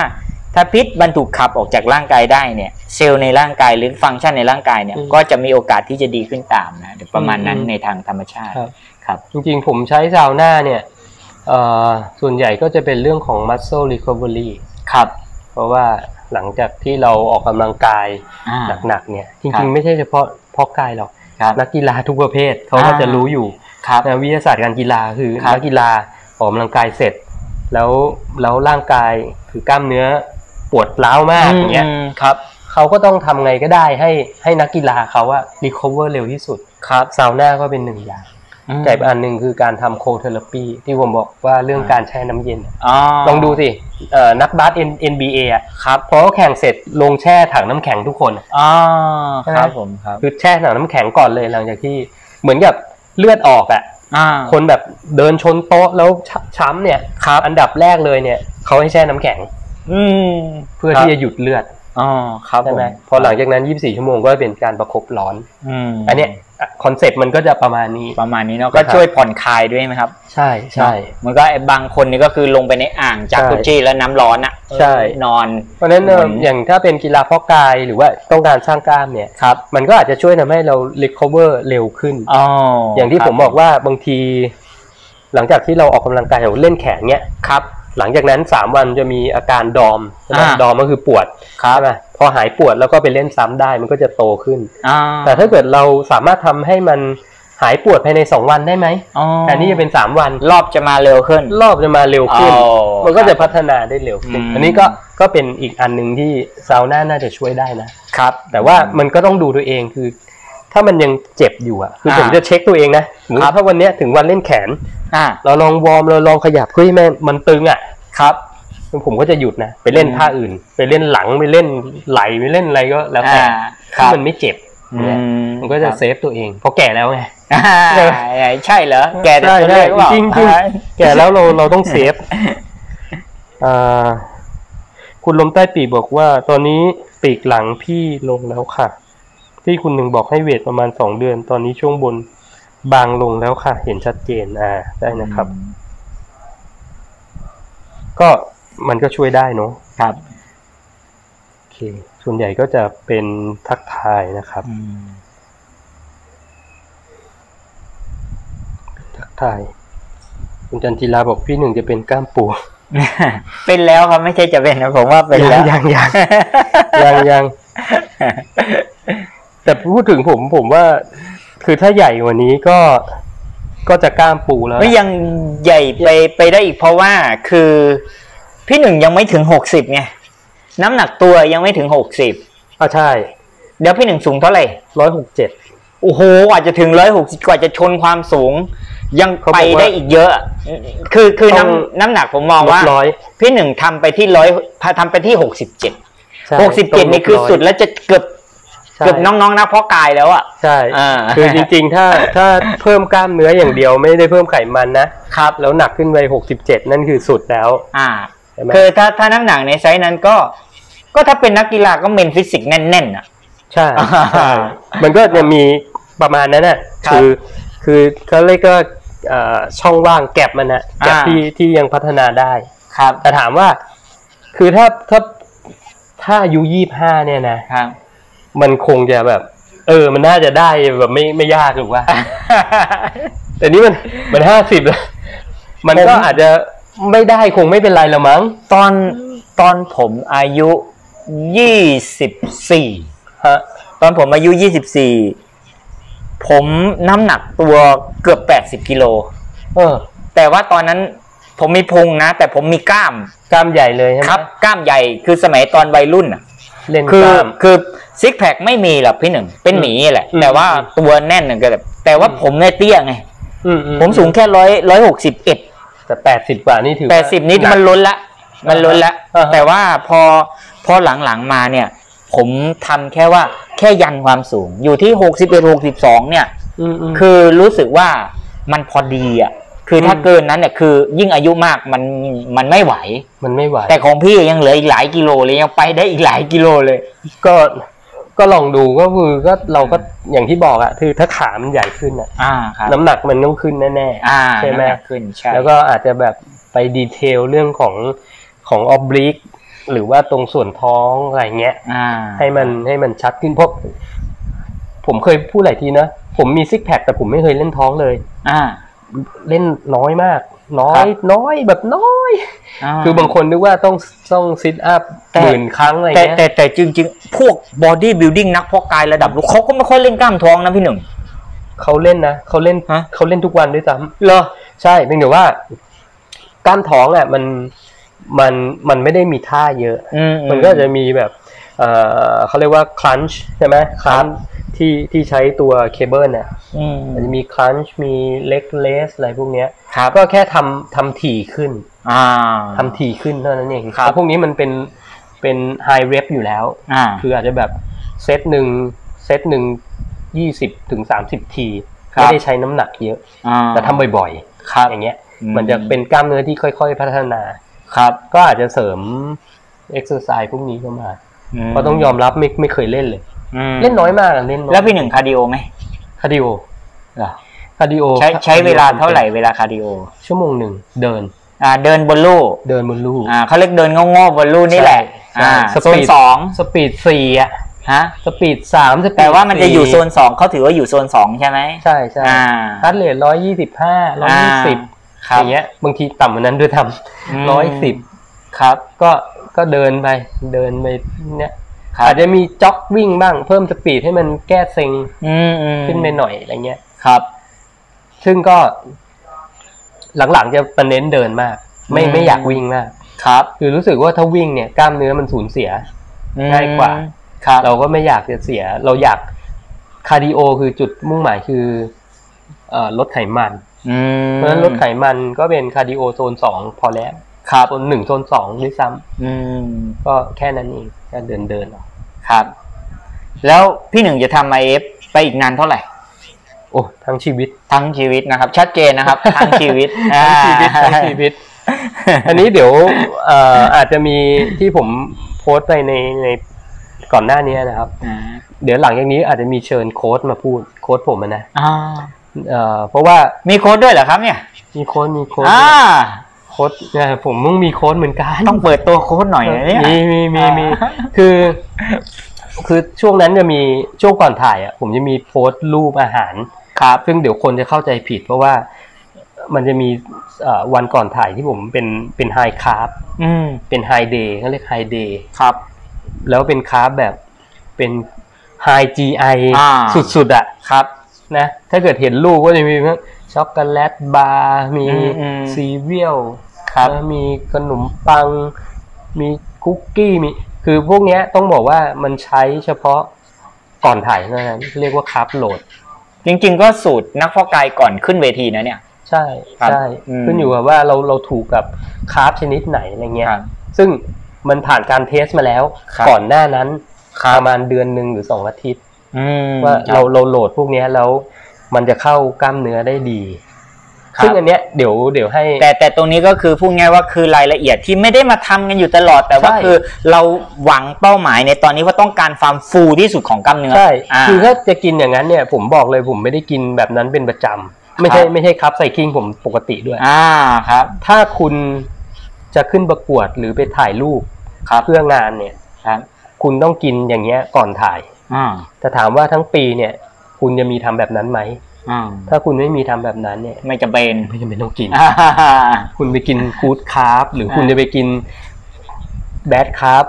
Speaker 1: ถ้าพิษมันถูกขับออกจากร่างกายได้เนี่ย เซลล์ในร่างกายหรือฟังก์ชันในร่างกายเนี่ย
Speaker 2: อืม
Speaker 1: ก็จะมีโอกาสที่จะดีขึ้นตามนะเดี๋ยวประมาณนั้น
Speaker 2: อืม
Speaker 1: ในทางธรรมชาติ
Speaker 2: ครับ
Speaker 1: ครับ
Speaker 2: จริงๆ ผมใช้ซาวน่าเนี่ยเอ่อส่วนใหญ่ก็จะเป็นเรื่องของ muscle recovery
Speaker 1: ครับ
Speaker 2: เพราะว่าหลังจากที่เราออกกำลังกาย
Speaker 1: อ่า
Speaker 2: หนักๆเนี่ย จ
Speaker 1: ครั
Speaker 2: ริง
Speaker 1: บ
Speaker 2: ๆ ไม่ใช่เฉพาะเพาะกายหรอก
Speaker 1: ครับ
Speaker 2: นักกีฬาทุกประเภทเขาก็
Speaker 1: อ่า
Speaker 2: จะรู้อยู่
Speaker 1: ครับ
Speaker 2: นะวิทยาศาสตร์การกีฬาคือ
Speaker 1: ครับ
Speaker 2: นักกีฬาออกกำลังกายเสร็จ แล้วแล้วร่างกายคือกล้ามเนื้อปวดร้าวมากอย่างเงี้ย
Speaker 1: อืมครับ
Speaker 2: เขาก็ต้องทำไงก็ได้ให้ให้นักกีฬาเขาอะรีคอเวอร์เร็วที่สุดครับซาวน่าก็เป็นหนึ่งอย่างแต่อีกอันหนึ่งคือการทำโคเทอราปีที่ผมบอกว่าเรื่องการแช่น้ำเย็นอะลองดูสิเอ่อนักบาส N- NBA อะครับพอเขาแข่งเสร็จลงแช่ถังน้ำแข็งทุกคนอะ
Speaker 1: อ่าครับ
Speaker 2: ใช่ไหม
Speaker 1: ผมครับ
Speaker 2: คือแช่ถังน้ำแข็งก่อนเลยหลังจากที่เหมือนกับเลือดออกอะ
Speaker 1: อ่า
Speaker 2: คนแบบเดินชนโต๊ะแล้วชช้ำเนี่ยครับอันดับแรกเลยเนี่ยเขาให้แช่น้ำแข็ง
Speaker 1: อืม
Speaker 2: เพื่อที่จะหยุดเลือด
Speaker 1: อ๋อครับ
Speaker 2: ใช่
Speaker 1: ผม
Speaker 2: ไหมพอหลังจากนั้น 24 ชั่วโมงก็เป็นการประคบร้อน
Speaker 1: อืม
Speaker 2: อันเนี้ยคอนเซ็ปต์มันก็จะประมาณนี้
Speaker 1: ประมาณนี้เนาะ
Speaker 2: ครั
Speaker 1: ก็
Speaker 2: บ
Speaker 1: ช่วยผ่อนคลายด้วยไหมครับ
Speaker 2: ใช่ใช่
Speaker 1: เนอะมันก็ไอ้บางคนนี่ก็คือลงไปในอ่างจากกุจิแล้วน้ำร้อนอ่ะ
Speaker 2: ใช่
Speaker 1: นอน
Speaker 2: เพราะฉะนั้นเอ่อ
Speaker 1: เหมือน
Speaker 2: อย่างถ้าเป็นกีฬาเพาะกายหรือว่าต้องการสร้างกล้ามเนี่ย
Speaker 1: ครับ
Speaker 2: มันก็อาจจะช่วยทำให้เรา recover เร็วขึ้น
Speaker 1: อ๋อ
Speaker 2: อ
Speaker 1: อย่าง
Speaker 2: ที่ผมบอกว่าบางที หลังจากที่เราออกกำลังกายเราเล่นแขนเนี่ยครับ หลังจากนั้นสามวันจะมีอาการดอมใช่ไหมดอมก็คือปวด
Speaker 1: ครับ
Speaker 2: ใช่ไหมพอหายปวดแล้วก็ไปเล่นซ้ำได้มันก็จะโตขึ้น
Speaker 1: อ่า
Speaker 2: แต่ถ้าเกิดเราสามารถทำให้มันหายปวดภายใน 2 วันได้ไหม
Speaker 1: อ๋อ
Speaker 2: อันนี้จะเป็น 3 วัน
Speaker 1: รอบจะมาเร็วขึ้น
Speaker 2: รอบจะมาเร็วขึ้น
Speaker 1: อ๋อ
Speaker 2: มันก็จะพัฒนาได้เร็วขึ้น
Speaker 1: อืม
Speaker 2: อันนี้ก็ก็เป็นอีกอันหนึ่งที่ซาวน่าน่าจะช่วยได้นะ
Speaker 1: ครับ
Speaker 2: แต่ว่ามันก็ต้องดูตัวเองคือ ถ้ามันยังเจ็บอยู่อ่ะคือผม
Speaker 1: อ่า
Speaker 2: จะเช็คตัวเองนะสมมุติ
Speaker 1: ครับ
Speaker 2: ถ้าวันเนี้ยถึงวันเล่นแขน
Speaker 1: อ่า
Speaker 2: เราลองวอร์มเราลองขยับเฮ้ยแม่งมันตึงอ่ะครับผมก็จะหยุดนะไปเล่น
Speaker 1: อืม
Speaker 2: ท่าอื่น ไปเล่นหลังไปเล่นไหลไปเล่นอะไรก็แล้วแต่
Speaker 1: อ่าค
Speaker 2: ที่
Speaker 1: รับ
Speaker 2: มันไม่เจ็บเนี่ยมันก็จะเซฟตัวเองเพราะแก่แล้วไง
Speaker 1: อ่าใช่เหรอแกแต่ตัวเลขหรือเปล่า
Speaker 2: จริงๆ
Speaker 1: อ่า
Speaker 2: แก่แล้ว เราเราต้องเซฟเอ่อคุณลมใต้ปีกบอกว่า ตอนนี้ปีกหลังพี่ลงแล้วค่ะ ที่คุณหนึ่งบอกให้เวทประมาณสองเดือน ตอนนี้ช่วงบนบางลงแล้วค่ะ เห็นชัดเจนอ่าได้นะครับ ก็มันก็ช่วยได้เนาะ
Speaker 1: ครับ
Speaker 2: โอเค ส่วนใหญ่ก็จะเป็นทักทายนะครับ ทักทายคุณจันจิลาบอกพี่หนึ่งจะเป็นกล้ามปู
Speaker 1: เป็นแล้วครับไม่ใช่จะเป็นนะผมว่าเป็นแล้ว
Speaker 2: ยังยัง ยังยัง แต่พูดถึงผมผมว่า คือถ้าใหญ่กว่านี้ก็ก็จะกล้ามปูแล้ว
Speaker 1: ไม่ยังใหญ่ไปไปได้อีกเพราะว่าคือพี่หนึ่งยังไม่ถึงหกสิบไงน้ำหนักตัวยังไม่ถึงหกสิบ
Speaker 2: อ่ะใช่
Speaker 1: เดี๋ยวพี่หนึ่งสูงเท่าไหร่
Speaker 2: ร้อยหกเจ็ด
Speaker 1: โอ้โหกว่าจะถึงร้อยหกสิบกว่าจะชนความสูง ยัง
Speaker 2: เขาบอก
Speaker 1: ไป
Speaker 2: ว่า
Speaker 1: ได้อีกเยอะ คือคือ
Speaker 2: ต้อง
Speaker 1: น้ำน้ำหนักผมมองว่า
Speaker 2: ร้อย
Speaker 1: พี่หนึ่งทำไปที่ร้อยทำไปที่หกสิบเจ็ด
Speaker 2: ใช่
Speaker 1: หกสิบเจ็ดนี่คือสุดแล้วจะเกือบ
Speaker 2: ใช่
Speaker 1: เกือบน้องๆนะเพราะกายแล้วอ่ะ
Speaker 2: ใช่
Speaker 1: อ่า
Speaker 2: คือจริงๆ ถ้าถ้าเพิ่มกล้ามเนื้ออย่างเดียวไม่ได้เพิ่มไขมันนะครับ แล้วหนักขึ้นไปหกสิบเจ็ดนั่นคือสุดแล้ว
Speaker 1: อ่า
Speaker 2: ใช่ไหม
Speaker 1: คือถ้าถ้าน้ำหนักในไซส์นั้นก็ ก็ถ้าเป็นนักกีฬาก็เมนฟิสิกส์แน่นๆอ่ะ
Speaker 2: ใช่ ใช่
Speaker 1: อ่า
Speaker 2: มันก็จะมีประมาณนั้นน่ะ
Speaker 1: ครับ
Speaker 2: คือคือเขาเรียกว่าเอ่อช่องว่างแก็บมันนะแก็บ
Speaker 1: อ่า
Speaker 2: ที่ที่ยังพัฒนาได้
Speaker 1: ครับ
Speaker 2: แต่ถามว่า คือถ้าถ้าถ้าอายุยี่ห้าเนี่ยนะ
Speaker 1: ครับ
Speaker 2: มันคงจะแบบ เออ มันน่าจะได้แบบไม่ไม่ยากหรือว่า แต่นี่มันมันห้าสิบแล้ว มัน
Speaker 1: ผ
Speaker 2: ก็
Speaker 1: ม
Speaker 2: อาจจะไม่ได้คงไม่เป็นไรละมั้ง
Speaker 1: ตอนตอนผมอายุยี่สิบสี่
Speaker 2: ฮะ
Speaker 1: ตอนผมอายุยี่สิบสี่ผมน้ำหนักตัวเกือบแปดสิบกิโล
Speaker 2: เออ
Speaker 1: แต่ว่าตอนนั้นผมมีพุงนะ แต่ผมมีกล้าม
Speaker 2: กล้ามใหญ่เลยใช่ไหม
Speaker 1: ครับ กล้ามใหญ่คือสมัยตอนวัยรุ่นอ่ะ
Speaker 2: เล่น
Speaker 1: คื
Speaker 2: ก
Speaker 1: อ
Speaker 2: ล้าม
Speaker 1: คือซิกแพคไม่มีหรอกพี่หนึ่ง เป็นหมีแหละ
Speaker 2: อืม
Speaker 1: แต่ว่า
Speaker 2: อืม
Speaker 1: ตัวแน่นหนึ่งก็แบบแต่ว่าผมเนี่ยเตี้ยไง
Speaker 2: อือื
Speaker 1: ผมสูงแค่ร้อยร้อยหกสิบเอ็ด
Speaker 2: แต่แปดสิบกว่านี่ถือว่า
Speaker 1: แปดสิบนิด
Speaker 2: หก
Speaker 1: มันล้นละ มันล้นละ
Speaker 2: อ่าฮะ
Speaker 1: แต่ว่าพอพอหลังๆมาเนี่ย ผมทำแค่ว่าแค่ยันความสูง อยู่ที่หกสิบเอ็ดหกสิบสองเนี่ย
Speaker 2: อืมอืม
Speaker 1: คือรู้สึกว่ามันพอดีอ่ะ คือถ้า
Speaker 2: อืม
Speaker 1: เกินนั้นเนี่ยคือยิ่งอายุมากมันมันไม่ไหว
Speaker 2: มันไม่ไหว
Speaker 1: แต่ของพี่ยังเหลืออีกหลายกิโลเลยยังไปได้อีกหลายกิโลเลย
Speaker 2: ก็ก็ลองดูก็คือก็เราก็อย่างที่บอกอะคือถ้าขามันใหญ่ขึ้นอะ
Speaker 1: อ่าครับ
Speaker 2: น้ำหนักมันต้องขึ้นแน่ๆ
Speaker 1: อ่า
Speaker 2: ใช่ไหม
Speaker 1: น้ำนักขึ้นใช่
Speaker 2: แล้วก็อาจจะแบบไปดีเทลเรื่องของของออบลิกหรือว่าตรงส่วนท้องอะไรเงี้ย
Speaker 1: อ่า
Speaker 2: ให้มันให้มันชัดขึ้นเพราะผมเคยพูดหลายทีนะผมมีซิกแพคแต่ผมไม่เคยเล่นท้องเลย
Speaker 1: อ่า
Speaker 2: เล่นน้อยมาก น้อ
Speaker 1: ครั
Speaker 2: ย
Speaker 1: บ
Speaker 2: น้อยแบบน้อย คือบางคนนึกว่าต้องต้องซิทอัพ
Speaker 1: แต่
Speaker 2: หมื่นครั้งอะไร
Speaker 1: แต่
Speaker 2: เงี้ย
Speaker 1: แต่แต่จริง ๆ พวกบอดี้บิ l ดิ้งนักเพาะกายระดับโลูกเขาก็ไม่ค่อยเล่นกล้ามท้องนะพี่หนึ่ง
Speaker 2: เขาเล่นนะเขาเล่น
Speaker 1: ฮะ
Speaker 2: เขาเล่นทุกวันด้วยซ้ำ
Speaker 1: เหรอ
Speaker 2: ใช่เพียงแต่ว่ากล้ามท้องอ่ะมันมันมันไม่ได้มีท่าเยอะ
Speaker 1: อืม
Speaker 2: มันก็จะมีแบบ เอ่อเขาเรียกว่าคลันช์ใช่ไหมคลันช์ที่ที่ใช้ตัวเคเบิลเนี่ย
Speaker 1: อืม
Speaker 2: มันจะมีคลันช์มีเล็กเลสอะไรพวกเนี้ย
Speaker 1: ครับ
Speaker 2: ก็แค่ทำทำถี่ขึ้น
Speaker 1: อ่า
Speaker 2: ทำถี่ขึ้นเท่านั้นเอง
Speaker 1: ครับ
Speaker 2: แต่พวกนี้มันเป็นเป็นไฮเร p อยู่แล้ว
Speaker 1: อ่า
Speaker 2: คืออาจจะแบบเซตหนึ่งเซตหนึ่งยี่สิบถึงสามสิบที
Speaker 1: ครับ
Speaker 2: ไม่ได้ใช้น้ำหนักเยอะ
Speaker 1: อ่า
Speaker 2: แต่ทำบ่อย
Speaker 1: ครับ
Speaker 2: ๆ อย่างเงี้ย
Speaker 1: อืม
Speaker 2: มันจะเป็นกล้ามเนื้อที่ค่อยๆ พัฒนา
Speaker 1: ครับ
Speaker 2: ก็อาจจะเสริมเอ็กซ์ s ซอร์ไซส์พวกนี้เข้ามา เพราะต้องยอมรับไม่ไม่เคยเล่นเลย
Speaker 1: ม
Speaker 2: เล่นน้อยมากอะเล่นน้อย
Speaker 1: แล้วพี่หนึ่งคาร์ดิโอไหม
Speaker 2: คาร์ดิโอ
Speaker 1: เหรอ
Speaker 2: คาร์ดิโอ
Speaker 1: ใช้ใช้เวลาเท่าไหร่เวลาคาร์ดิโอ
Speaker 2: ชั่วโมงหนึ่งเดิน
Speaker 1: อ่าเดินบนลู่
Speaker 2: เดินบนลู่
Speaker 1: อ่าเขาเรียกเดินโง่ๆบนลู่นี่แหละ
Speaker 2: ใช่
Speaker 1: อ่า
Speaker 2: ใช่
Speaker 1: โซน
Speaker 2: speed
Speaker 1: สอง
Speaker 2: สปีดสี่อะ
Speaker 1: ฮะ
Speaker 2: สปีดสามสปีด
Speaker 1: แต่ว่ามันจะอยู่โซ
Speaker 2: สี่
Speaker 1: นสองเขาถือว่าอยู่โซนสองใช่ไหม
Speaker 2: ใช่ใช่
Speaker 1: อ่า
Speaker 2: คัดเลทร้อยยี่สิบห้าร้อยยี่สิบ
Speaker 1: ค
Speaker 2: อ
Speaker 1: รับ
Speaker 2: ย่างเงี้ยบางทีต่ำกว่านั้นด้วยท
Speaker 1: อืม
Speaker 2: ำร้อยสิบครับ ก็ก็เดินไปเดินไปเนี่ย
Speaker 1: ครับ
Speaker 2: อาจจะมีจ็อกวิ่งบ้างเพิ่มสปีดให้มันแก้เซ็ง
Speaker 1: อืมอืม
Speaker 2: ขึ้นไปหน่อยอะไรเงี้ย
Speaker 1: ครับ
Speaker 2: ซึ่งก็ หลังๆจะประเน้นเดินมาก ไม่
Speaker 1: อืม
Speaker 2: ไม่อยากวิ่งมาก
Speaker 1: ครับ
Speaker 2: คือรู้สึกว่าถ้าวิ่งเนี่ยกล้ามเนื้อมันสูญเสีย
Speaker 1: อืม
Speaker 2: ง่ายกว่า
Speaker 1: ครับ
Speaker 2: เราก็ไม่อยากจะเสีย เราอยากคาร์ดิโอคือจุดมุ่งหมายคือเอ่อลดไขมัน
Speaker 1: อืม
Speaker 2: เพราะฉะนั้นลดไขมันก็เป็นคาร์ดิโอโซนสองพอแล้ว
Speaker 1: ครับ
Speaker 2: โซนหนึ่งโซนสองด้วยซ้ำ
Speaker 1: อืม
Speaker 2: ก็แค่นั้นเองการเดินเดินเอา
Speaker 1: ครับ แล้วพี่หนึ่งจะทำไอเอฟไปอีกนานเท่าไหร่
Speaker 2: โอ้ทั้งชีวิต
Speaker 1: ทั้งชีวิตนะครับ ชัดเจน นะครับ ทั้งชีวิต
Speaker 2: ทั้งชีวิต
Speaker 1: อ่า
Speaker 2: ทั้งชีวิต อันนี้เดี๋ยวเอ่ออาจจะมีที่ผมโพสต์ไปในในก่อนหน้านี้นะครับ
Speaker 1: อ่า
Speaker 2: เดี๋ยวหลังจากนี้อาจจะมีเชิญโค้ดมาพูดโค้ดผมอะนะ
Speaker 1: อ่า
Speaker 2: เอ่อเพราะว่า
Speaker 1: มีโค้ดด้วยเหรอครับเนี่ย
Speaker 2: มีโค้ดมีโค้ด
Speaker 1: อ่า
Speaker 2: โค้ดเนี่ยผมมึงมีโค้ดเหมือนกัน
Speaker 1: ต้องเปิดตัวโค้ดหน่อยนะเนี่ย
Speaker 2: มีมีมีมี
Speaker 1: อ่า
Speaker 2: คือ คือช่วงนั้นจะมีช่วงก่อนถ่ายอ่ะผมจะมีโพสต์รูปอาหาร
Speaker 1: ครับ
Speaker 2: ซึ่งเดี๋ยวคนจะเข้าใจผิดเพราะว่ามันจะมีเอ่อวันก่อนถ่ายที่ผมเป็นเป็นไฮคาร์บ
Speaker 1: อืม
Speaker 2: เป็นไฮเดย์เขาเรียกไฮเดย์
Speaker 1: ครับ
Speaker 2: แล้วเป็นคาร์บแบบเป็นไฮ GI
Speaker 1: อ่า
Speaker 2: สุดๆอ่ะ
Speaker 1: ครับ
Speaker 2: นะถ้าเกิดเห็นรูปก็จะมีทั้งช็อกโกแลตบาร์ มี
Speaker 1: อืมอืม
Speaker 2: ซีเรียล
Speaker 1: ครับ
Speaker 2: แล้วมีขนมปัง มีคุกกี้มีคือพวกเนี้ยต้องบอกว่ามันใช้เฉพาะก่อนถ่ายเท่านั้นเรียกว่าคาร์บโหลด
Speaker 1: จริง ๆ ก็สูตรนักเพาะกายก่อนขึ้นเวทีนะเนี่ย
Speaker 2: ใช่
Speaker 1: ครับ
Speaker 2: ใช่
Speaker 1: อืม
Speaker 2: ขึ้นอยู่กับว่าเราเราถูกกับคาร์บชนิดไหนอะไรเงี้ย
Speaker 1: ครับ
Speaker 2: ซึ่งมันผ่านการเทสมาแล้ว
Speaker 1: ครับ
Speaker 2: ก่อนหน้านั้นประมาณเดือนหนึ่งหรือสองอาทิตย์
Speaker 1: ืม
Speaker 2: ว่า
Speaker 1: คบ
Speaker 2: เราเราโหลดพวกเนี้ยแล้วมันจะเข้ากล้ามเนื้อได้ดี
Speaker 1: ครับ
Speaker 2: ซึ่งอันเนี้ยเดี๋ยวเดี๋ยวให้
Speaker 1: แต่แต่ตรงนี้ก็คือพูดง่ายว่าคือรายละเอียดที่ไม่ได้มาทำกันอยู่ตลอดแต่ว่า
Speaker 2: ใช่
Speaker 1: คือเราหวังเป้าหมายในตอนนี้ว่าต้องการความฟูที่สุดของกล้ามเนื้อ
Speaker 2: ใช่
Speaker 1: อ่า
Speaker 2: คือถ้าจะกินอย่างนั้นเนี่ยผมบอกเลยผมไม่ได้กินแบบนั้นเป็นประจำไม่ใช่
Speaker 1: ครับ
Speaker 2: ไม่ใช่ครับใส่กิ้งผมปกติด้วย
Speaker 1: อ่าครับ
Speaker 2: ถ้าคุณจะขึ้นประกวดหรือไปถ่ายรูป
Speaker 1: ครับ
Speaker 2: เพื่องานเนี่ย
Speaker 1: ครับ
Speaker 2: คุณต้องกินอย่างเงี้ยก่อนถ่าย
Speaker 1: อ่า
Speaker 2: แต่ถามว่าทั้งปีเนี่ย คุณจะมีทำแบบนั้นไหม
Speaker 1: อ่า
Speaker 2: ถ้าคุณไม่มีทำแบบนั้นเนี่ย
Speaker 1: ไม่จะเป็น
Speaker 2: ไม่จำเป็นต้องกิน
Speaker 1: อ่า
Speaker 2: คุณไปกินฟู้ดคาร์บหรือคุณ
Speaker 1: อ่า
Speaker 2: จะไปกินแบดคาร์บ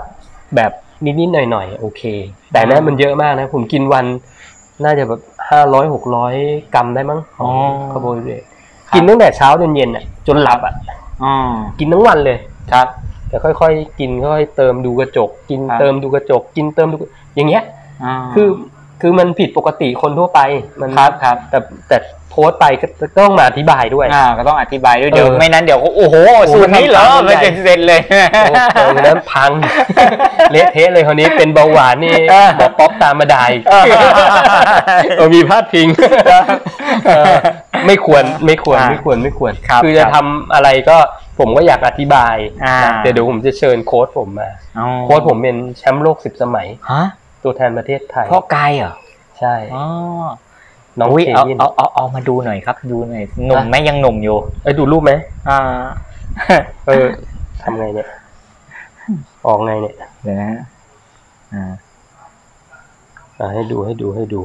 Speaker 2: แบบนิดๆหน่อยๆ โอเค แต่นั้นมันเยอะมากนะ ผมกินวันน่าจะแบบห้าร้อยหกร้อยกรัมได้มั้งของคาร์โบไฮเดรตกินตั้งแต่เช้าจนเย็นอ่ะ จนหลับอ่ะ
Speaker 1: อ่า
Speaker 2: กินทั้งวันเลย
Speaker 1: ครับ
Speaker 2: แต่ค่อยๆ กินค่อยๆเติมดูกระจก กิน
Speaker 1: ครับ
Speaker 2: เติมดูกระจก กินเติมดูกระจกอย่างเงี้ย
Speaker 1: อ่า
Speaker 2: คือคือมันผิดปกติคนทั่วไปมัน
Speaker 1: ครับครับ
Speaker 2: แต่แต่โพสต์ไปก็ก็ต้องมาอธิบายด้วย
Speaker 1: อ่าก็ต้องอธิบายด้วยเดี๋ยว
Speaker 2: เออ
Speaker 1: ไม่นั้นเดี๋ยวเขาโอ้โหสูตรนี้เหรอ
Speaker 2: โอ้โห
Speaker 1: ไม่เป็นเซนเลย
Speaker 2: โอ้โหนั้น พัง เละเทะเลยคนนี้เป็นเบาหวานนี่
Speaker 1: เออ
Speaker 2: หมอป๊อปตามมาดาย
Speaker 1: เออ
Speaker 2: เออมีพาดพิงเออไม่ควรไม่ควร
Speaker 1: อ่า
Speaker 2: ไม่ควรไม่ควร
Speaker 1: ครับ
Speaker 2: คือจะทำอะไรก็ผมก็อยากอธิบาย
Speaker 1: อ่า
Speaker 2: แต่เดี๋ยวผมจะเชิญโค้ชผมมา โค้ชผมเป็นแชมป์โลกสิบสมัย
Speaker 1: ฮะ
Speaker 2: ตัวแทนประเทศไทย
Speaker 1: เพราะกายเหรอ
Speaker 2: ใช่
Speaker 1: อ๋อ
Speaker 2: น้อง
Speaker 1: อุ้ย
Speaker 2: เค
Speaker 1: เอา
Speaker 2: วิน
Speaker 1: เอาเอาเอามาดูหน่อยครับ ดูหน่อยหนุ่ม
Speaker 2: อ่ะ
Speaker 1: ไหมยังหนุ่มอยู่
Speaker 2: เอ้ยดูรูปไหม
Speaker 1: อ่า
Speaker 2: เอ อทำไงเนี่ยออกไงเนี่ย
Speaker 1: เดี๋ยวนะอ่า
Speaker 2: อ่ะให้ดูให้ดูให้ดู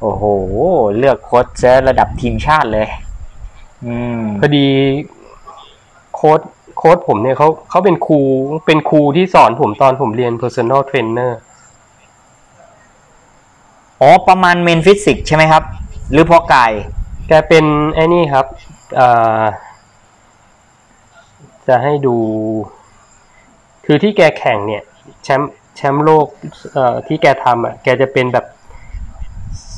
Speaker 1: โอ้โห เลือกโค้ชเจอระดับทีมชาติเลย อืม
Speaker 2: พอดีโค้ดโค้ดผมเนี่ยเขาเขาเป็นครูเป็นครูที่สอนผมตอนผมเรียน personal trainer
Speaker 1: อ๋อประมาณเมนฟิสิกใช่ไหมครับ หรือเพราะกาย
Speaker 2: แกเป็นไอ้นี่ครับเอ่อจะให้ดู คือที่แกแข่งเนี่ย แชมป์แชมป์โลกเอ่อที่แกทำอ่ะ แกจะเป็นแบบ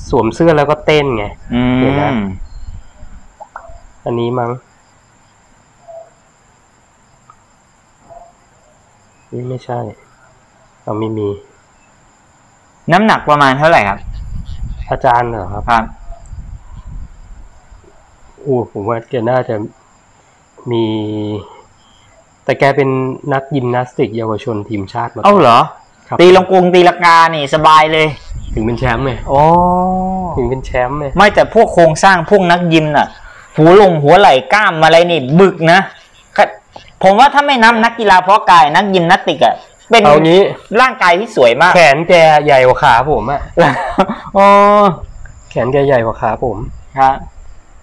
Speaker 2: สวมเสื้อแล้วก็เต้นไง
Speaker 1: อื
Speaker 2: เดี๋ยวนะ
Speaker 1: ม
Speaker 2: อันนี้มั้งนี่ไม่ใช่เอาไม่มี
Speaker 1: น้ำหนักประมาณเท่าไหร่ครับ
Speaker 2: อาจารย์เหรอครับ
Speaker 1: ครับ
Speaker 2: โอ้ผมว่าแกน่าจะมี แต่แกเป็นนักยิมนาสติกเยาวชนทีมชาติมาก่
Speaker 1: เอ้า
Speaker 2: อน
Speaker 1: เหรอ
Speaker 2: ครับ
Speaker 1: ตีลงกรงตีลากานี่สบายเลย
Speaker 2: ถึงเป็นแชมป์ไง
Speaker 1: โอ้
Speaker 2: ถึงเป็นแชมป์ไง
Speaker 1: ไม่แต่พวกโครงสร้างพวกนักยิมน่ะ หัวลงหัวไหล่กล้ามอะไรนี่ บึกนะก็ผมว่าถ้าไม่นับนักกีฬาเพราะกายนักยิมนาสติกอะเป็น
Speaker 2: เอางี้
Speaker 1: ร่างกายที่สวยมาก
Speaker 2: แขนแกใหญ่กว่าขาผมอะ
Speaker 1: อ๋อ
Speaker 2: แขนแกใหญ่กว่าขาผม
Speaker 1: ครับ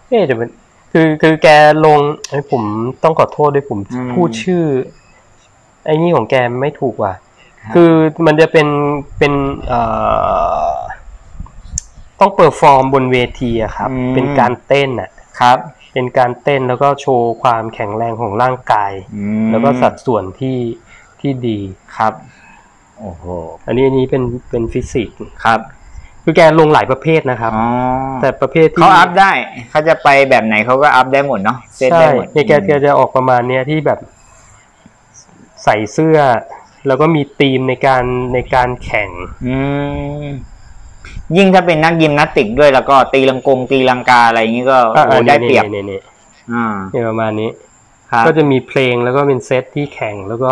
Speaker 2: เอ๊ะเดี๋ยวมันคือคือแกลงไอ้ยผมต้องขอโทษด้วยผม
Speaker 1: อืม
Speaker 2: พูดชื่อ ไอ้นี่ของแกไม่ถูกว่ะ
Speaker 1: ครับ
Speaker 2: คือมันจะเป็นเป็นเอ่อต้องเปิดฟอร์มบนเวทีอะครับ เป็นการเต้นอะ
Speaker 1: ครับ
Speaker 2: เป็นการเต้นแล้วก็โชว์ความแข็งแรงของร่างกาย แล้วก็สัดส่วนที่ที่ดี
Speaker 1: ครับ โอ้โห
Speaker 2: อันนี้อันนี้เป็นเป็นฟิสิกส์
Speaker 1: ครับ
Speaker 2: คือแกลงหลายประเภทนะครับ
Speaker 1: อ๋อ
Speaker 2: แต่ประเภทที่
Speaker 1: เขาอัพได้ เขาจะไปแบบไหนเขาก็อัพได้หมดเนาะเซต
Speaker 2: ใช่
Speaker 1: ได้หมด
Speaker 2: เนี่ยแกแกจะออกประมาณเนี้ยที่แบบใส่เสื้อ แล้วก็มีธีมในการในการแข่ง
Speaker 1: อืม ยิ่งถ้าเป็นนักยิมนาสติกด้วยแล้วก็ตีลังกงตีลังกาอะไรอย่างนี้ก็
Speaker 2: อ่ะ
Speaker 1: โอ้โห
Speaker 2: อ่ะ
Speaker 1: ได้เปรียบ
Speaker 2: นี่นี่นี่
Speaker 1: อ่า
Speaker 2: นี่ประมาณนี้
Speaker 1: ครับ
Speaker 2: ก็จะมีเพลงแล้วก็เป็นเซตที่แข่งแล้วก็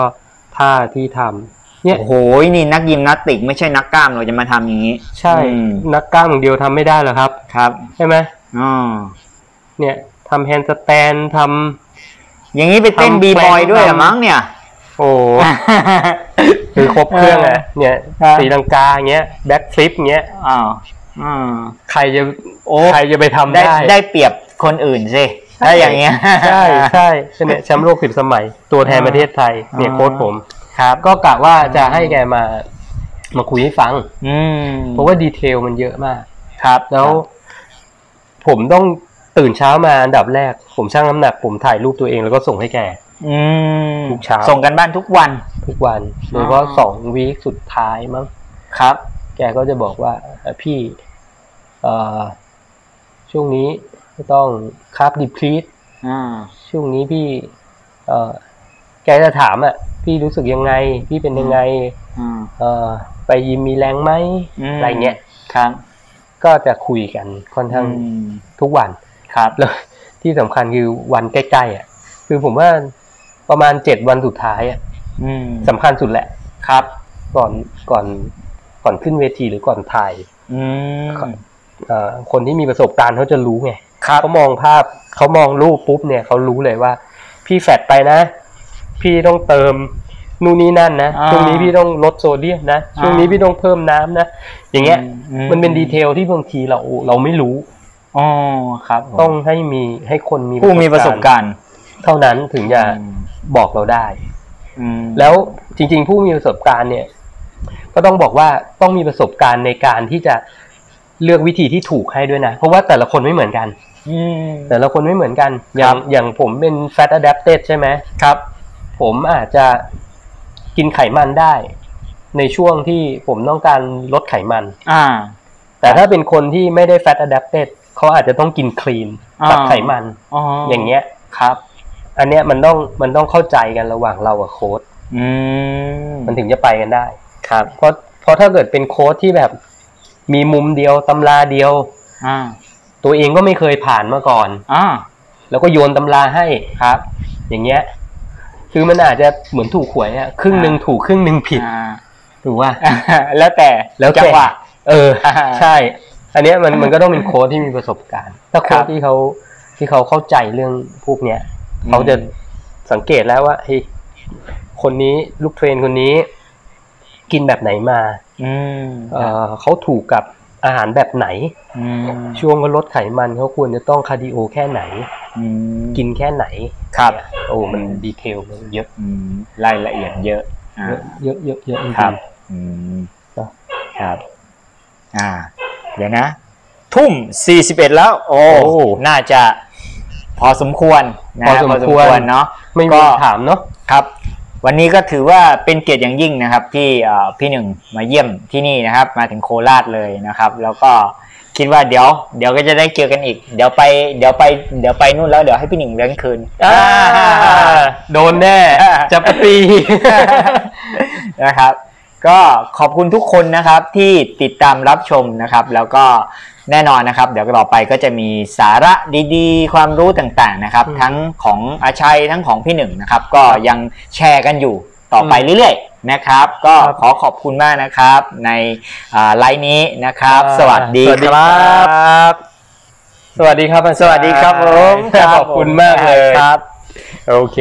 Speaker 2: ท่าที่ทำเนี่ย
Speaker 1: โอ้โห นี่นักยิมนาสติกไม่ใช่นักกล้ามเราจะมาทำอย่างนี้
Speaker 2: ใช่
Speaker 1: อืม
Speaker 2: นักกล้ามอย่างเดียวทำไม่ได้หรอกครับ
Speaker 1: ครับ
Speaker 2: ใช่ไหม
Speaker 1: อ๋อ
Speaker 2: เนี่ยทำแฮนด์สแตนทำ
Speaker 1: อย่างนี้ไปเต้น
Speaker 2: ทำ
Speaker 1: บีบอย
Speaker 2: แปลง
Speaker 1: ด้วยเหรอ
Speaker 2: ทำ
Speaker 1: มั้งเนี่ย
Speaker 2: โอ้ คือครบเครื่องอะเนี่ย
Speaker 1: ครับ
Speaker 2: สีลังกาอย่างเงี้ยแบ็คฟลิปเงี้ย
Speaker 1: อ้าวอ่า
Speaker 2: ใครจะ
Speaker 1: โอ้
Speaker 2: ใครจะไปทำ
Speaker 1: ได้
Speaker 2: ได้
Speaker 1: ได้เปรียบคนอื่นสิถ้าอย่างเงี้ย
Speaker 2: ใช่ใช่เนี่ยแชมป์โลกสิบสมัย ตัวแทนประเทศไทยเนี่ย
Speaker 1: อ่า
Speaker 2: โค้ชผม
Speaker 1: ครับ
Speaker 2: ก็กะว่าจะให้แกมา มาคุยให้ฟัง
Speaker 1: อืม
Speaker 2: เพราะว่าดีเทลมันเยอะมาก
Speaker 1: ครับ
Speaker 2: แล้ว ผมต้องตื่นเช้ามาอันดับแรก ผมชั่งน้ำหนัก ผมถ่ายรูปตัวเองแล้วก็ส่งให้แก
Speaker 1: อืม
Speaker 2: ทุกเช้า
Speaker 1: ส่งกันบ้านทุกวัน
Speaker 2: ทุกวันโดยเฉพาะสองวีคสุดท้ายมั้ง
Speaker 1: ครับ
Speaker 2: แกก็จะบอกว่าเอ่อพี่เอ่อช่วงนี้ไม่ต้องคาร์บดิพลีท
Speaker 1: อ่า
Speaker 2: ช่วงนี้พี่ เออแกจะถามอ่ะ พี่รู้สึกยังไง พี่เป็นยังไง
Speaker 1: อ่า
Speaker 2: เออไปยิมมีแรงไหม
Speaker 1: อืม
Speaker 2: อะไรเงี้ย
Speaker 1: ครับ
Speaker 2: ก็จะคุยกันค่อนข้าง
Speaker 1: อืม
Speaker 2: ทุกวัน
Speaker 1: ครับ
Speaker 2: แล้วที่สำคัญคือวันใกล้ๆอ่ะ คือผมว่าประมาณเจ็ดวันสุดท้ายอ่ะ
Speaker 1: อืม
Speaker 2: สำคัญสุดแหละ ครับ ก่อนก่อนก่อนขึ้นเวทีหรือก่อนถ่าย
Speaker 1: อืม
Speaker 2: เอ่อคนที่มีประสบการณ์เขาจะรู้ไง
Speaker 1: ครับ
Speaker 2: เขามองภาพเขามองรูปปุ๊บเนี่ยเขารู้เลยว่า พี่แฟตไปนะ พี่ต้องเติมนู่นนี่นั่นนะ
Speaker 1: อ่า
Speaker 2: ช่วงนี้พี่ต้องลดโซเดียมนะ
Speaker 1: อ่า
Speaker 2: ช่วงนี้พี่ต้องเพิ่มน้ำนะอย่างเงี้ย
Speaker 1: อื
Speaker 2: มันเป็นดีเทลที่บางทีเราเราไม่รู้
Speaker 1: อ๋อครับผม
Speaker 2: ต้องให้มีให้คนมี
Speaker 1: ผู้มีประสบการณ์
Speaker 2: เท่านั้นถึงจะ
Speaker 1: อืม
Speaker 2: บอกเราได้
Speaker 1: อืม
Speaker 2: แล้วจริง ๆ ผู้มีประสบการณ์เนี่ย ก็ต้องบอกว่าต้องมีประสบการณ์ในการที่จะเลือกวิธีที่ถูกให้ด้วยนะ เพราะว่าแต่ละคนไม่เหมือนกัน
Speaker 1: อืม
Speaker 2: แต่ละคนไม่เหมือนกัน อ
Speaker 1: ครั
Speaker 2: ย่าง
Speaker 1: บ
Speaker 2: อย่างผมเป็น fat adapted ใช่ไหมครับ ผมอาจจะกินไขมันได้ ในช่วงที่ผมต้องการลดไขมัน
Speaker 1: อ่า
Speaker 2: แต่ถ้าเป็นคนที่ไม่ได้ fat adapted เขาอาจจะต้องกิน clean ตัด
Speaker 1: อ่า
Speaker 2: ไขมัน
Speaker 1: อ๋ออ
Speaker 2: อย่างเงี้ย
Speaker 1: ครับ
Speaker 2: อันเนี้ยมันต้องมันต้องเข้าใจกันระหว่างเรากับโค้ด
Speaker 1: อืม
Speaker 2: มันถึงจะไปกันได้
Speaker 1: ครับ
Speaker 2: เพราะเพราะถ้าเกิดเป็นโค้ดที่แบบมีมุมเดียวตำราเดียว
Speaker 1: อ่า
Speaker 2: ตัวเองก็ไม่เคยผ่านมาก่อน
Speaker 1: อ่า
Speaker 2: แล้วก็โยนตำราให้ครับ อย่างเงี้ย คือมันอาจจะเหมือนถูกหวยอะครึ่งหนึ่งถูกครึ่งหนึ่งผิด
Speaker 1: อ่า
Speaker 2: ถูกว่า
Speaker 1: แล้วแต่
Speaker 2: แล้วแต่
Speaker 1: จังหวะ
Speaker 2: เออ
Speaker 1: อ่า
Speaker 2: ใช่ อันเนี้ยมันมันก็ต้องเป็นโค้ดที่มีประสบการณ์ ถ้าโค้
Speaker 1: ค
Speaker 2: ด
Speaker 1: รับ
Speaker 2: ที่เขาที่เขาเข้าใจเรื่องพวกเนี้ย
Speaker 1: อืม
Speaker 2: เขาจะสังเกตแล้วว่าเฮ้ยคนนี้ลูกเทรนคนนี้ กินแบบไหนมา
Speaker 1: อืม
Speaker 2: เออเขาถูกกับอาหารแบบไหน
Speaker 1: อืม
Speaker 2: ช่วงลดไขมันเขาควรจะต้องคาร์ดิโอแค่ไหน
Speaker 1: อืม
Speaker 2: กินแค่ไหน
Speaker 1: ครับ
Speaker 2: เนี่ยโอ้มันดีเทลมันเยอะ
Speaker 1: อืมรายละเอียดเยอะอ่า
Speaker 2: เยอะเยอะเยอะจริงๆ
Speaker 1: ครับ อืม
Speaker 2: เนอะ
Speaker 1: ครับ อ่า เดี๋ยวนะ ทุ่ม 41 แล้ว โอ้
Speaker 2: โอ้
Speaker 1: น่าจะพอสมควรนะ
Speaker 2: พอสมควร
Speaker 1: เนาะ
Speaker 2: ไม่
Speaker 1: ก็
Speaker 2: มีคำถามเนาะ
Speaker 1: ครับ วันนี้ก็ถือว่าเป็นเกียรติอย่างยิ่งนะครับ ที่เอ่อพี่หนึ่งมาเยี่ยมที่นี่นะครับ มาถึงโคราชเลยนะครับ แล้วก็คิดว่าเดี๋ยว เดี๋ยวก็จะได้เจอกันอีก เดี๋ยวไปเดี๋ยวไปเดี๋ยวไปนู่นแล้วเดี๋ยวให้พี่หนึ่งเลี้ยงคืน
Speaker 2: อ่าโดนแน่ จะป ตี
Speaker 1: นะครับ ก็ขอบคุณทุกคนนะครับที่ติดตามรับชมนะครับ แล้วก็แน่นอนนะครับ เดี๋ยวต่อไปก็จะมีสาระดีๆ ความรู้ต่างๆนะครับ
Speaker 2: อืม
Speaker 1: ทั้งของอาชัยทั้งของพี่หนึ่งนะครับ ก็ยังแชร์กันอยู่ต่อไปเรื่อยๆนะครับ ก็
Speaker 2: ครับ
Speaker 1: ขอขอบคุณมากนะครับ ในอ่าไลน์นี้นะครับ
Speaker 2: อ่า
Speaker 1: สวัสดี
Speaker 2: สวัสดี
Speaker 1: ค
Speaker 2: ครั
Speaker 1: รับ บ
Speaker 2: สวัสดีครับอาจารย์
Speaker 1: สวัสดีครับผม
Speaker 2: ขอบคุณมากเลย
Speaker 1: ครับ
Speaker 2: โอเค